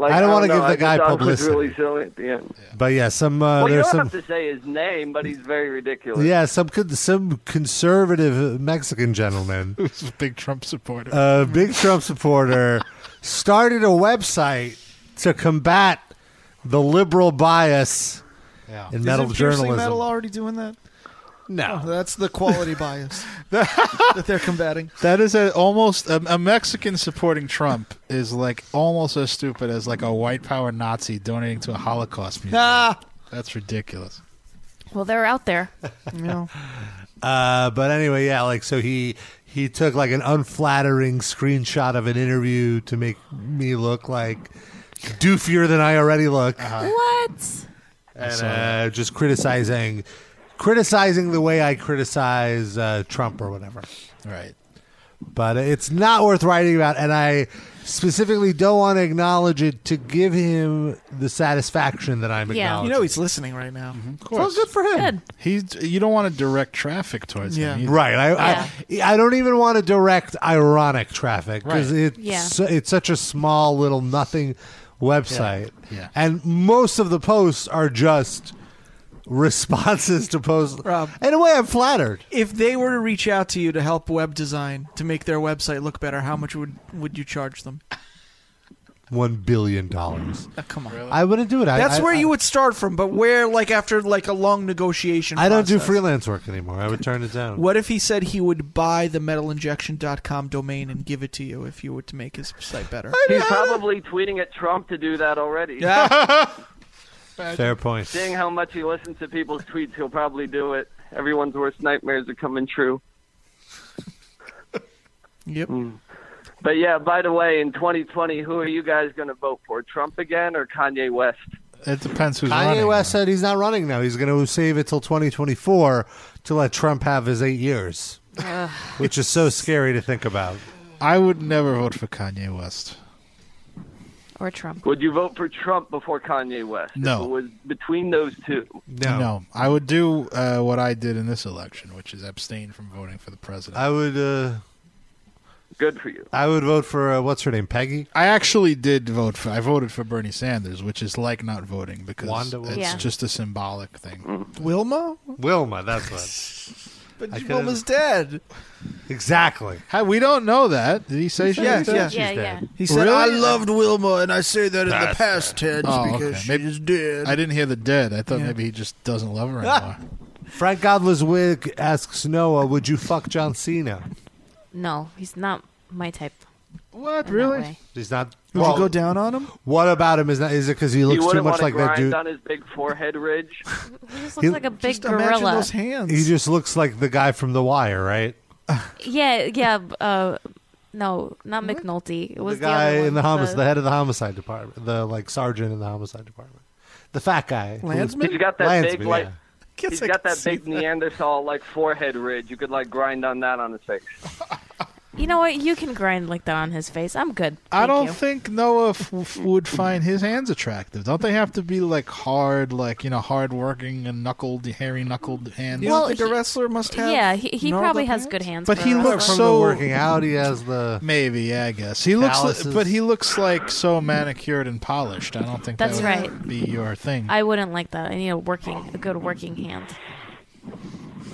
Speaker 2: I don't wanna
Speaker 13: know,
Speaker 2: give the
Speaker 13: I
Speaker 2: guy
Speaker 13: just thought it was
Speaker 2: publicity.
Speaker 13: Really silly at the end.
Speaker 2: But yeah, some uh,
Speaker 13: well, you
Speaker 2: there's
Speaker 13: don't
Speaker 2: some
Speaker 13: have to say his name, but he's very ridiculous.
Speaker 2: yeah some con- some conservative Mexican gentleman,
Speaker 3: Who's a big Trump supporter?
Speaker 2: a big Trump supporter, started a website to combat the liberal bias in metal
Speaker 4: Isn't Piercing
Speaker 2: journalism.
Speaker 4: Metal already doing that? Oh,
Speaker 2: No,
Speaker 4: that's the quality bias that they're combating.
Speaker 3: That is a, almost a, a Mexican supporting Trump is like almost as stupid as like a white power Nazi donating to a Holocaust museum.
Speaker 2: Ah!
Speaker 3: That's ridiculous.
Speaker 5: Well, they're out there.
Speaker 2: Uh, but anyway, yeah, like so he he took like an unflattering screenshot of an interview to make me look like doofier than I already look,
Speaker 12: Uh-huh.
Speaker 3: Uh-huh.
Speaker 5: What?
Speaker 2: and uh, just criticizing criticizing the way I criticize uh, Trump or whatever.
Speaker 3: Right.
Speaker 2: But it's not worth writing about, and I specifically don't want to acknowledge it to give him the satisfaction that I'm
Speaker 4: You
Speaker 2: acknowledging. Mm-hmm.
Speaker 4: know he's listening right now.
Speaker 3: Of course.
Speaker 2: good for him.
Speaker 3: He's you don't want to direct traffic towards him. either.
Speaker 2: Right. I, I I don't even want to direct ironic traffic because
Speaker 3: Right.
Speaker 2: it's
Speaker 3: Yeah.
Speaker 2: su- it's such a small little nothing website,
Speaker 3: Yeah. Yeah.
Speaker 2: and most of the posts are just responses to posts. In a way, I'm flattered.
Speaker 4: If they were to reach out to you to help web design to make their website look better, how much would would you charge them?
Speaker 2: One billion dollars.
Speaker 4: Ah, come on.
Speaker 2: I wouldn't do it. I,
Speaker 4: That's
Speaker 2: I-
Speaker 4: where
Speaker 2: I-
Speaker 4: you would start from, but where like after like a long negotiation.
Speaker 2: I don't do
Speaker 4: process.
Speaker 2: freelance work anymore. I would turn it down.
Speaker 4: What if he said he would buy the metalinjection.com domain and give it to you if you were to make his site better?
Speaker 13: He's probably tweeting at Trump to do that already.
Speaker 4: Yeah.
Speaker 2: Fair point.
Speaker 13: Seeing how much he listens to people's tweets, he'll probably do it. Everyone's worst nightmares are coming true.
Speaker 3: Hmm.
Speaker 4: Yep.
Speaker 13: But yeah, by the way, in 2020, who are you guys going to vote for? Trump again or Kanye West?
Speaker 3: It depends who's
Speaker 2: Kanye
Speaker 3: running.
Speaker 2: West said he's not running now. He's going to save it till 2024 to let Trump have his eight years, which is so scary to think about.
Speaker 3: I would never vote for Kanye West.
Speaker 5: Or Trump.
Speaker 13: Would you vote for Trump before Kanye West?
Speaker 3: No.
Speaker 13: If it was between those two.
Speaker 2: No.
Speaker 3: I would do uh, what I did in this election, which is abstain from voting for the president.
Speaker 2: I would. Uh,
Speaker 13: Good for you.
Speaker 2: I would vote for uh, what's her name, Peggy.
Speaker 3: I actually did vote for. I voted for Bernie Sanders, which is like not voting because
Speaker 2: Wanda
Speaker 3: it's
Speaker 2: Wilson. Yeah.
Speaker 3: just a symbolic thing.
Speaker 13: Mm.
Speaker 4: Wilma?
Speaker 2: Wilma, that's what.
Speaker 4: But
Speaker 2: I
Speaker 4: Wilma's
Speaker 2: could've-
Speaker 4: dead.
Speaker 2: Exactly.
Speaker 3: Hi, we don't know that. Did he say she
Speaker 12: Yeah,
Speaker 3: was
Speaker 12: yeah.
Speaker 3: dead?
Speaker 12: Yeah, yeah.
Speaker 4: He
Speaker 12: said, "I
Speaker 3: Really?
Speaker 12: loved Wilma, and I say that in the
Speaker 3: Past
Speaker 12: past tense
Speaker 3: Oh,
Speaker 12: because
Speaker 3: okay. Maybe-
Speaker 12: she's dead."
Speaker 3: I didn't hear the dead. I thought maybe he just doesn't love her anymore.
Speaker 2: Frank Godless Wig asks Noah, "Would you fuck John Cena?"
Speaker 5: No, he's not my type.
Speaker 3: What?
Speaker 5: Really?
Speaker 2: He's not.
Speaker 4: Would you go down on him?
Speaker 2: What about him? Is that is it because he
Speaker 13: You
Speaker 2: looks too
Speaker 13: wouldn't want
Speaker 2: much like
Speaker 13: to grind
Speaker 2: that dude?
Speaker 13: on his big forehead ridge.
Speaker 5: He just looks
Speaker 2: He-
Speaker 5: like a big
Speaker 4: Just imagine
Speaker 5: gorilla.
Speaker 4: those hands.
Speaker 2: He just looks like the guy from The Wire, right?
Speaker 5: Yeah, yeah. b- Uh, no, not McNulty. It was
Speaker 2: the guy
Speaker 5: other one,
Speaker 2: in the homicide, the, head of the homicide department, the like sergeant in the homicide department, the fat guy, who was-
Speaker 13: He's got that big,
Speaker 2: Landsman,
Speaker 13: like,
Speaker 2: yeah.
Speaker 13: he's got that big Neanderthal like forehead ridge. You could like grind on that on his face.
Speaker 5: You know what? You can grind like that on his face. I'm good.
Speaker 3: I
Speaker 5: Thank
Speaker 3: don't
Speaker 5: you.
Speaker 3: think Noah f- f- would find his hands attractive. Don't they have to be like hard, like you know, hard working and knuckled, hairy knuckled hands?
Speaker 4: You well, think a wrestler must have.
Speaker 5: Yeah, he, he
Speaker 4: gnarled
Speaker 5: probably
Speaker 4: up
Speaker 5: has good hands.
Speaker 3: but
Speaker 5: for
Speaker 3: he
Speaker 5: a
Speaker 3: looks
Speaker 5: wrestler.
Speaker 2: From
Speaker 3: so
Speaker 2: the working out, he has the
Speaker 3: maybe. Yeah, I guess he looks.
Speaker 2: Calluses.
Speaker 3: Like, but he looks like so manicured and polished. I don't think
Speaker 5: That's
Speaker 3: that would
Speaker 5: right.
Speaker 3: be your thing.
Speaker 5: I wouldn't like that. I need a working, a good working hand.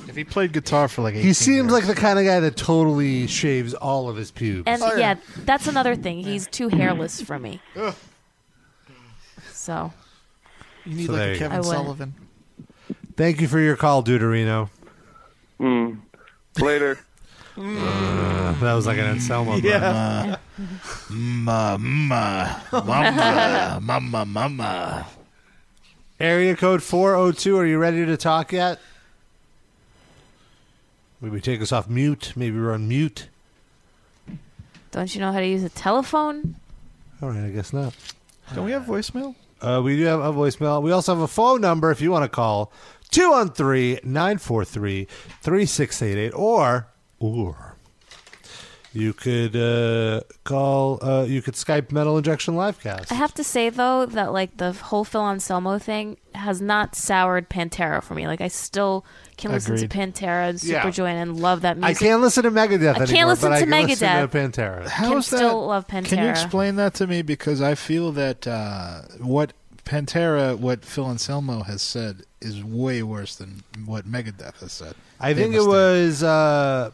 Speaker 3: If he played guitar for like, 18
Speaker 2: He seems like the kind of guy that totally shaves all of his pubes.
Speaker 5: And Oh, yeah, that's another thing. He's too hairless for me. So
Speaker 4: You need
Speaker 2: So there
Speaker 4: like
Speaker 2: you
Speaker 4: a
Speaker 2: go.
Speaker 5: I
Speaker 4: Kevin
Speaker 5: would.
Speaker 4: Sullivan.
Speaker 2: Thank you for your call, Deuterino.
Speaker 13: Hmm. Later.
Speaker 5: Hmm.
Speaker 2: Uh, that was like an Anselmo. moment.
Speaker 4: Yeah.
Speaker 11: Mama, mama, mama, mama, mama.
Speaker 2: Area code four zero two. Are you ready to talk yet? Maybe take us off mute. Maybe we're on mute.
Speaker 5: don't you know how to use a telephone?
Speaker 2: All right, I guess not.
Speaker 4: Don't we have voicemail?
Speaker 2: Uh, we do have a voicemail. We also have a phone number if you want to call 213 943 3688 or, or You could uh, call. Uh, you could Skype Metal Injection Livecast.
Speaker 5: I have to say though that like the whole Phil Anselmo thing has not soured Pantera for me. Like I still can listen to
Speaker 2: Agreed.
Speaker 5: Pantera and
Speaker 2: Yeah.
Speaker 5: Superjoy and love that
Speaker 2: I
Speaker 5: music.
Speaker 2: can't listen to Megadeth
Speaker 5: I can't
Speaker 2: anymore,
Speaker 5: listen
Speaker 2: but
Speaker 5: to
Speaker 2: I can listen
Speaker 5: Megadeth.
Speaker 2: to Pantera.
Speaker 5: How Can is that- still love
Speaker 3: Can you
Speaker 5: Pantera.
Speaker 3: explain that to me? Because I feel that uh, what Pantera, what Phil Anselmo has said, is way worse than what Megadeth has said.
Speaker 2: I think it was uh,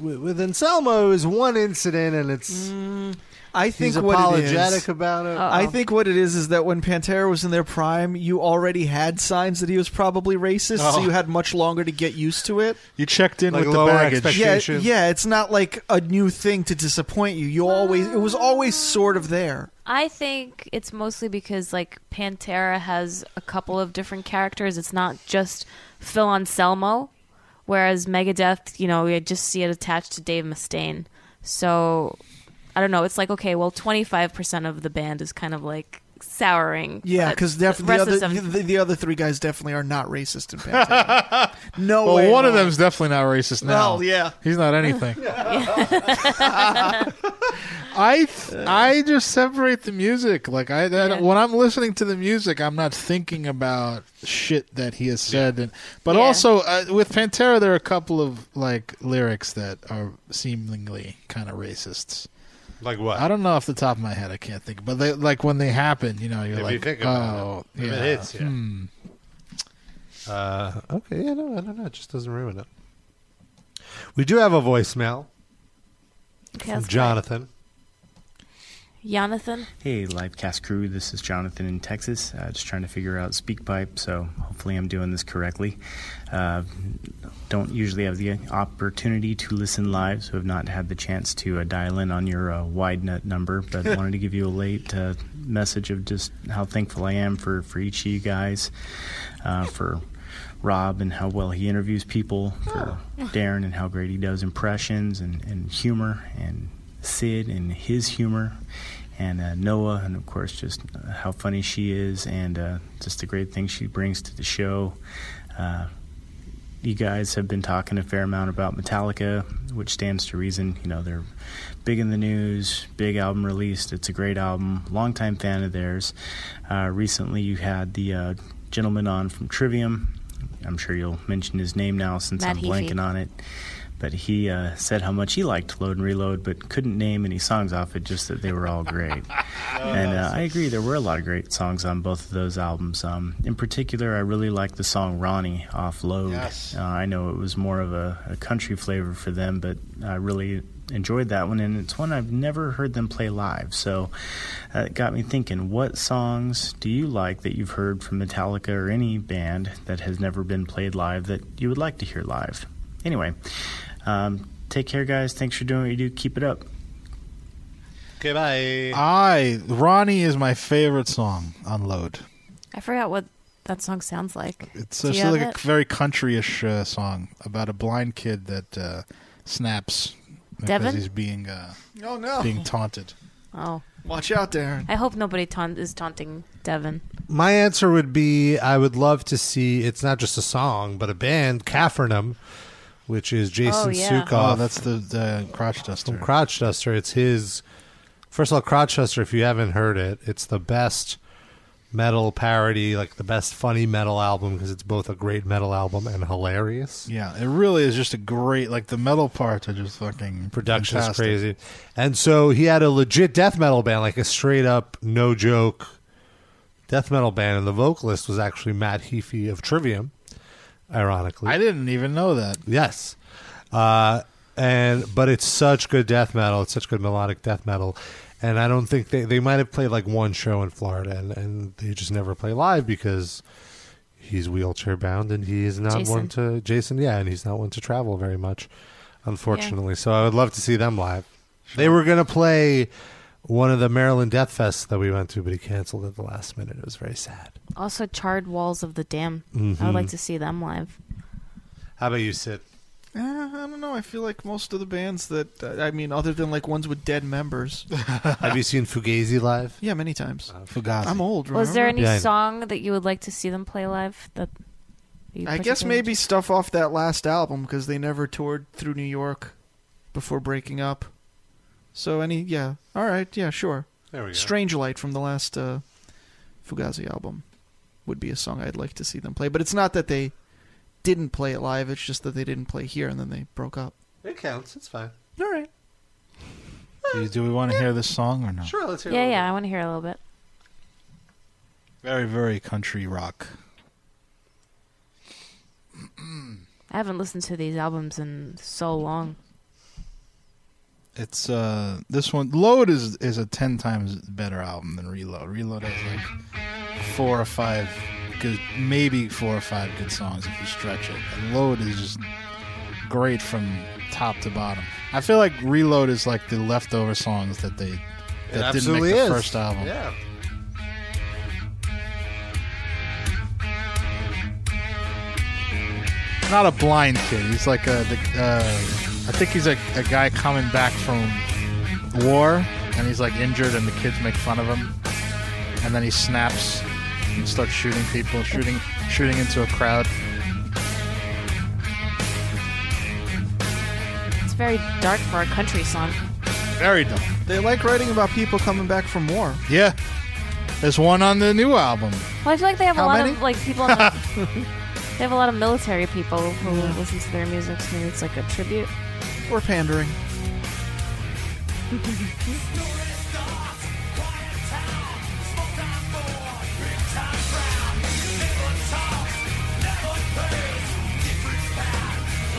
Speaker 2: with, with Anselmo is one incident, and it's
Speaker 4: Mm. I think
Speaker 2: he's
Speaker 4: what
Speaker 2: apologetic
Speaker 4: it is,
Speaker 2: about it.
Speaker 4: I think what it is is that when Pantera was in their prime, you already had signs that he was probably racist, so
Speaker 3: Oh.
Speaker 4: you had much longer to get used to it.
Speaker 3: You checked in
Speaker 4: Like
Speaker 3: with the
Speaker 4: lower
Speaker 3: baggage.
Speaker 4: Yeah, yeah, it's not like a new thing to disappoint you. You always it was always sort of there.
Speaker 5: I think it's mostly because like Pantera has a couple of different characters. It's not just Phil Anselmo, whereas Megadeth, you know, we just see it attached to Dave Mustaine. So I don't know. It's like okay, well, twenty five percent of the band is kind of like souring.
Speaker 4: Yeah,
Speaker 5: but
Speaker 4: because
Speaker 5: Uh, the
Speaker 4: the
Speaker 5: rest
Speaker 4: other
Speaker 5: of them-
Speaker 4: the, the other three guys definitely are not racist in Pantera. no
Speaker 3: Well,
Speaker 4: way.
Speaker 3: one of
Speaker 4: no.
Speaker 3: them's definitely not racist now.
Speaker 4: Well, yeah.
Speaker 3: he's not anything. I th- I just separate the music. Like I, that, when I'm listening to the music, I'm not thinking about shit that he has said. And but
Speaker 11: Yeah.
Speaker 3: also uh, with Pantera, there are a couple of like lyrics that are seemingly kind of racists.
Speaker 2: Like what?
Speaker 3: I don't know off the top of my head. I can't think. But they, like when they happen, you know, you're
Speaker 2: If you
Speaker 3: like,
Speaker 2: think about
Speaker 3: oh,
Speaker 2: it, if it
Speaker 3: yeah,
Speaker 2: hits you.
Speaker 3: hmm.
Speaker 2: Uh, okay, yeah, no, I don't know. It just doesn't ruin it. We do have a voicemail
Speaker 5: Okay,
Speaker 2: from
Speaker 5: that's
Speaker 2: Jonathan.
Speaker 5: great. Jonathan.
Speaker 14: Hey, Livecast crew, this is Jonathan in Texas. Uh, just trying to figure out SpeakPipe, so hopefully I'm doing this correctly. Uh, don't usually have the opportunity to listen live, so have not had the chance to uh, dial in on your uh, wide net number, but wanted to give you a late uh, message of just how thankful I am for, for each of you guys, uh, for Rob and how well he interviews people, for Darren and how great he does impressions and, and humor, and Sid and his humor and uh, Noah, and of course, just uh, how funny she is, and uh, just the great things she brings to the show. Uh, you guys have been talking a fair amount about Metallica, which stands to reason. You know, they're big in the news, big album released. It's a great album. Longtime fan of theirs. Uh, recently, you had the uh, gentleman on from Trivium. I'm sure you'll mention his name now since
Speaker 5: Matt
Speaker 14: I'm
Speaker 5: Heafy.
Speaker 14: blanking on it. But he uh, said how much he liked Load and Reload, but couldn't name any songs off it, just that they were all great. and uh, I agree, there were a lot of great songs on both of those albums. Um, in particular, I really liked the song Ronnie off Load. Uh, I know it was more of a, a country flavor for them, but I really enjoyed that one, and it's one I've never heard them play live. So uh, it got me thinking what songs do you like that you've heard from Metallica or any band that has never been played live that you would like to hear live? Anyway, um, take care, guys. Thanks for doing what you do. Keep it up.
Speaker 2: Okay, bye.
Speaker 3: I Ronnie is my favorite song on Load.
Speaker 5: I forgot what that song sounds like.
Speaker 3: It's
Speaker 5: Do
Speaker 3: just
Speaker 5: you have
Speaker 3: like
Speaker 5: it?
Speaker 3: a very countryish uh, song about a blind kid that uh, snaps because
Speaker 5: Devin?
Speaker 3: he's being uh,
Speaker 5: Oh, no.
Speaker 3: being taunted.
Speaker 5: Oh,
Speaker 4: watch out, Darren.
Speaker 5: I hope nobody taunt is taunting Devin.
Speaker 2: My answer would be I would love to see it's not just a song, but a band, Caffernum, which is Jason
Speaker 5: Oh, yeah.
Speaker 2: Sukoff.
Speaker 3: Oh, that's the, the Crotch Duster.
Speaker 2: From Crotch Duster. It's his. First of all, Crotch Duster, if you haven't heard it, it's the best metal parody, like the best funny metal album because it's both a great metal album and hilarious.
Speaker 3: Yeah, it really is just a great like the metal parts are just fucking
Speaker 2: production is
Speaker 3: Mm-hmm. fantastic.
Speaker 2: crazy. And so he had a legit death metal band, like a straight up, no joke death metal band. And the vocalist was actually Matt Heafy of Trivium, ironically. I
Speaker 3: didn't even know that.
Speaker 2: Yes. Uh, and But it's such good death metal. It's such good melodic death metal. And I don't think they, they might have played like one show in Florida and, and they just never play live because he's wheelchair bound and he is not
Speaker 11: Jason.
Speaker 2: one to Jason, yeah, and he's not one to travel very much, unfortunately. So I would love to see them live. They were going to play one of the Maryland Death Fests that we went to, but he canceled at the last minute. It was very sad.
Speaker 5: Also, Charred Walls of the Dam. I
Speaker 2: Mhm.
Speaker 5: would like to see them live.
Speaker 2: How about you, Sid?
Speaker 12: Uh,
Speaker 4: Eh, I don't know. I feel like most of the bands that uh, I mean, other than like ones with dead members.
Speaker 2: Have you seen Fugazi live? Uh,
Speaker 4: Yeah, many times.
Speaker 2: Fugazi.
Speaker 4: I'm old. Remember?
Speaker 5: Was there any song that you would like to see them play live? That you
Speaker 4: I guess
Speaker 5: particularly-
Speaker 4: maybe stuff off that last album because they never toured through New York.
Speaker 12: before breaking up. So any yeah, all right, yeah, sure.
Speaker 2: There we go.
Speaker 12: Strange Light from the last uh, Fugazi album would be a song I'd like to see them play, but it's not that they didn't play it live. It's just that they didn't play here and then they broke up.
Speaker 2: It counts. It's fine.
Speaker 12: All right.
Speaker 3: Do, do we want to hear this song or not?
Speaker 2: Sure, let's hear
Speaker 5: Yeah,
Speaker 2: it.
Speaker 5: yeah, I want to hear a little bit.
Speaker 3: Very, very country rock.
Speaker 5: I haven't listened to these albums in so long.
Speaker 3: It's uh this one Load is is a ten times better album than Reload. Reload has like four or five good maybe four or five good songs if you stretch it. And Load is just great from top to bottom. I feel like Reload is like the leftover songs that they that didn't make
Speaker 2: absolutely
Speaker 3: the
Speaker 2: is.
Speaker 3: first album.
Speaker 2: Yeah.
Speaker 3: Not a blind kid. He's like a the, uh, I think he's a, a guy coming back from war and he's like injured and the kids make fun of him. And then he snaps and starts shooting people, shooting shooting into a crowd.
Speaker 5: It's very dark for a country song.
Speaker 3: Very dumb.
Speaker 12: They like writing about people coming back from war.
Speaker 3: Yeah. There's one on the new album.
Speaker 5: Well, I feel like they have a
Speaker 12: How
Speaker 5: lot
Speaker 12: many?
Speaker 5: of like people. On the, they have a lot of military people who listen to their music. So maybe it's like a tribute.
Speaker 12: Or pandering.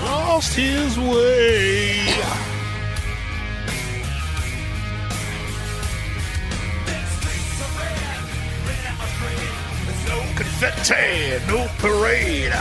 Speaker 3: Lost his way.
Speaker 11: No confetti, no parade.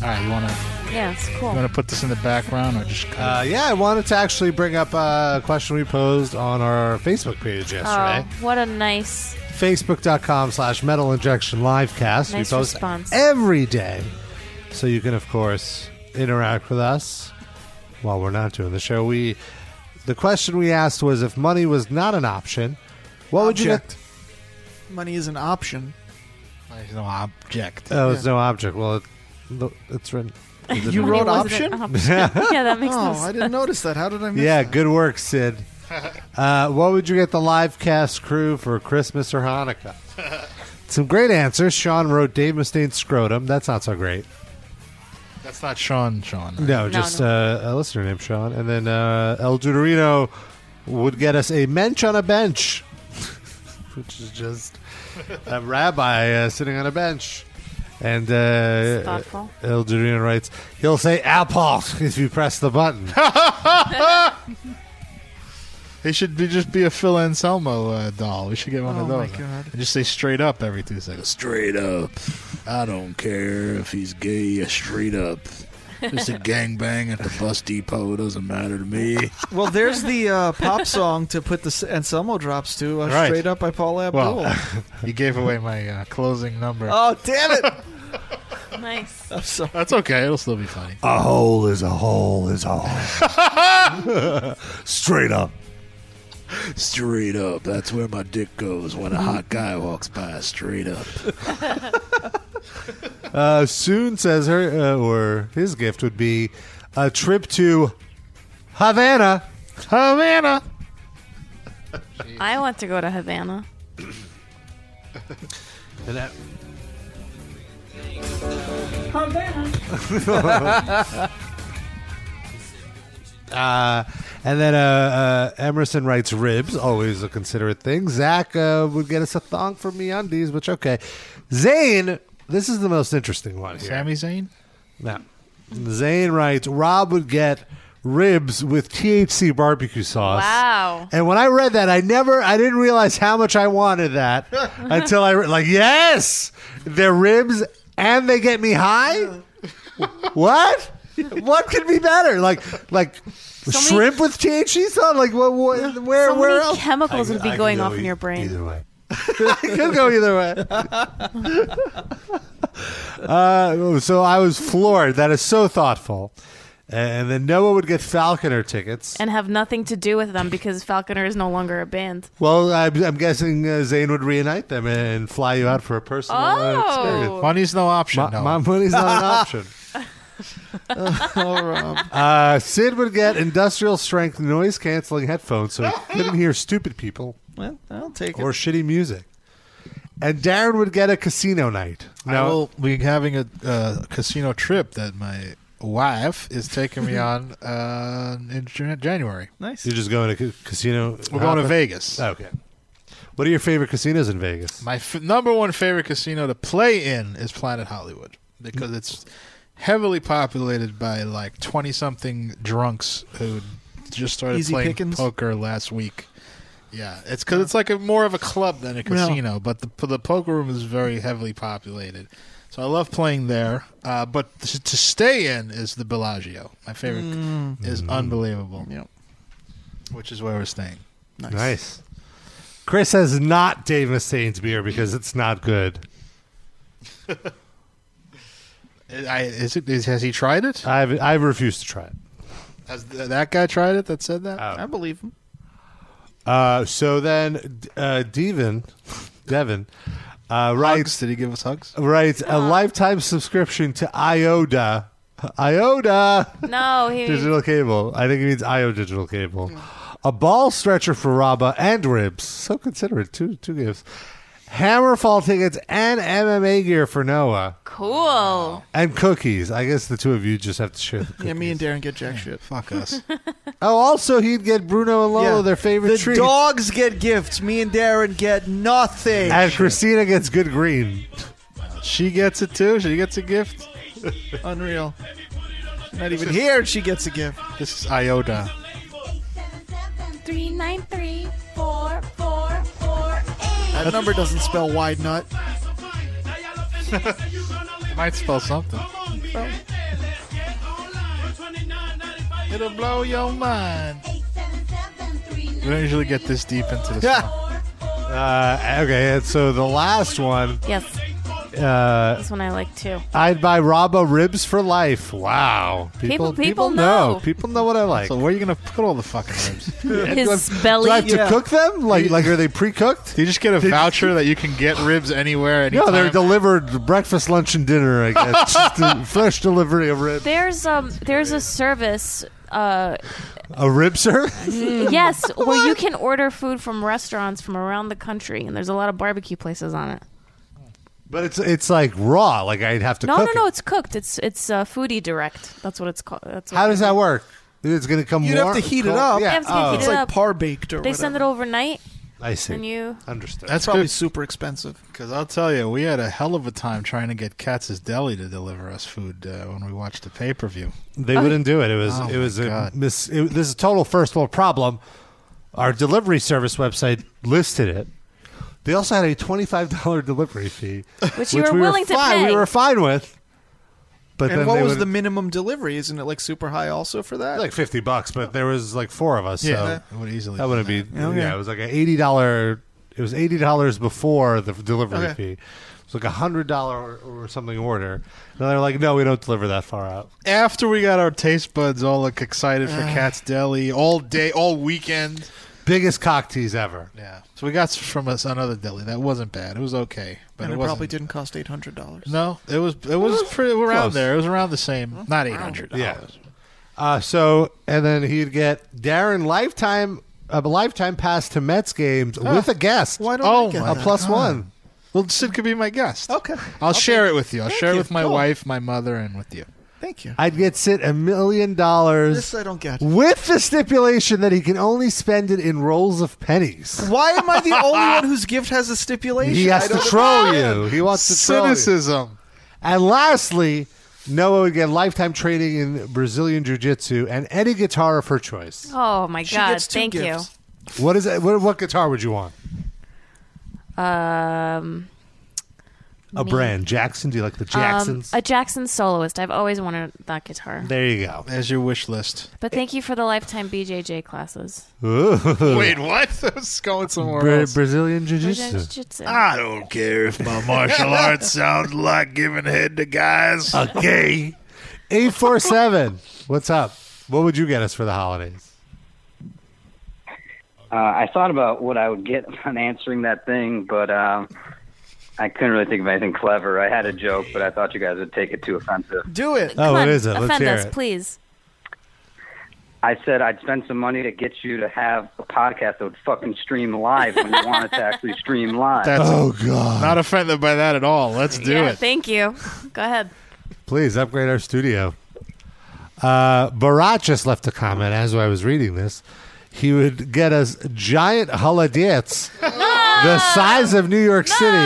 Speaker 3: All right, you wanna
Speaker 5: Yeah, it's
Speaker 3: you
Speaker 5: cool.
Speaker 3: wanna put this in the background or just cut
Speaker 2: Uh, yeah, I wanted to actually bring up a question we posed on our Facebook page yesterday.
Speaker 5: Oh, what a nice.
Speaker 2: Facebook.com slash Metal Injection Livecast.
Speaker 5: Nice
Speaker 2: we post
Speaker 5: response.
Speaker 2: every day. So you can, of course, interact with us while we're not doing the show. We The question we asked was if money was not an option, what would
Speaker 12: Money is an option.
Speaker 3: There's no object.
Speaker 2: you... Oh, it's no object. Well, it, look, it's written... is it
Speaker 12: You
Speaker 2: written?
Speaker 12: wrote option?
Speaker 5: yeah, that makes
Speaker 12: oh,
Speaker 5: no
Speaker 12: I didn't notice that. How did I miss
Speaker 2: Yeah,
Speaker 12: that?
Speaker 2: good work, Sid. Uh, what would you get the live cast crew for Christmas or Hanukkah? Some great answers. Sean wrote Dave Mustaine scrotum. That's not so great.
Speaker 3: That's not Sean Sean.
Speaker 2: No, just Uh, a listener named Sean. And then uh, El Duderino would get us a mensch on a bench, which is just a rabbi uh, sitting on a bench. And uh,
Speaker 5: thoughtful.
Speaker 2: El Duderino writes, he'll say apple if you press the button.
Speaker 3: It should be just be a Phil Anselmo uh, doll. We should get one of
Speaker 11: Oh, my
Speaker 3: those. And just say straight up every two seconds.
Speaker 11: Straight up. I don't care if he's gay or straight up. It's a gangbang at the bus depot. doesn't matter to me.
Speaker 12: Well, there's the uh, pop song to put the S- Anselmo drops to, uh,
Speaker 3: Right.
Speaker 12: straight up by Paul Abdul.
Speaker 3: Well, you gave away my uh, closing number.
Speaker 12: oh, damn it!
Speaker 5: nice.
Speaker 12: I'm sorry.
Speaker 3: That's okay. It'll still be funny.
Speaker 10: A hole is a hole is a hole. Straight up.
Speaker 11: Straight up. That's where my dick goes when a hot guy walks by. Straight up.
Speaker 2: Uh, Soon says her uh, or his gift would be a trip to Havana.
Speaker 3: Havana.
Speaker 5: I want to go to Havana.
Speaker 2: uh, and then uh, uh, Emerson writes ribs, always a considerate thing. Zach uh, would get us a thong from MeUndies, which okay. Zane, this is the most interesting one here.
Speaker 3: Sammy Zane?
Speaker 2: No. Zane writes Rob would get ribs with THC barbecue sauce.
Speaker 5: Wow.
Speaker 2: And when I read that, I never, I didn't realize how much I wanted that until I re- like, yes, they're ribs and they get me high. what? What could be better? Like, like shrimp with THC sauce? Like, what? what where?
Speaker 5: So
Speaker 2: where
Speaker 5: many
Speaker 2: else?
Speaker 5: chemicals would be going
Speaker 3: e-
Speaker 5: off in your brain.
Speaker 2: Either way, I could go either way. Uh, so I was floored. That is so thoughtful. And then Noah would get Falconer tickets.
Speaker 5: and have nothing to do with them because Falconer is no longer a band.
Speaker 2: Well, I'm, I'm guessing uh, Zane would reunite them and fly you out for a personal uh,
Speaker 5: Oh.
Speaker 2: experience.
Speaker 3: Money's no option.
Speaker 2: My, my money's not an option.
Speaker 12: oh, Rob.
Speaker 2: Uh, Sid would get industrial strength noise canceling headphones so he couldn't hear stupid people
Speaker 12: Well, I'll take it.
Speaker 2: or shitty music. And Darren would get a casino night.
Speaker 3: Now we'll be having a uh, casino trip that my wife is taking me on uh, in Jan- January.
Speaker 12: Nice.
Speaker 2: You're just going to ca- casino.
Speaker 3: We're going to
Speaker 2: hopping?
Speaker 3: Vegas.
Speaker 2: Okay. What are your favorite casinos in Vegas?
Speaker 3: My f- number one favorite casino to play in is Planet Hollywood because it's heavily populated by like 20 something drunks who just started
Speaker 12: Easy
Speaker 3: playing
Speaker 12: pickings?
Speaker 3: poker last week. Yeah, it's because it's like a more of a club than a casino, but the the poker room is very heavily populated. So I love playing there. Uh, but to, to stay in is the Bellagio. My favorite
Speaker 12: Mm.
Speaker 3: is unbelievable.
Speaker 12: Yep.
Speaker 3: Which is where we're staying.
Speaker 2: Nice. Chris has not Dave Mustaine's beer because it's not good.
Speaker 3: I, is it, is, has he tried it?
Speaker 2: I've I've refused to try it.
Speaker 3: Has th- that guy tried it that said that?
Speaker 2: I
Speaker 12: believe him.
Speaker 2: Uh, so then, uh, Devin, Devin, uh, writes.
Speaker 3: Did he give us hugs?
Speaker 2: Writes
Speaker 5: Uh,
Speaker 2: a lifetime subscription to IOTA. IOTA.
Speaker 5: No, Oh, he
Speaker 2: digital cable. I think it means IO digital cable. A ball stretcher for Raba and ribs. So considerate. Two two gifts. Hammerfall tickets and MMA gear for Noah
Speaker 5: cool.
Speaker 2: and cookies. I guess the two of you just have to share the
Speaker 12: Yeah, me and Darren get jack shit.
Speaker 3: Fuck us.
Speaker 2: Oh, also he'd get Bruno and Lolo their favorite
Speaker 12: the
Speaker 2: treats.
Speaker 12: dogs get gifts. Me and Darren get nothing.
Speaker 2: And Christina gets good green.
Speaker 3: She gets it too. She gets a gift.
Speaker 12: Unreal. Not even here, she gets a gift.
Speaker 3: This is Iota.
Speaker 6: Three nine three four four four
Speaker 12: That number doesn't spell wide nut.
Speaker 3: Might spell something. It'll blow your mind. We don't usually get this deep into the
Speaker 2: Yeah.
Speaker 3: song.
Speaker 2: Uh, okay, and so the last one.
Speaker 5: Yes,
Speaker 2: Uh,
Speaker 5: this one I like too.
Speaker 2: I'd buy Raba ribs for life. Wow.
Speaker 5: People- people know.
Speaker 2: People know what I like.
Speaker 3: So where are you gonna put all the fucking ribs?
Speaker 2: do I,
Speaker 5: His
Speaker 2: do
Speaker 5: belly.
Speaker 2: I have to cook them? Like, like are they pre-cooked?
Speaker 3: Do you just get a voucher that you can get ribs anywhere? Anytime?
Speaker 2: No, they're delivered breakfast, lunch, and dinner. I guess Just a fresh delivery of ribs.
Speaker 5: There's um there's a service uh Mm,
Speaker 2: A rib service.
Speaker 5: yes where you can order food from restaurants from around the country and there's a lot of barbecue places on it.
Speaker 2: But it's it's like raw. Like I'd have to
Speaker 5: No, no,
Speaker 2: cook.
Speaker 5: no,
Speaker 2: it.
Speaker 5: it's cooked. It's it's uh, foodie direct. That's what it's called. That's what
Speaker 2: How does that work? It's going to come.
Speaker 12: You'd have
Speaker 2: warm-
Speaker 12: to heat it
Speaker 2: cold?
Speaker 12: up.
Speaker 2: Yeah.
Speaker 5: You have to heat
Speaker 2: oh.
Speaker 5: it It's like up.
Speaker 12: Par baked or
Speaker 5: they send it overnight.
Speaker 2: I see.
Speaker 5: And you
Speaker 2: Understood.
Speaker 3: That's
Speaker 12: probably
Speaker 3: good.
Speaker 12: super expensive.
Speaker 3: Because I'll tell you, we had a hell of a time trying to get Katz's Deli to deliver us food uh, when we watched the pay per view.
Speaker 2: They wouldn't do it. It was
Speaker 3: Oh
Speaker 2: it
Speaker 3: my
Speaker 2: was a
Speaker 3: God.
Speaker 2: mis- it, this is a total first world problem. Our delivery service website listed it. They also had a twenty five dollar delivery fee,
Speaker 5: Which you were
Speaker 2: we
Speaker 5: willing to
Speaker 2: fine,
Speaker 5: pay.
Speaker 2: We were fine with. But
Speaker 12: and
Speaker 2: then
Speaker 12: what
Speaker 2: they
Speaker 12: was
Speaker 2: would-
Speaker 12: the minimum delivery? Isn't it like super high also for that?
Speaker 2: like fifty bucks? But there was like four of us,
Speaker 12: Yeah.
Speaker 2: so
Speaker 3: It would easily
Speaker 2: that
Speaker 3: been
Speaker 2: wouldn't be.
Speaker 12: that. Okay.
Speaker 2: Yeah, it was like an eighty dollar. It was eighty dollars before the f- delivery
Speaker 12: Okay.
Speaker 2: fee. It was like a hundred dollar or, or something order. And they're like, no, we don't deliver that far out.
Speaker 3: After we got our taste buds all like excited for
Speaker 2: Ah.
Speaker 3: Katz's Deli all day, all weekend.
Speaker 2: Biggest cock tease ever.
Speaker 3: Yeah. So we got from us another deli. That wasn't bad. It was okay, but
Speaker 12: and
Speaker 3: it,
Speaker 12: it,
Speaker 3: wasn't.
Speaker 12: probably didn't cost eight hundred dollars.
Speaker 3: no, it was it was pretty around
Speaker 12: Close.
Speaker 3: there. It was around the same, not eight hundred.
Speaker 12: Oh.
Speaker 2: Yeah. Uh, so and then he'd get Darren lifetime a lifetime pass to Mets games with a guest. Why
Speaker 12: Ah, don't I Oh get my
Speaker 2: a
Speaker 12: that?
Speaker 2: plus
Speaker 3: God.
Speaker 2: one?
Speaker 3: Well, Sid could be my guest.
Speaker 12: Okay.
Speaker 3: I'll share it with you. I'll
Speaker 12: Thank
Speaker 3: share
Speaker 12: you.
Speaker 3: it with my
Speaker 12: Cool.
Speaker 3: wife, my mother, and with you.
Speaker 12: Thank you.
Speaker 2: I'd get Sit a million dollars.
Speaker 12: This I don't get.
Speaker 2: With the stipulation that he can only spend it in rolls of pennies.
Speaker 12: Why am I the only one whose gift has a stipulation?
Speaker 2: He
Speaker 12: I
Speaker 2: has to
Speaker 12: don't
Speaker 2: troll
Speaker 12: understand.
Speaker 2: you. He wants to troll you.
Speaker 3: Cynicism.
Speaker 2: And lastly, Noah would get lifetime training in Brazilian Jiu Jitsu and any guitar of her choice.
Speaker 5: Oh my
Speaker 12: She
Speaker 5: god!
Speaker 12: gets two
Speaker 5: Thank
Speaker 12: gifts.
Speaker 2: What is it? What, what guitar would you want?
Speaker 5: you. Um,
Speaker 2: A
Speaker 5: Me.
Speaker 2: brand. Jackson? Do you like the Jacksons?
Speaker 5: Um, a Jackson soloist. I've always wanted that guitar.
Speaker 2: there you go.
Speaker 3: As your wish list.
Speaker 5: But thank you for the lifetime BJJ classes.
Speaker 3: Wait, what? That's going somewhere
Speaker 2: Bra-
Speaker 3: else.
Speaker 2: Brazilian Jiu
Speaker 5: Brazilian
Speaker 2: Jitsu.
Speaker 5: Jiu-Jitsu.
Speaker 11: I don't care if my martial arts sounds like giving head to guys.
Speaker 2: Okay. 847 What's up? What would you get us for the holidays?
Speaker 15: Uh, I thought about what I would get on answering that thing, but um, I couldn't really think of anything clever. I had a joke, but I thought you guys would take it too offensive.
Speaker 5: Do it.
Speaker 15: Oh, what is it? Let's
Speaker 5: Offend
Speaker 15: hear
Speaker 5: us,
Speaker 15: it.
Speaker 5: please.
Speaker 15: I said I'd spend some money to get you to have a podcast that would fucking stream live when you wanted to actually stream live.
Speaker 3: Oh, god! Not offended by that at all. Let's do
Speaker 5: yeah,
Speaker 3: it.
Speaker 5: thank you. Go ahead.
Speaker 2: Please upgrade our studio. Uh, Barat just left a comment as I was reading this. He would get us giant holodets the size of New York City.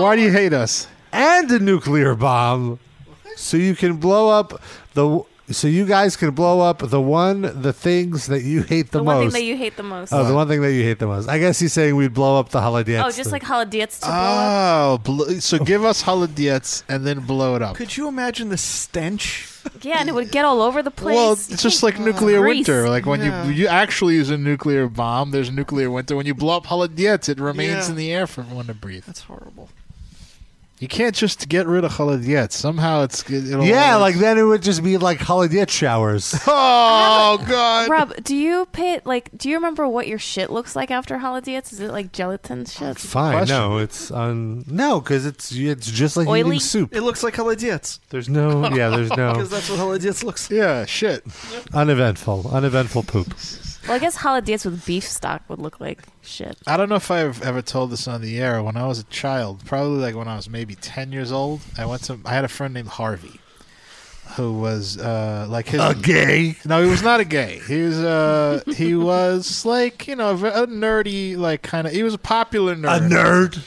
Speaker 2: Why do you hate us? And a nuclear bomb, so you can blow up the. So you guys can blow up the one the things that you hate the,
Speaker 5: The
Speaker 2: most.
Speaker 5: one thing that you hate the most.
Speaker 2: Oh, the one thing that you hate the most. I guess he's saying we'd blow up the holodets.
Speaker 5: oh, just like holidays to blow up.
Speaker 3: Oh, bl- so give us holodiets and then blow it up.
Speaker 5: Could you imagine the stench? Yeah, and it would get all over the place.
Speaker 3: Well, it's just like nuclear
Speaker 5: Greece.
Speaker 3: winter. Like when
Speaker 5: Yeah.
Speaker 3: you you actually use a nuclear bomb, there's nuclear winter. When you blow up holodiets, it remains
Speaker 12: Yeah.
Speaker 3: in the air for everyone to breathe. That's
Speaker 12: horrible.
Speaker 3: You can't just get rid of holodiets. Somehow it's it'll
Speaker 2: yeah, like then it would just be like holodet showers.
Speaker 3: Oh God,
Speaker 5: Rob, do you pay like? Do you remember what your shit looks like after holidays? Is it like gelatin shit?
Speaker 2: Fine. No, it's on. No, because it's it's just like
Speaker 5: Oily?
Speaker 2: eating soup.
Speaker 12: It looks like Haladiets.
Speaker 2: There's no. Yeah, there's no.
Speaker 12: Because that's what Haladiets looks
Speaker 3: like. Yeah, shit.
Speaker 2: uneventful, uneventful poop.
Speaker 5: Well, I guess holidays with beef stock would look like shit.
Speaker 3: I don't know if I've ever told this on the air. When I was a child, probably like when I was maybe ten years old, I went to. I had a friend named Harvey, who was uh, like his
Speaker 11: A gay?
Speaker 3: No, he was not a gay. He was uh, he was like you know a ve- a nerdy like kind of. He was a popular nerd.
Speaker 11: A nerd?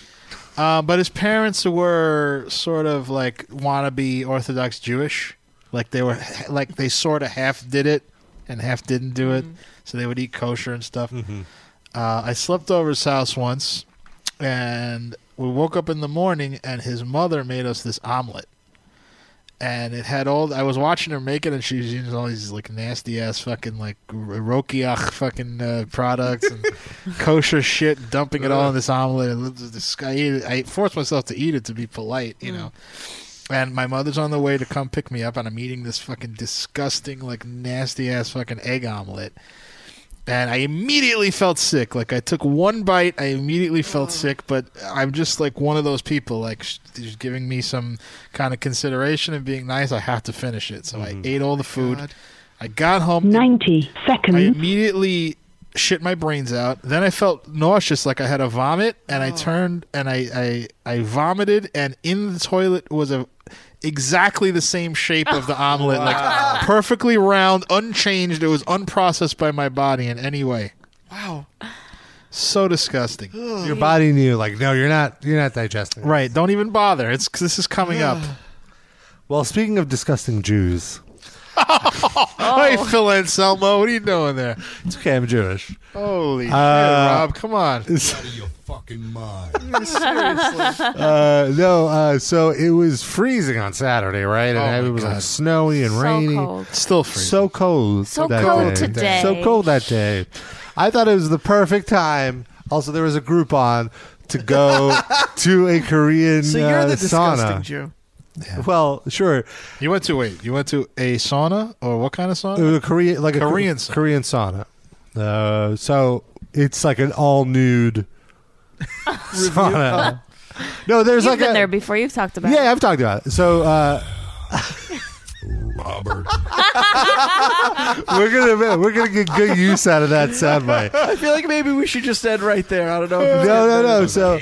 Speaker 3: Uh, but his parents were sort of like wannabe Orthodox Jewish. Like they were like they sort of half did it and half didn't do it. So they would eat kosher and stuff.
Speaker 11: Mm-hmm.
Speaker 3: Uh, I slept over his house once, and we woke up in the morning, and his mother made us this omelet. And it had all. I was watching her make it, and she was using all these like nasty ass fucking like r- Rokiach fucking uh, products and kosher shit, and dumping it all in this omelet. And it was disg- I, ate it- I forced myself to eat it to be polite, you know. And my mother's on the way to come pick me up, and I'm eating this fucking disgusting, like nasty ass fucking egg omelet and I immediately felt sick. Like I took one bite, I immediately felt sick. But I'm just like one of those people, like sh- just giving me some kind of consideration and being nice. I have to finish it, so I ate all the food. I got home. Ninety seconds. I immediately shit my brains out. Then I felt nauseous, like I had a vomit, and I turned and I I, I vomited, and in the toilet was a. Exactly the same shape of the omelet, like perfectly round, unchanged. It was unprocessed by my body in any way.
Speaker 12: Wow.
Speaker 3: So disgusting.
Speaker 2: Your body knew, like, no, you're not, you're not digesting.
Speaker 3: Right. Don't even bother. It's 'cause this is coming up.
Speaker 2: Well, speaking of disgusting Jews,
Speaker 3: Hey, Phil Anselmo, what are you doing there?
Speaker 2: it's okay. I'm Jewish.
Speaker 3: Holy shit,
Speaker 2: Uh,
Speaker 3: Rob! Come on.
Speaker 12: Seriously.
Speaker 2: Uh, no, uh, so it was freezing on Saturday, right? And
Speaker 3: Oh, my
Speaker 2: it was like
Speaker 3: God.
Speaker 2: snowy and
Speaker 3: So
Speaker 2: rainy.
Speaker 3: cold. Still freezing.
Speaker 2: So cold.
Speaker 5: So
Speaker 2: that
Speaker 5: cold
Speaker 2: day.
Speaker 5: today.
Speaker 2: So cold that day. I thought it was the perfect time. Also, there was a group on to go to a Korean
Speaker 3: So you're
Speaker 2: uh,
Speaker 3: the disgusting
Speaker 2: sauna.
Speaker 3: Jew.
Speaker 2: Well, sure.
Speaker 3: You went to wait. You went to a sauna or what kind of sauna?
Speaker 2: It was a Korean, like
Speaker 3: Korean
Speaker 2: a Kor- Korean sauna. Uh, so it's like an all nude sauna. No, there's
Speaker 5: You've
Speaker 2: like
Speaker 5: been
Speaker 2: a
Speaker 5: there before. You've talked about.
Speaker 2: yeah. I've talked about it. So uh,
Speaker 9: Robert.
Speaker 2: we're gonna we're gonna get good use out of that soundbite.
Speaker 12: I feel like maybe we should just end right there. I don't know.
Speaker 2: No,
Speaker 12: if
Speaker 2: no, no. So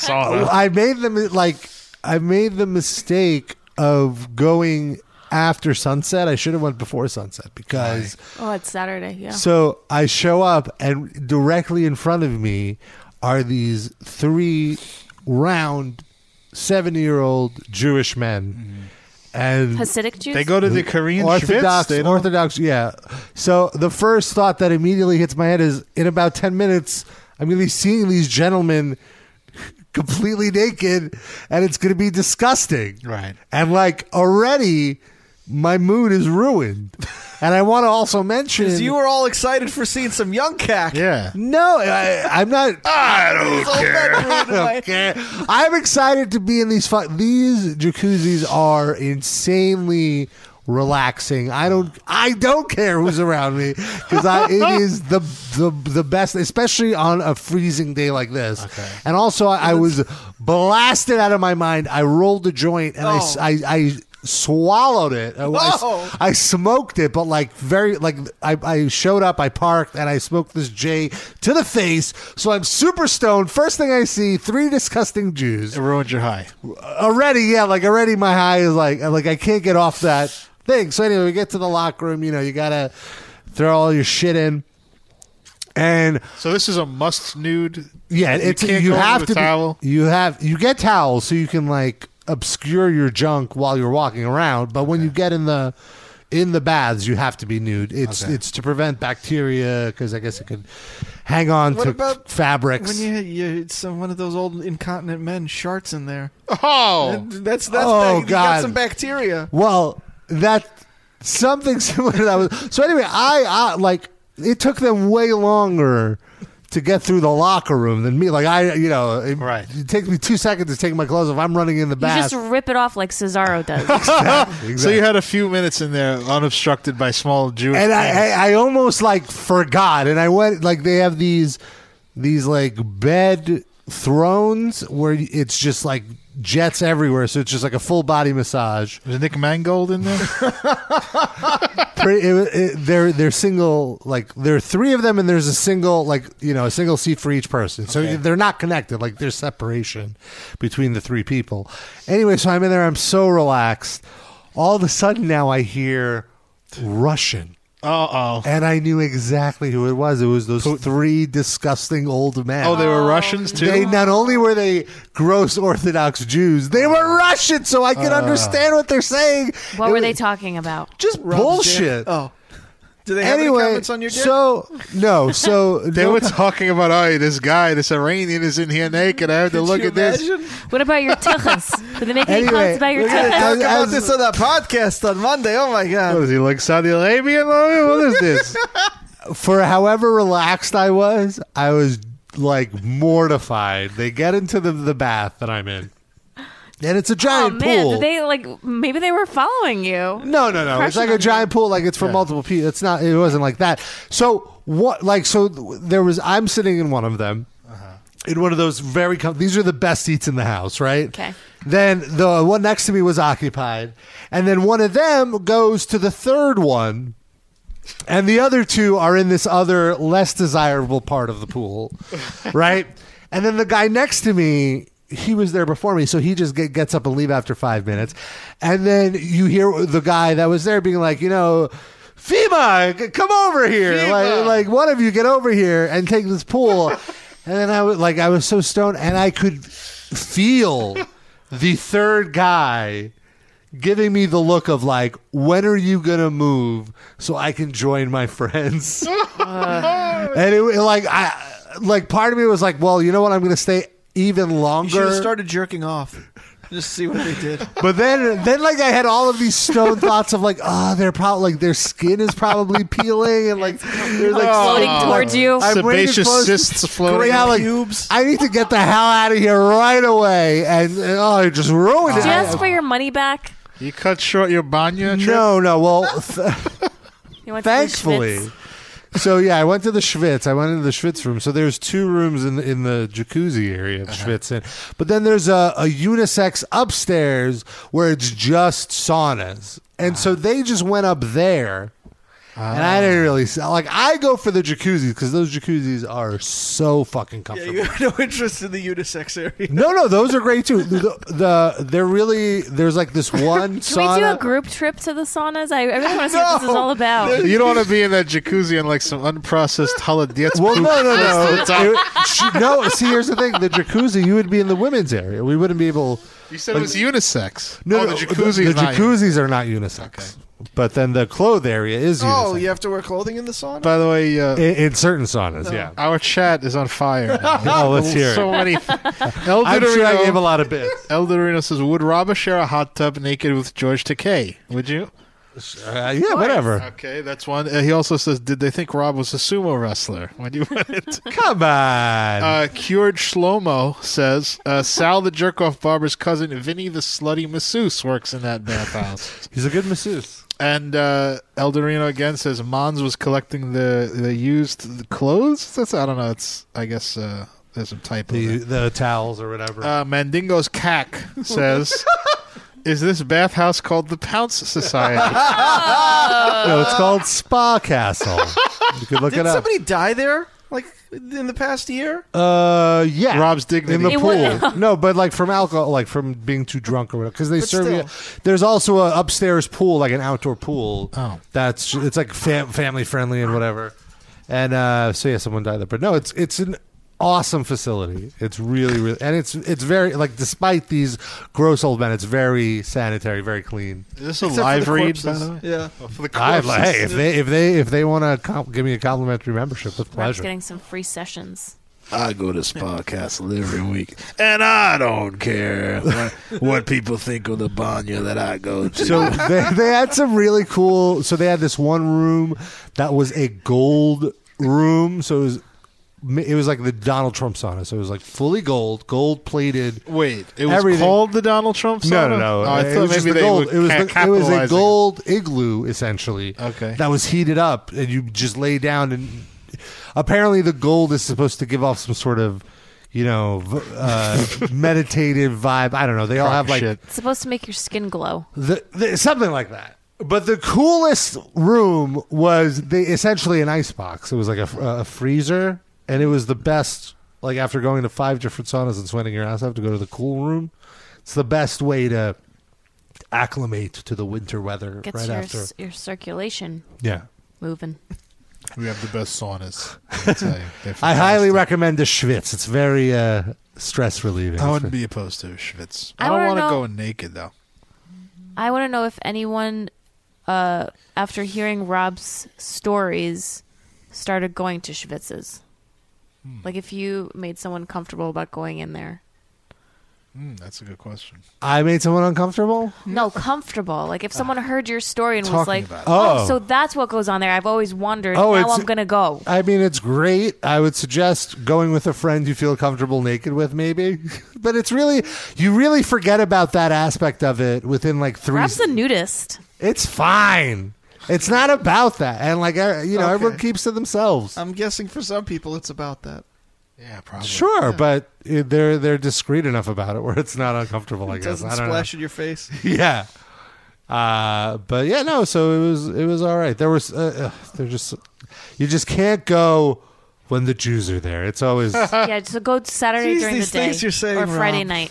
Speaker 12: Sauna.
Speaker 2: I made them like I made the mistake of going after sunset. I should have went before sunset because.
Speaker 5: Oh, it's Saturday. Yeah.
Speaker 2: So I show up, and directly in front of me are these three round, seventy-year-old Jewish men, and
Speaker 5: Hasidic Jews?
Speaker 3: Mm-hmm. They go to the Korean
Speaker 2: Orthodox.
Speaker 3: shvitz, they don't-
Speaker 2: Orthodox, yeah. So the first thought that immediately hits my head is: in about ten minutes, I'm going to be seeing these gentlemen completely naked, and it's going to be disgusting.
Speaker 3: Right.
Speaker 2: And like already, my mood is ruined. And I want to also mention
Speaker 12: you were all excited for seeing some young cack.
Speaker 3: Yeah.
Speaker 2: no, I, I'm not.
Speaker 12: I don't It's all care. that ruined
Speaker 2: I
Speaker 12: my-
Speaker 2: don't care. I'm excited to be in these. Fu- these jacuzzis are insanely relaxing. I don't I don't care who's around me because it is the, the the best, especially on a freezing day like this. And also, I, I was blasted out of my mind. I rolled the joint and I s I I I, swallowed it. I, I s-
Speaker 12: Oh.
Speaker 2: I smoked it, but like very like I, I showed up, I parked, and I smoked this J to the face. So I'm super stoned. First thing I see, three disgusting Jews. It
Speaker 3: ruined your high.
Speaker 2: Already, yeah, like already my high is like like I can't get off that thing. So anyway, we get to the locker room, you know, you gotta throw all your shit in. And
Speaker 3: So this is a must nude.
Speaker 2: yeah, it's
Speaker 3: you, can't go in
Speaker 2: have
Speaker 3: with
Speaker 2: to
Speaker 3: a
Speaker 2: be-
Speaker 3: towel.
Speaker 2: you have you get towels so you can like obscure your junk while you're walking around. But when you get in the in the baths, you have to be nude. It's
Speaker 12: Okay.
Speaker 2: it's to prevent bacteria because I guess it could hang on
Speaker 12: What
Speaker 2: to
Speaker 12: about
Speaker 2: fabrics.
Speaker 12: When you you some one of those old incontinent men sharts in there.
Speaker 3: Oh,
Speaker 12: that's that's
Speaker 2: Oh,
Speaker 12: you got
Speaker 2: God.
Speaker 12: some bacteria.
Speaker 2: Well, that something similar to that was. So anyway, I, I like it took them way longer to get through the locker room than me. Like I, you know, it, right. It takes me two seconds to take my clothes off. I'm running in the
Speaker 5: You
Speaker 2: bath.
Speaker 5: just rip it off like Cesaro does.
Speaker 3: So you had a few minutes in there unobstructed by small Jewish.
Speaker 2: and
Speaker 3: men.
Speaker 2: I, I, I almost like forgot. And I went like they have these these like bed thrones where it's just like jets everywhere. So it's just like a full body massage.
Speaker 3: Was Nick Mangold in there?
Speaker 2: Pretty, it, it, they're they're single like there are three of them and there's a single like you know a single seat for each person so
Speaker 12: Okay.
Speaker 2: they're not connected like there's separation between the three people anyway so I'm in there I'm so relaxed all of a sudden now I hear Russian
Speaker 3: uh oh
Speaker 2: and I knew exactly who it was it was those three disgusting old men
Speaker 3: Oh, they were Russians too.
Speaker 2: they not only were they gross Orthodox Jews they were Russian so I could
Speaker 5: Uh.
Speaker 2: understand what they're saying
Speaker 5: what
Speaker 2: It
Speaker 5: were
Speaker 2: was-
Speaker 5: they talking about?
Speaker 2: Just bullshit
Speaker 12: Oh. Do they have
Speaker 2: anyway,
Speaker 12: any comments on your dick?
Speaker 2: so no, so
Speaker 3: They were talking about, oh, this guy, this Iranian is in here naked. I have to look at this.
Speaker 5: What about your tuchus? Did they make any
Speaker 3: Anyway,
Speaker 5: comments about your
Speaker 3: we're gonna
Speaker 5: tuchus?
Speaker 3: talk about As-
Speaker 12: this on that podcast on Monday. Oh my god.
Speaker 3: What is he like Saudi Arabian? What is this?
Speaker 2: for however relaxed I was, I was like mortified. They get into the, the bath that I'm in. And it's a
Speaker 5: Oh
Speaker 2: giant
Speaker 5: man,
Speaker 2: pool.
Speaker 5: did they like maybe they were following you?
Speaker 2: No, no, no. It's like a giant pool. Like it's for multiple people. It's not. It wasn't like that. So what? Like so, th- there was. I'm sitting in one of them,
Speaker 3: Uh-huh.
Speaker 2: in one of those very. Com- these are the best seats in the house, right?
Speaker 5: Okay.
Speaker 2: Then the one next to me was occupied, and then one of them goes to the third one, and the other two are in this other less desirable part of the pool, right? And then the guy next to me, he was there before me, so he just get, gets up and leave after five minutes, and then you hear the guy that was there being like, you know. FEMA, g- come over here! Like, like one of you get over here and take this pool. and then I was like, I was so stoned, and I could feel the third guy giving me the look of like, when are you gonna move so I can join my friends? and it wa- like I like part of me was like, well, you know what? I'm gonna stay even
Speaker 12: You should
Speaker 2: longer.
Speaker 12: have started jerking off. Just see what they did.
Speaker 2: but then, then like I had all of these stone thoughts of like, oh, they're probably like their skin is probably peeling and like they're like
Speaker 5: Floating
Speaker 2: stuff.
Speaker 5: towards you.
Speaker 2: I'm waiting
Speaker 5: Sebaceous
Speaker 2: for-
Speaker 5: cysts floating.
Speaker 2: Yeah, like, I need to get the hell out of here right away, and, and, oh, it just ruined
Speaker 5: Did you
Speaker 2: it.
Speaker 5: ask for your money back?
Speaker 3: You cut short your banya trip?
Speaker 2: No, no. Well, th-
Speaker 5: You went to the
Speaker 2: thankfully.
Speaker 5: Schmitz?
Speaker 2: So yeah, I went to the Schwitz. I went into the Schwitz room. So there's two rooms in the, in the jacuzzi area of
Speaker 3: Uh-huh.
Speaker 2: Schwitz, and but then there's a, a unisex upstairs where it's just saunas, and
Speaker 3: Ah.
Speaker 2: so they just went up there, and I didn't really see, like I go for the jacuzzis because those jacuzzis are so fucking
Speaker 12: Yeah,
Speaker 2: comfortable.
Speaker 12: you have no interest in the unisex area.
Speaker 2: no, no, those are great too. The, the they're really there's like this one
Speaker 5: Can we do a
Speaker 2: sauna.
Speaker 5: group trip to the saunas? I, I really want to see what this is all about.
Speaker 3: You don't want to be in that jacuzzi on like some unprocessed holodietz.
Speaker 2: Well,
Speaker 3: poop.
Speaker 2: no, no, no.
Speaker 3: That's the top.
Speaker 2: It- she- no, see, here's the thing: the jacuzzi, you would be in the women's area. We wouldn't be able.
Speaker 3: You said it was unisex.
Speaker 2: No,
Speaker 3: Oh,
Speaker 2: no,
Speaker 3: the jacuzzi.
Speaker 2: The,
Speaker 3: is not
Speaker 2: jacuzzis are not unisex, but then the clothes area is unisex.
Speaker 12: Oh, you have to wear clothing in the sauna?
Speaker 3: By the way, uh,
Speaker 2: In, in certain saunas, yeah.
Speaker 3: Our chat is on fire.
Speaker 2: Oh, let's hear it.
Speaker 3: So many. El
Speaker 2: I'm sure I
Speaker 3: Dorino-
Speaker 2: gave a lot of bits.
Speaker 3: El Dorino says, "Would Robba share a hot tub naked with George Takei? Would you?"
Speaker 2: Uh, yeah, whatever.
Speaker 3: Okay, that's one. Uh, he also says, "Did they think Rob was a sumo wrestler when you went into?"
Speaker 2: Come on.
Speaker 3: Uh, Cured Shlomo says, uh, "Sal the jerkoff barber's cousin, Vinny the slutty masseuse, works in that bathhouse.
Speaker 2: He's a good masseuse."
Speaker 3: And uh, Eldorino again says, "Mons was collecting the the used clothes." That's I don't know. It's I guess uh, there's some type of
Speaker 2: The, the towels or whatever.
Speaker 3: uh, Mandingo's cack says, "Is this bathhouse called the Pounce Society?"
Speaker 2: no, it's called Spa Castle. You can look
Speaker 3: Did
Speaker 2: it up.
Speaker 12: Somebody die there, like in the past year.
Speaker 2: Uh, yeah.
Speaker 3: Rob's dignity
Speaker 2: in the
Speaker 12: It
Speaker 2: pool.
Speaker 12: would-
Speaker 2: no, but like from alcohol, like from being too drunk or whatever. Because they
Speaker 12: But
Speaker 2: serve you. There's also a upstairs pool, like an outdoor pool. Oh, that's it's like fam- family friendly and whatever. And uh, so yeah, someone died there, but no, it's it's an awesome facility. It's really really, and it's it's very like despite these gross old men, it's very sanitary, very clean.
Speaker 3: Is this a live read? by the way?
Speaker 12: Yeah.
Speaker 3: Oh, for the
Speaker 2: I
Speaker 3: corpses.
Speaker 2: like. Hey, if they if they if they want to comp- give me a complimentary membership, with
Speaker 5: Rob's
Speaker 2: pleasure.
Speaker 5: getting some free sessions.
Speaker 11: I go to Spa Castle every week, and I don't care what, what people think of the banya that I go to.
Speaker 2: So they, they had some really cool. So they had this one room that was a gold room. So it was it was like the Donald Trump sauna. So it was like fully gold, gold plated.
Speaker 3: Wait, it was
Speaker 2: everything.
Speaker 3: called the Donald Trump.
Speaker 2: No,
Speaker 3: sauna?
Speaker 2: no, no.
Speaker 3: Oh, I
Speaker 2: It
Speaker 3: thought
Speaker 2: was just
Speaker 3: maybe
Speaker 2: the
Speaker 3: they
Speaker 2: gold.
Speaker 3: were
Speaker 2: It was
Speaker 3: ca-
Speaker 2: the- it was a
Speaker 3: capitalizing.
Speaker 2: gold igloo essentially.
Speaker 3: Okay.
Speaker 2: that was heated up, and you just lay down and. Apparently, the gold is supposed to give off some sort of, you know, v- uh, meditative vibe. I don't know. They all have like
Speaker 5: It's supposed to make your skin glow.
Speaker 2: the, the, something like that. But the coolest room was the essentially an ice box. It was like a, a freezer, and it was the best. Like after going to five different saunas and sweating your ass off to go to the cool room, it's the best way to acclimate to the winter weather
Speaker 5: Gets
Speaker 2: right
Speaker 5: your
Speaker 2: after.
Speaker 5: s- your circulation
Speaker 2: Yeah.
Speaker 5: moving.
Speaker 3: We have the best saunas. I tell you. They're
Speaker 2: I highly recommend the Schwitz. It's very uh, stress relieving.
Speaker 3: I wouldn't be opposed to Schwitz. I,
Speaker 5: I
Speaker 3: don't
Speaker 5: wanna
Speaker 3: want to
Speaker 5: know-
Speaker 3: go in naked though.
Speaker 5: I want to know if anyone, uh, after hearing Rob's stories, started going to Schwitz's.
Speaker 2: Hmm.
Speaker 5: Like if you made someone comfortable about going in there.
Speaker 3: Mm, that's a good question.
Speaker 2: I made someone uncomfortable.
Speaker 5: No, comfortable. Like if someone heard your story and was
Speaker 2: Hmm? Talking
Speaker 5: like,
Speaker 2: about it.
Speaker 5: oh,
Speaker 2: Oh.
Speaker 5: so that's what goes on there. I've always wondered.
Speaker 2: Oh,
Speaker 5: now
Speaker 2: it's-
Speaker 5: I'm going to go.
Speaker 2: I mean, it's great. I would suggest going with a friend you feel comfortable naked with, maybe. But it's really, you really forget about that aspect of it within like three.
Speaker 5: Rob's a nudist.
Speaker 2: it's fine. It's not about that. And like, uh, you know,
Speaker 12: Okay.
Speaker 2: everyone keeps to themselves.
Speaker 12: I'm guessing for some people it's about that.
Speaker 3: Yeah, probably.
Speaker 2: Sure, but it, they're they're discreet enough about it where it's not uncomfortable. I
Speaker 12: it
Speaker 2: guess
Speaker 12: doesn't
Speaker 2: I don't
Speaker 12: splash
Speaker 2: know.
Speaker 12: in your face.
Speaker 2: yeah. Uh, but yeah, no. So it was it was all right. There was uh, uh, there just you just can't go when the Jews are there. It's always
Speaker 5: yeah, so go Saturday
Speaker 12: Jeez,
Speaker 5: during
Speaker 12: these
Speaker 5: the day
Speaker 12: things you're saying,
Speaker 5: or Friday
Speaker 12: Rob.
Speaker 5: night.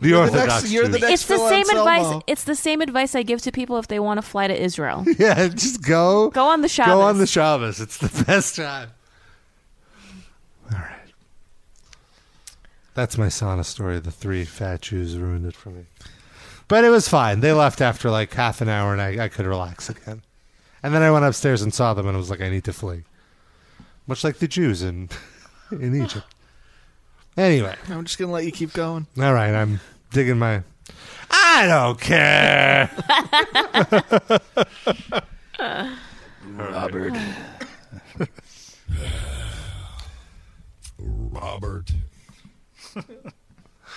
Speaker 2: the Orthodox.
Speaker 12: next- you're the
Speaker 2: Jews.
Speaker 12: next
Speaker 5: it's the
Speaker 12: Phil
Speaker 5: same
Speaker 12: Anselmo.
Speaker 5: advice. It's the same advice I give to people if they want to fly to Israel.
Speaker 2: yeah, just go.
Speaker 5: Go on the Shabbos.
Speaker 2: Go on the Shabbos. It's the best time. That's my sauna story. The three fat Jews ruined it for me. But it was fine. They left after like half an hour and I, I could relax again. And then I went upstairs and saw them and I was like, I need to flee. Much like the Jews in, in Egypt. Anyway.
Speaker 12: I'm just gonna let you keep going.
Speaker 2: All right. I'm digging my. I don't care.
Speaker 11: Robert.
Speaker 9: Robert.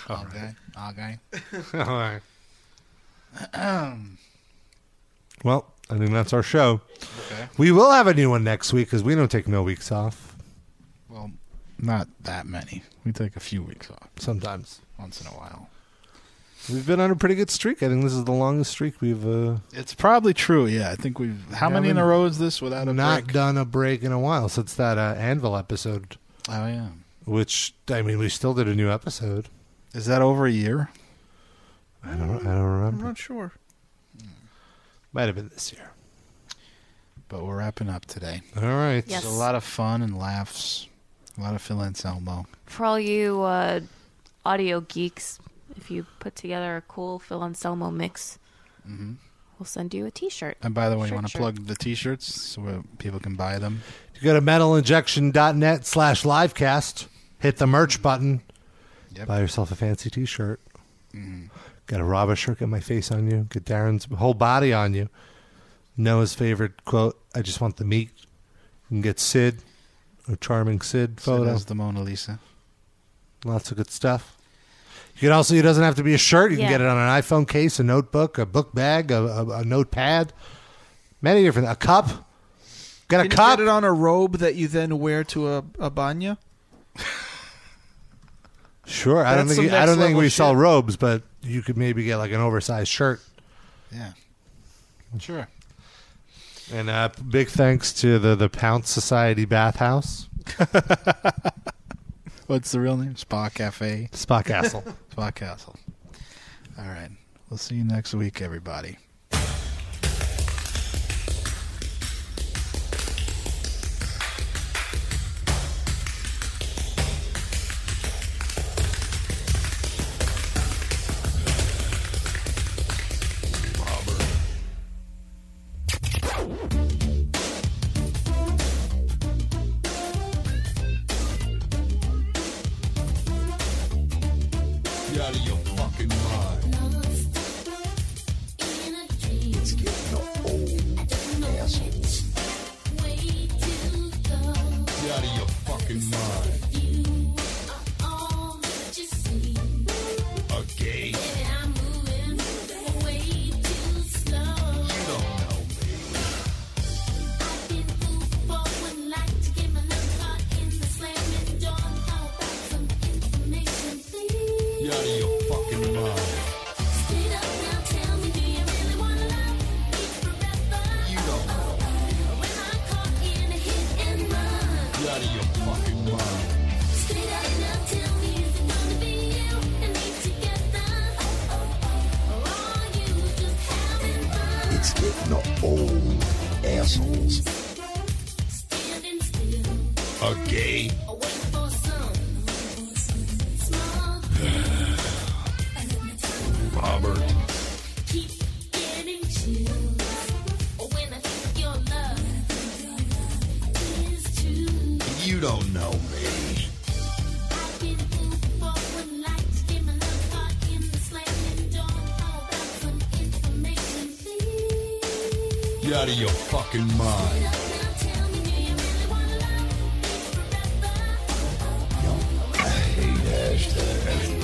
Speaker 3: Okay. Okay.
Speaker 2: All right. Well, I think that's our show.
Speaker 3: Okay.
Speaker 2: We will have a new one next week because we don't take no weeks off.
Speaker 3: well, not that many. We take a few weeks off.
Speaker 2: Sometimes.
Speaker 3: Once in a while.
Speaker 2: We've been on a pretty good streak. I think this is the longest streak we've. Uh,
Speaker 3: It's probably true. Yeah, I think we've. How
Speaker 2: Yeah,
Speaker 3: many in
Speaker 2: we-
Speaker 3: a row is this without a
Speaker 2: not
Speaker 3: break?
Speaker 2: done a break in a while since that uh, Anvil episode.
Speaker 3: Oh yeah.
Speaker 2: Which I mean, we still did a new episode.
Speaker 3: Is that over a year?
Speaker 2: I don't. I don't
Speaker 12: I'm
Speaker 2: remember.
Speaker 12: not sure.
Speaker 2: Might have been this year.
Speaker 3: But we're wrapping up today.
Speaker 2: All right.
Speaker 5: Yes.
Speaker 3: It was a lot of fun and laughs. A lot of Phil Anselmo.
Speaker 5: For all you uh, audio geeks, if you put together a cool Phil Anselmo mix,
Speaker 3: Mhm.
Speaker 5: we'll send you a T-shirt.
Speaker 3: And by the way, you
Speaker 5: Shirt,
Speaker 3: want to
Speaker 5: shirt.
Speaker 3: plug the T-shirts so where people can buy them.
Speaker 2: You go to metalinjection.net slash livecast, hit the merch button,
Speaker 3: Yep.
Speaker 2: buy yourself a fancy t shirt. Got a Robba shirt, get my face on you, get Darren's whole body on you. Noah's favorite quote I just want the meat. You can get Sid, a charming Sid photo.
Speaker 3: has the Mona Lisa.
Speaker 2: Lots of good stuff. You can also, it doesn't have to be a shirt. You
Speaker 3: Yeah.
Speaker 2: can get it on an iPhone case, a notebook, a book bag, a, a, a notepad. Many different, a cup. Got a
Speaker 4: Can you
Speaker 2: cup.
Speaker 4: get it on a robe that you then wear to a, a banya?
Speaker 2: Sure. I don't
Speaker 4: That's
Speaker 2: think,
Speaker 4: some
Speaker 2: I don't
Speaker 4: next
Speaker 2: think
Speaker 4: level
Speaker 2: we sell
Speaker 4: shit.
Speaker 2: robes, but you could maybe get like an oversized shirt.
Speaker 3: Yeah. Sure.
Speaker 2: And uh, big thanks to the the Pounce Society Bathhouse,
Speaker 3: What's the real name? Spa Cafe.
Speaker 2: Spa Castle.
Speaker 3: Spa Castle. All right. We'll see you next week, everybody.
Speaker 12: Get out of your fucking mind. It's getting old. Assholes. Get out of your fucking mind. A gay. Get out of your fucking mind. Get out of your fucking mind. It's getting old. Assholes. A gay. Robert. You don't know me. Get out of your fucking mind. Yo, I hate hashtags.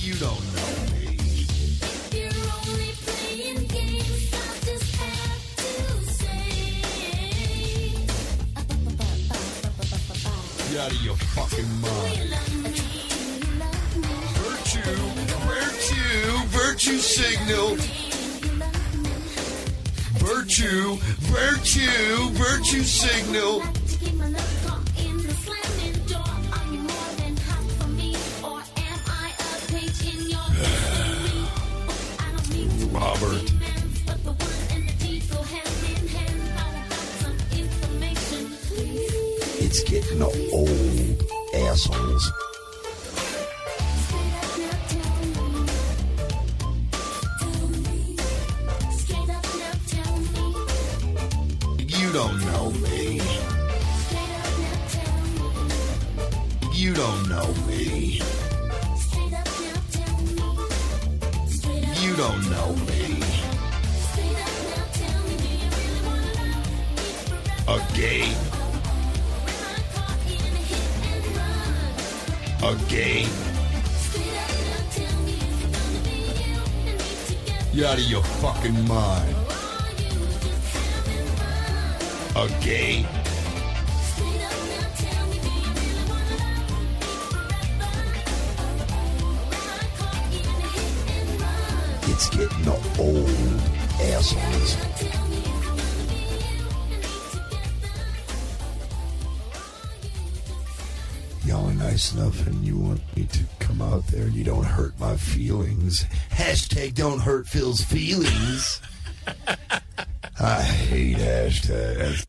Speaker 12: You don't know me. Get out of your fucking mind. Virtue, virtue, virtue signal. Virtue, virtue, virtue signal. Robert. It's getting old, assholes. You don't know me. You don't know me. You don't know me. A gay. A gay. You out of your fucking mind. A gay. It's getting old, assholes. Y'all are nice enough, and you want me to come out there, and you don't hurt my feelings. Hashtag don't hurt Phil's feelings. I hate hashtags.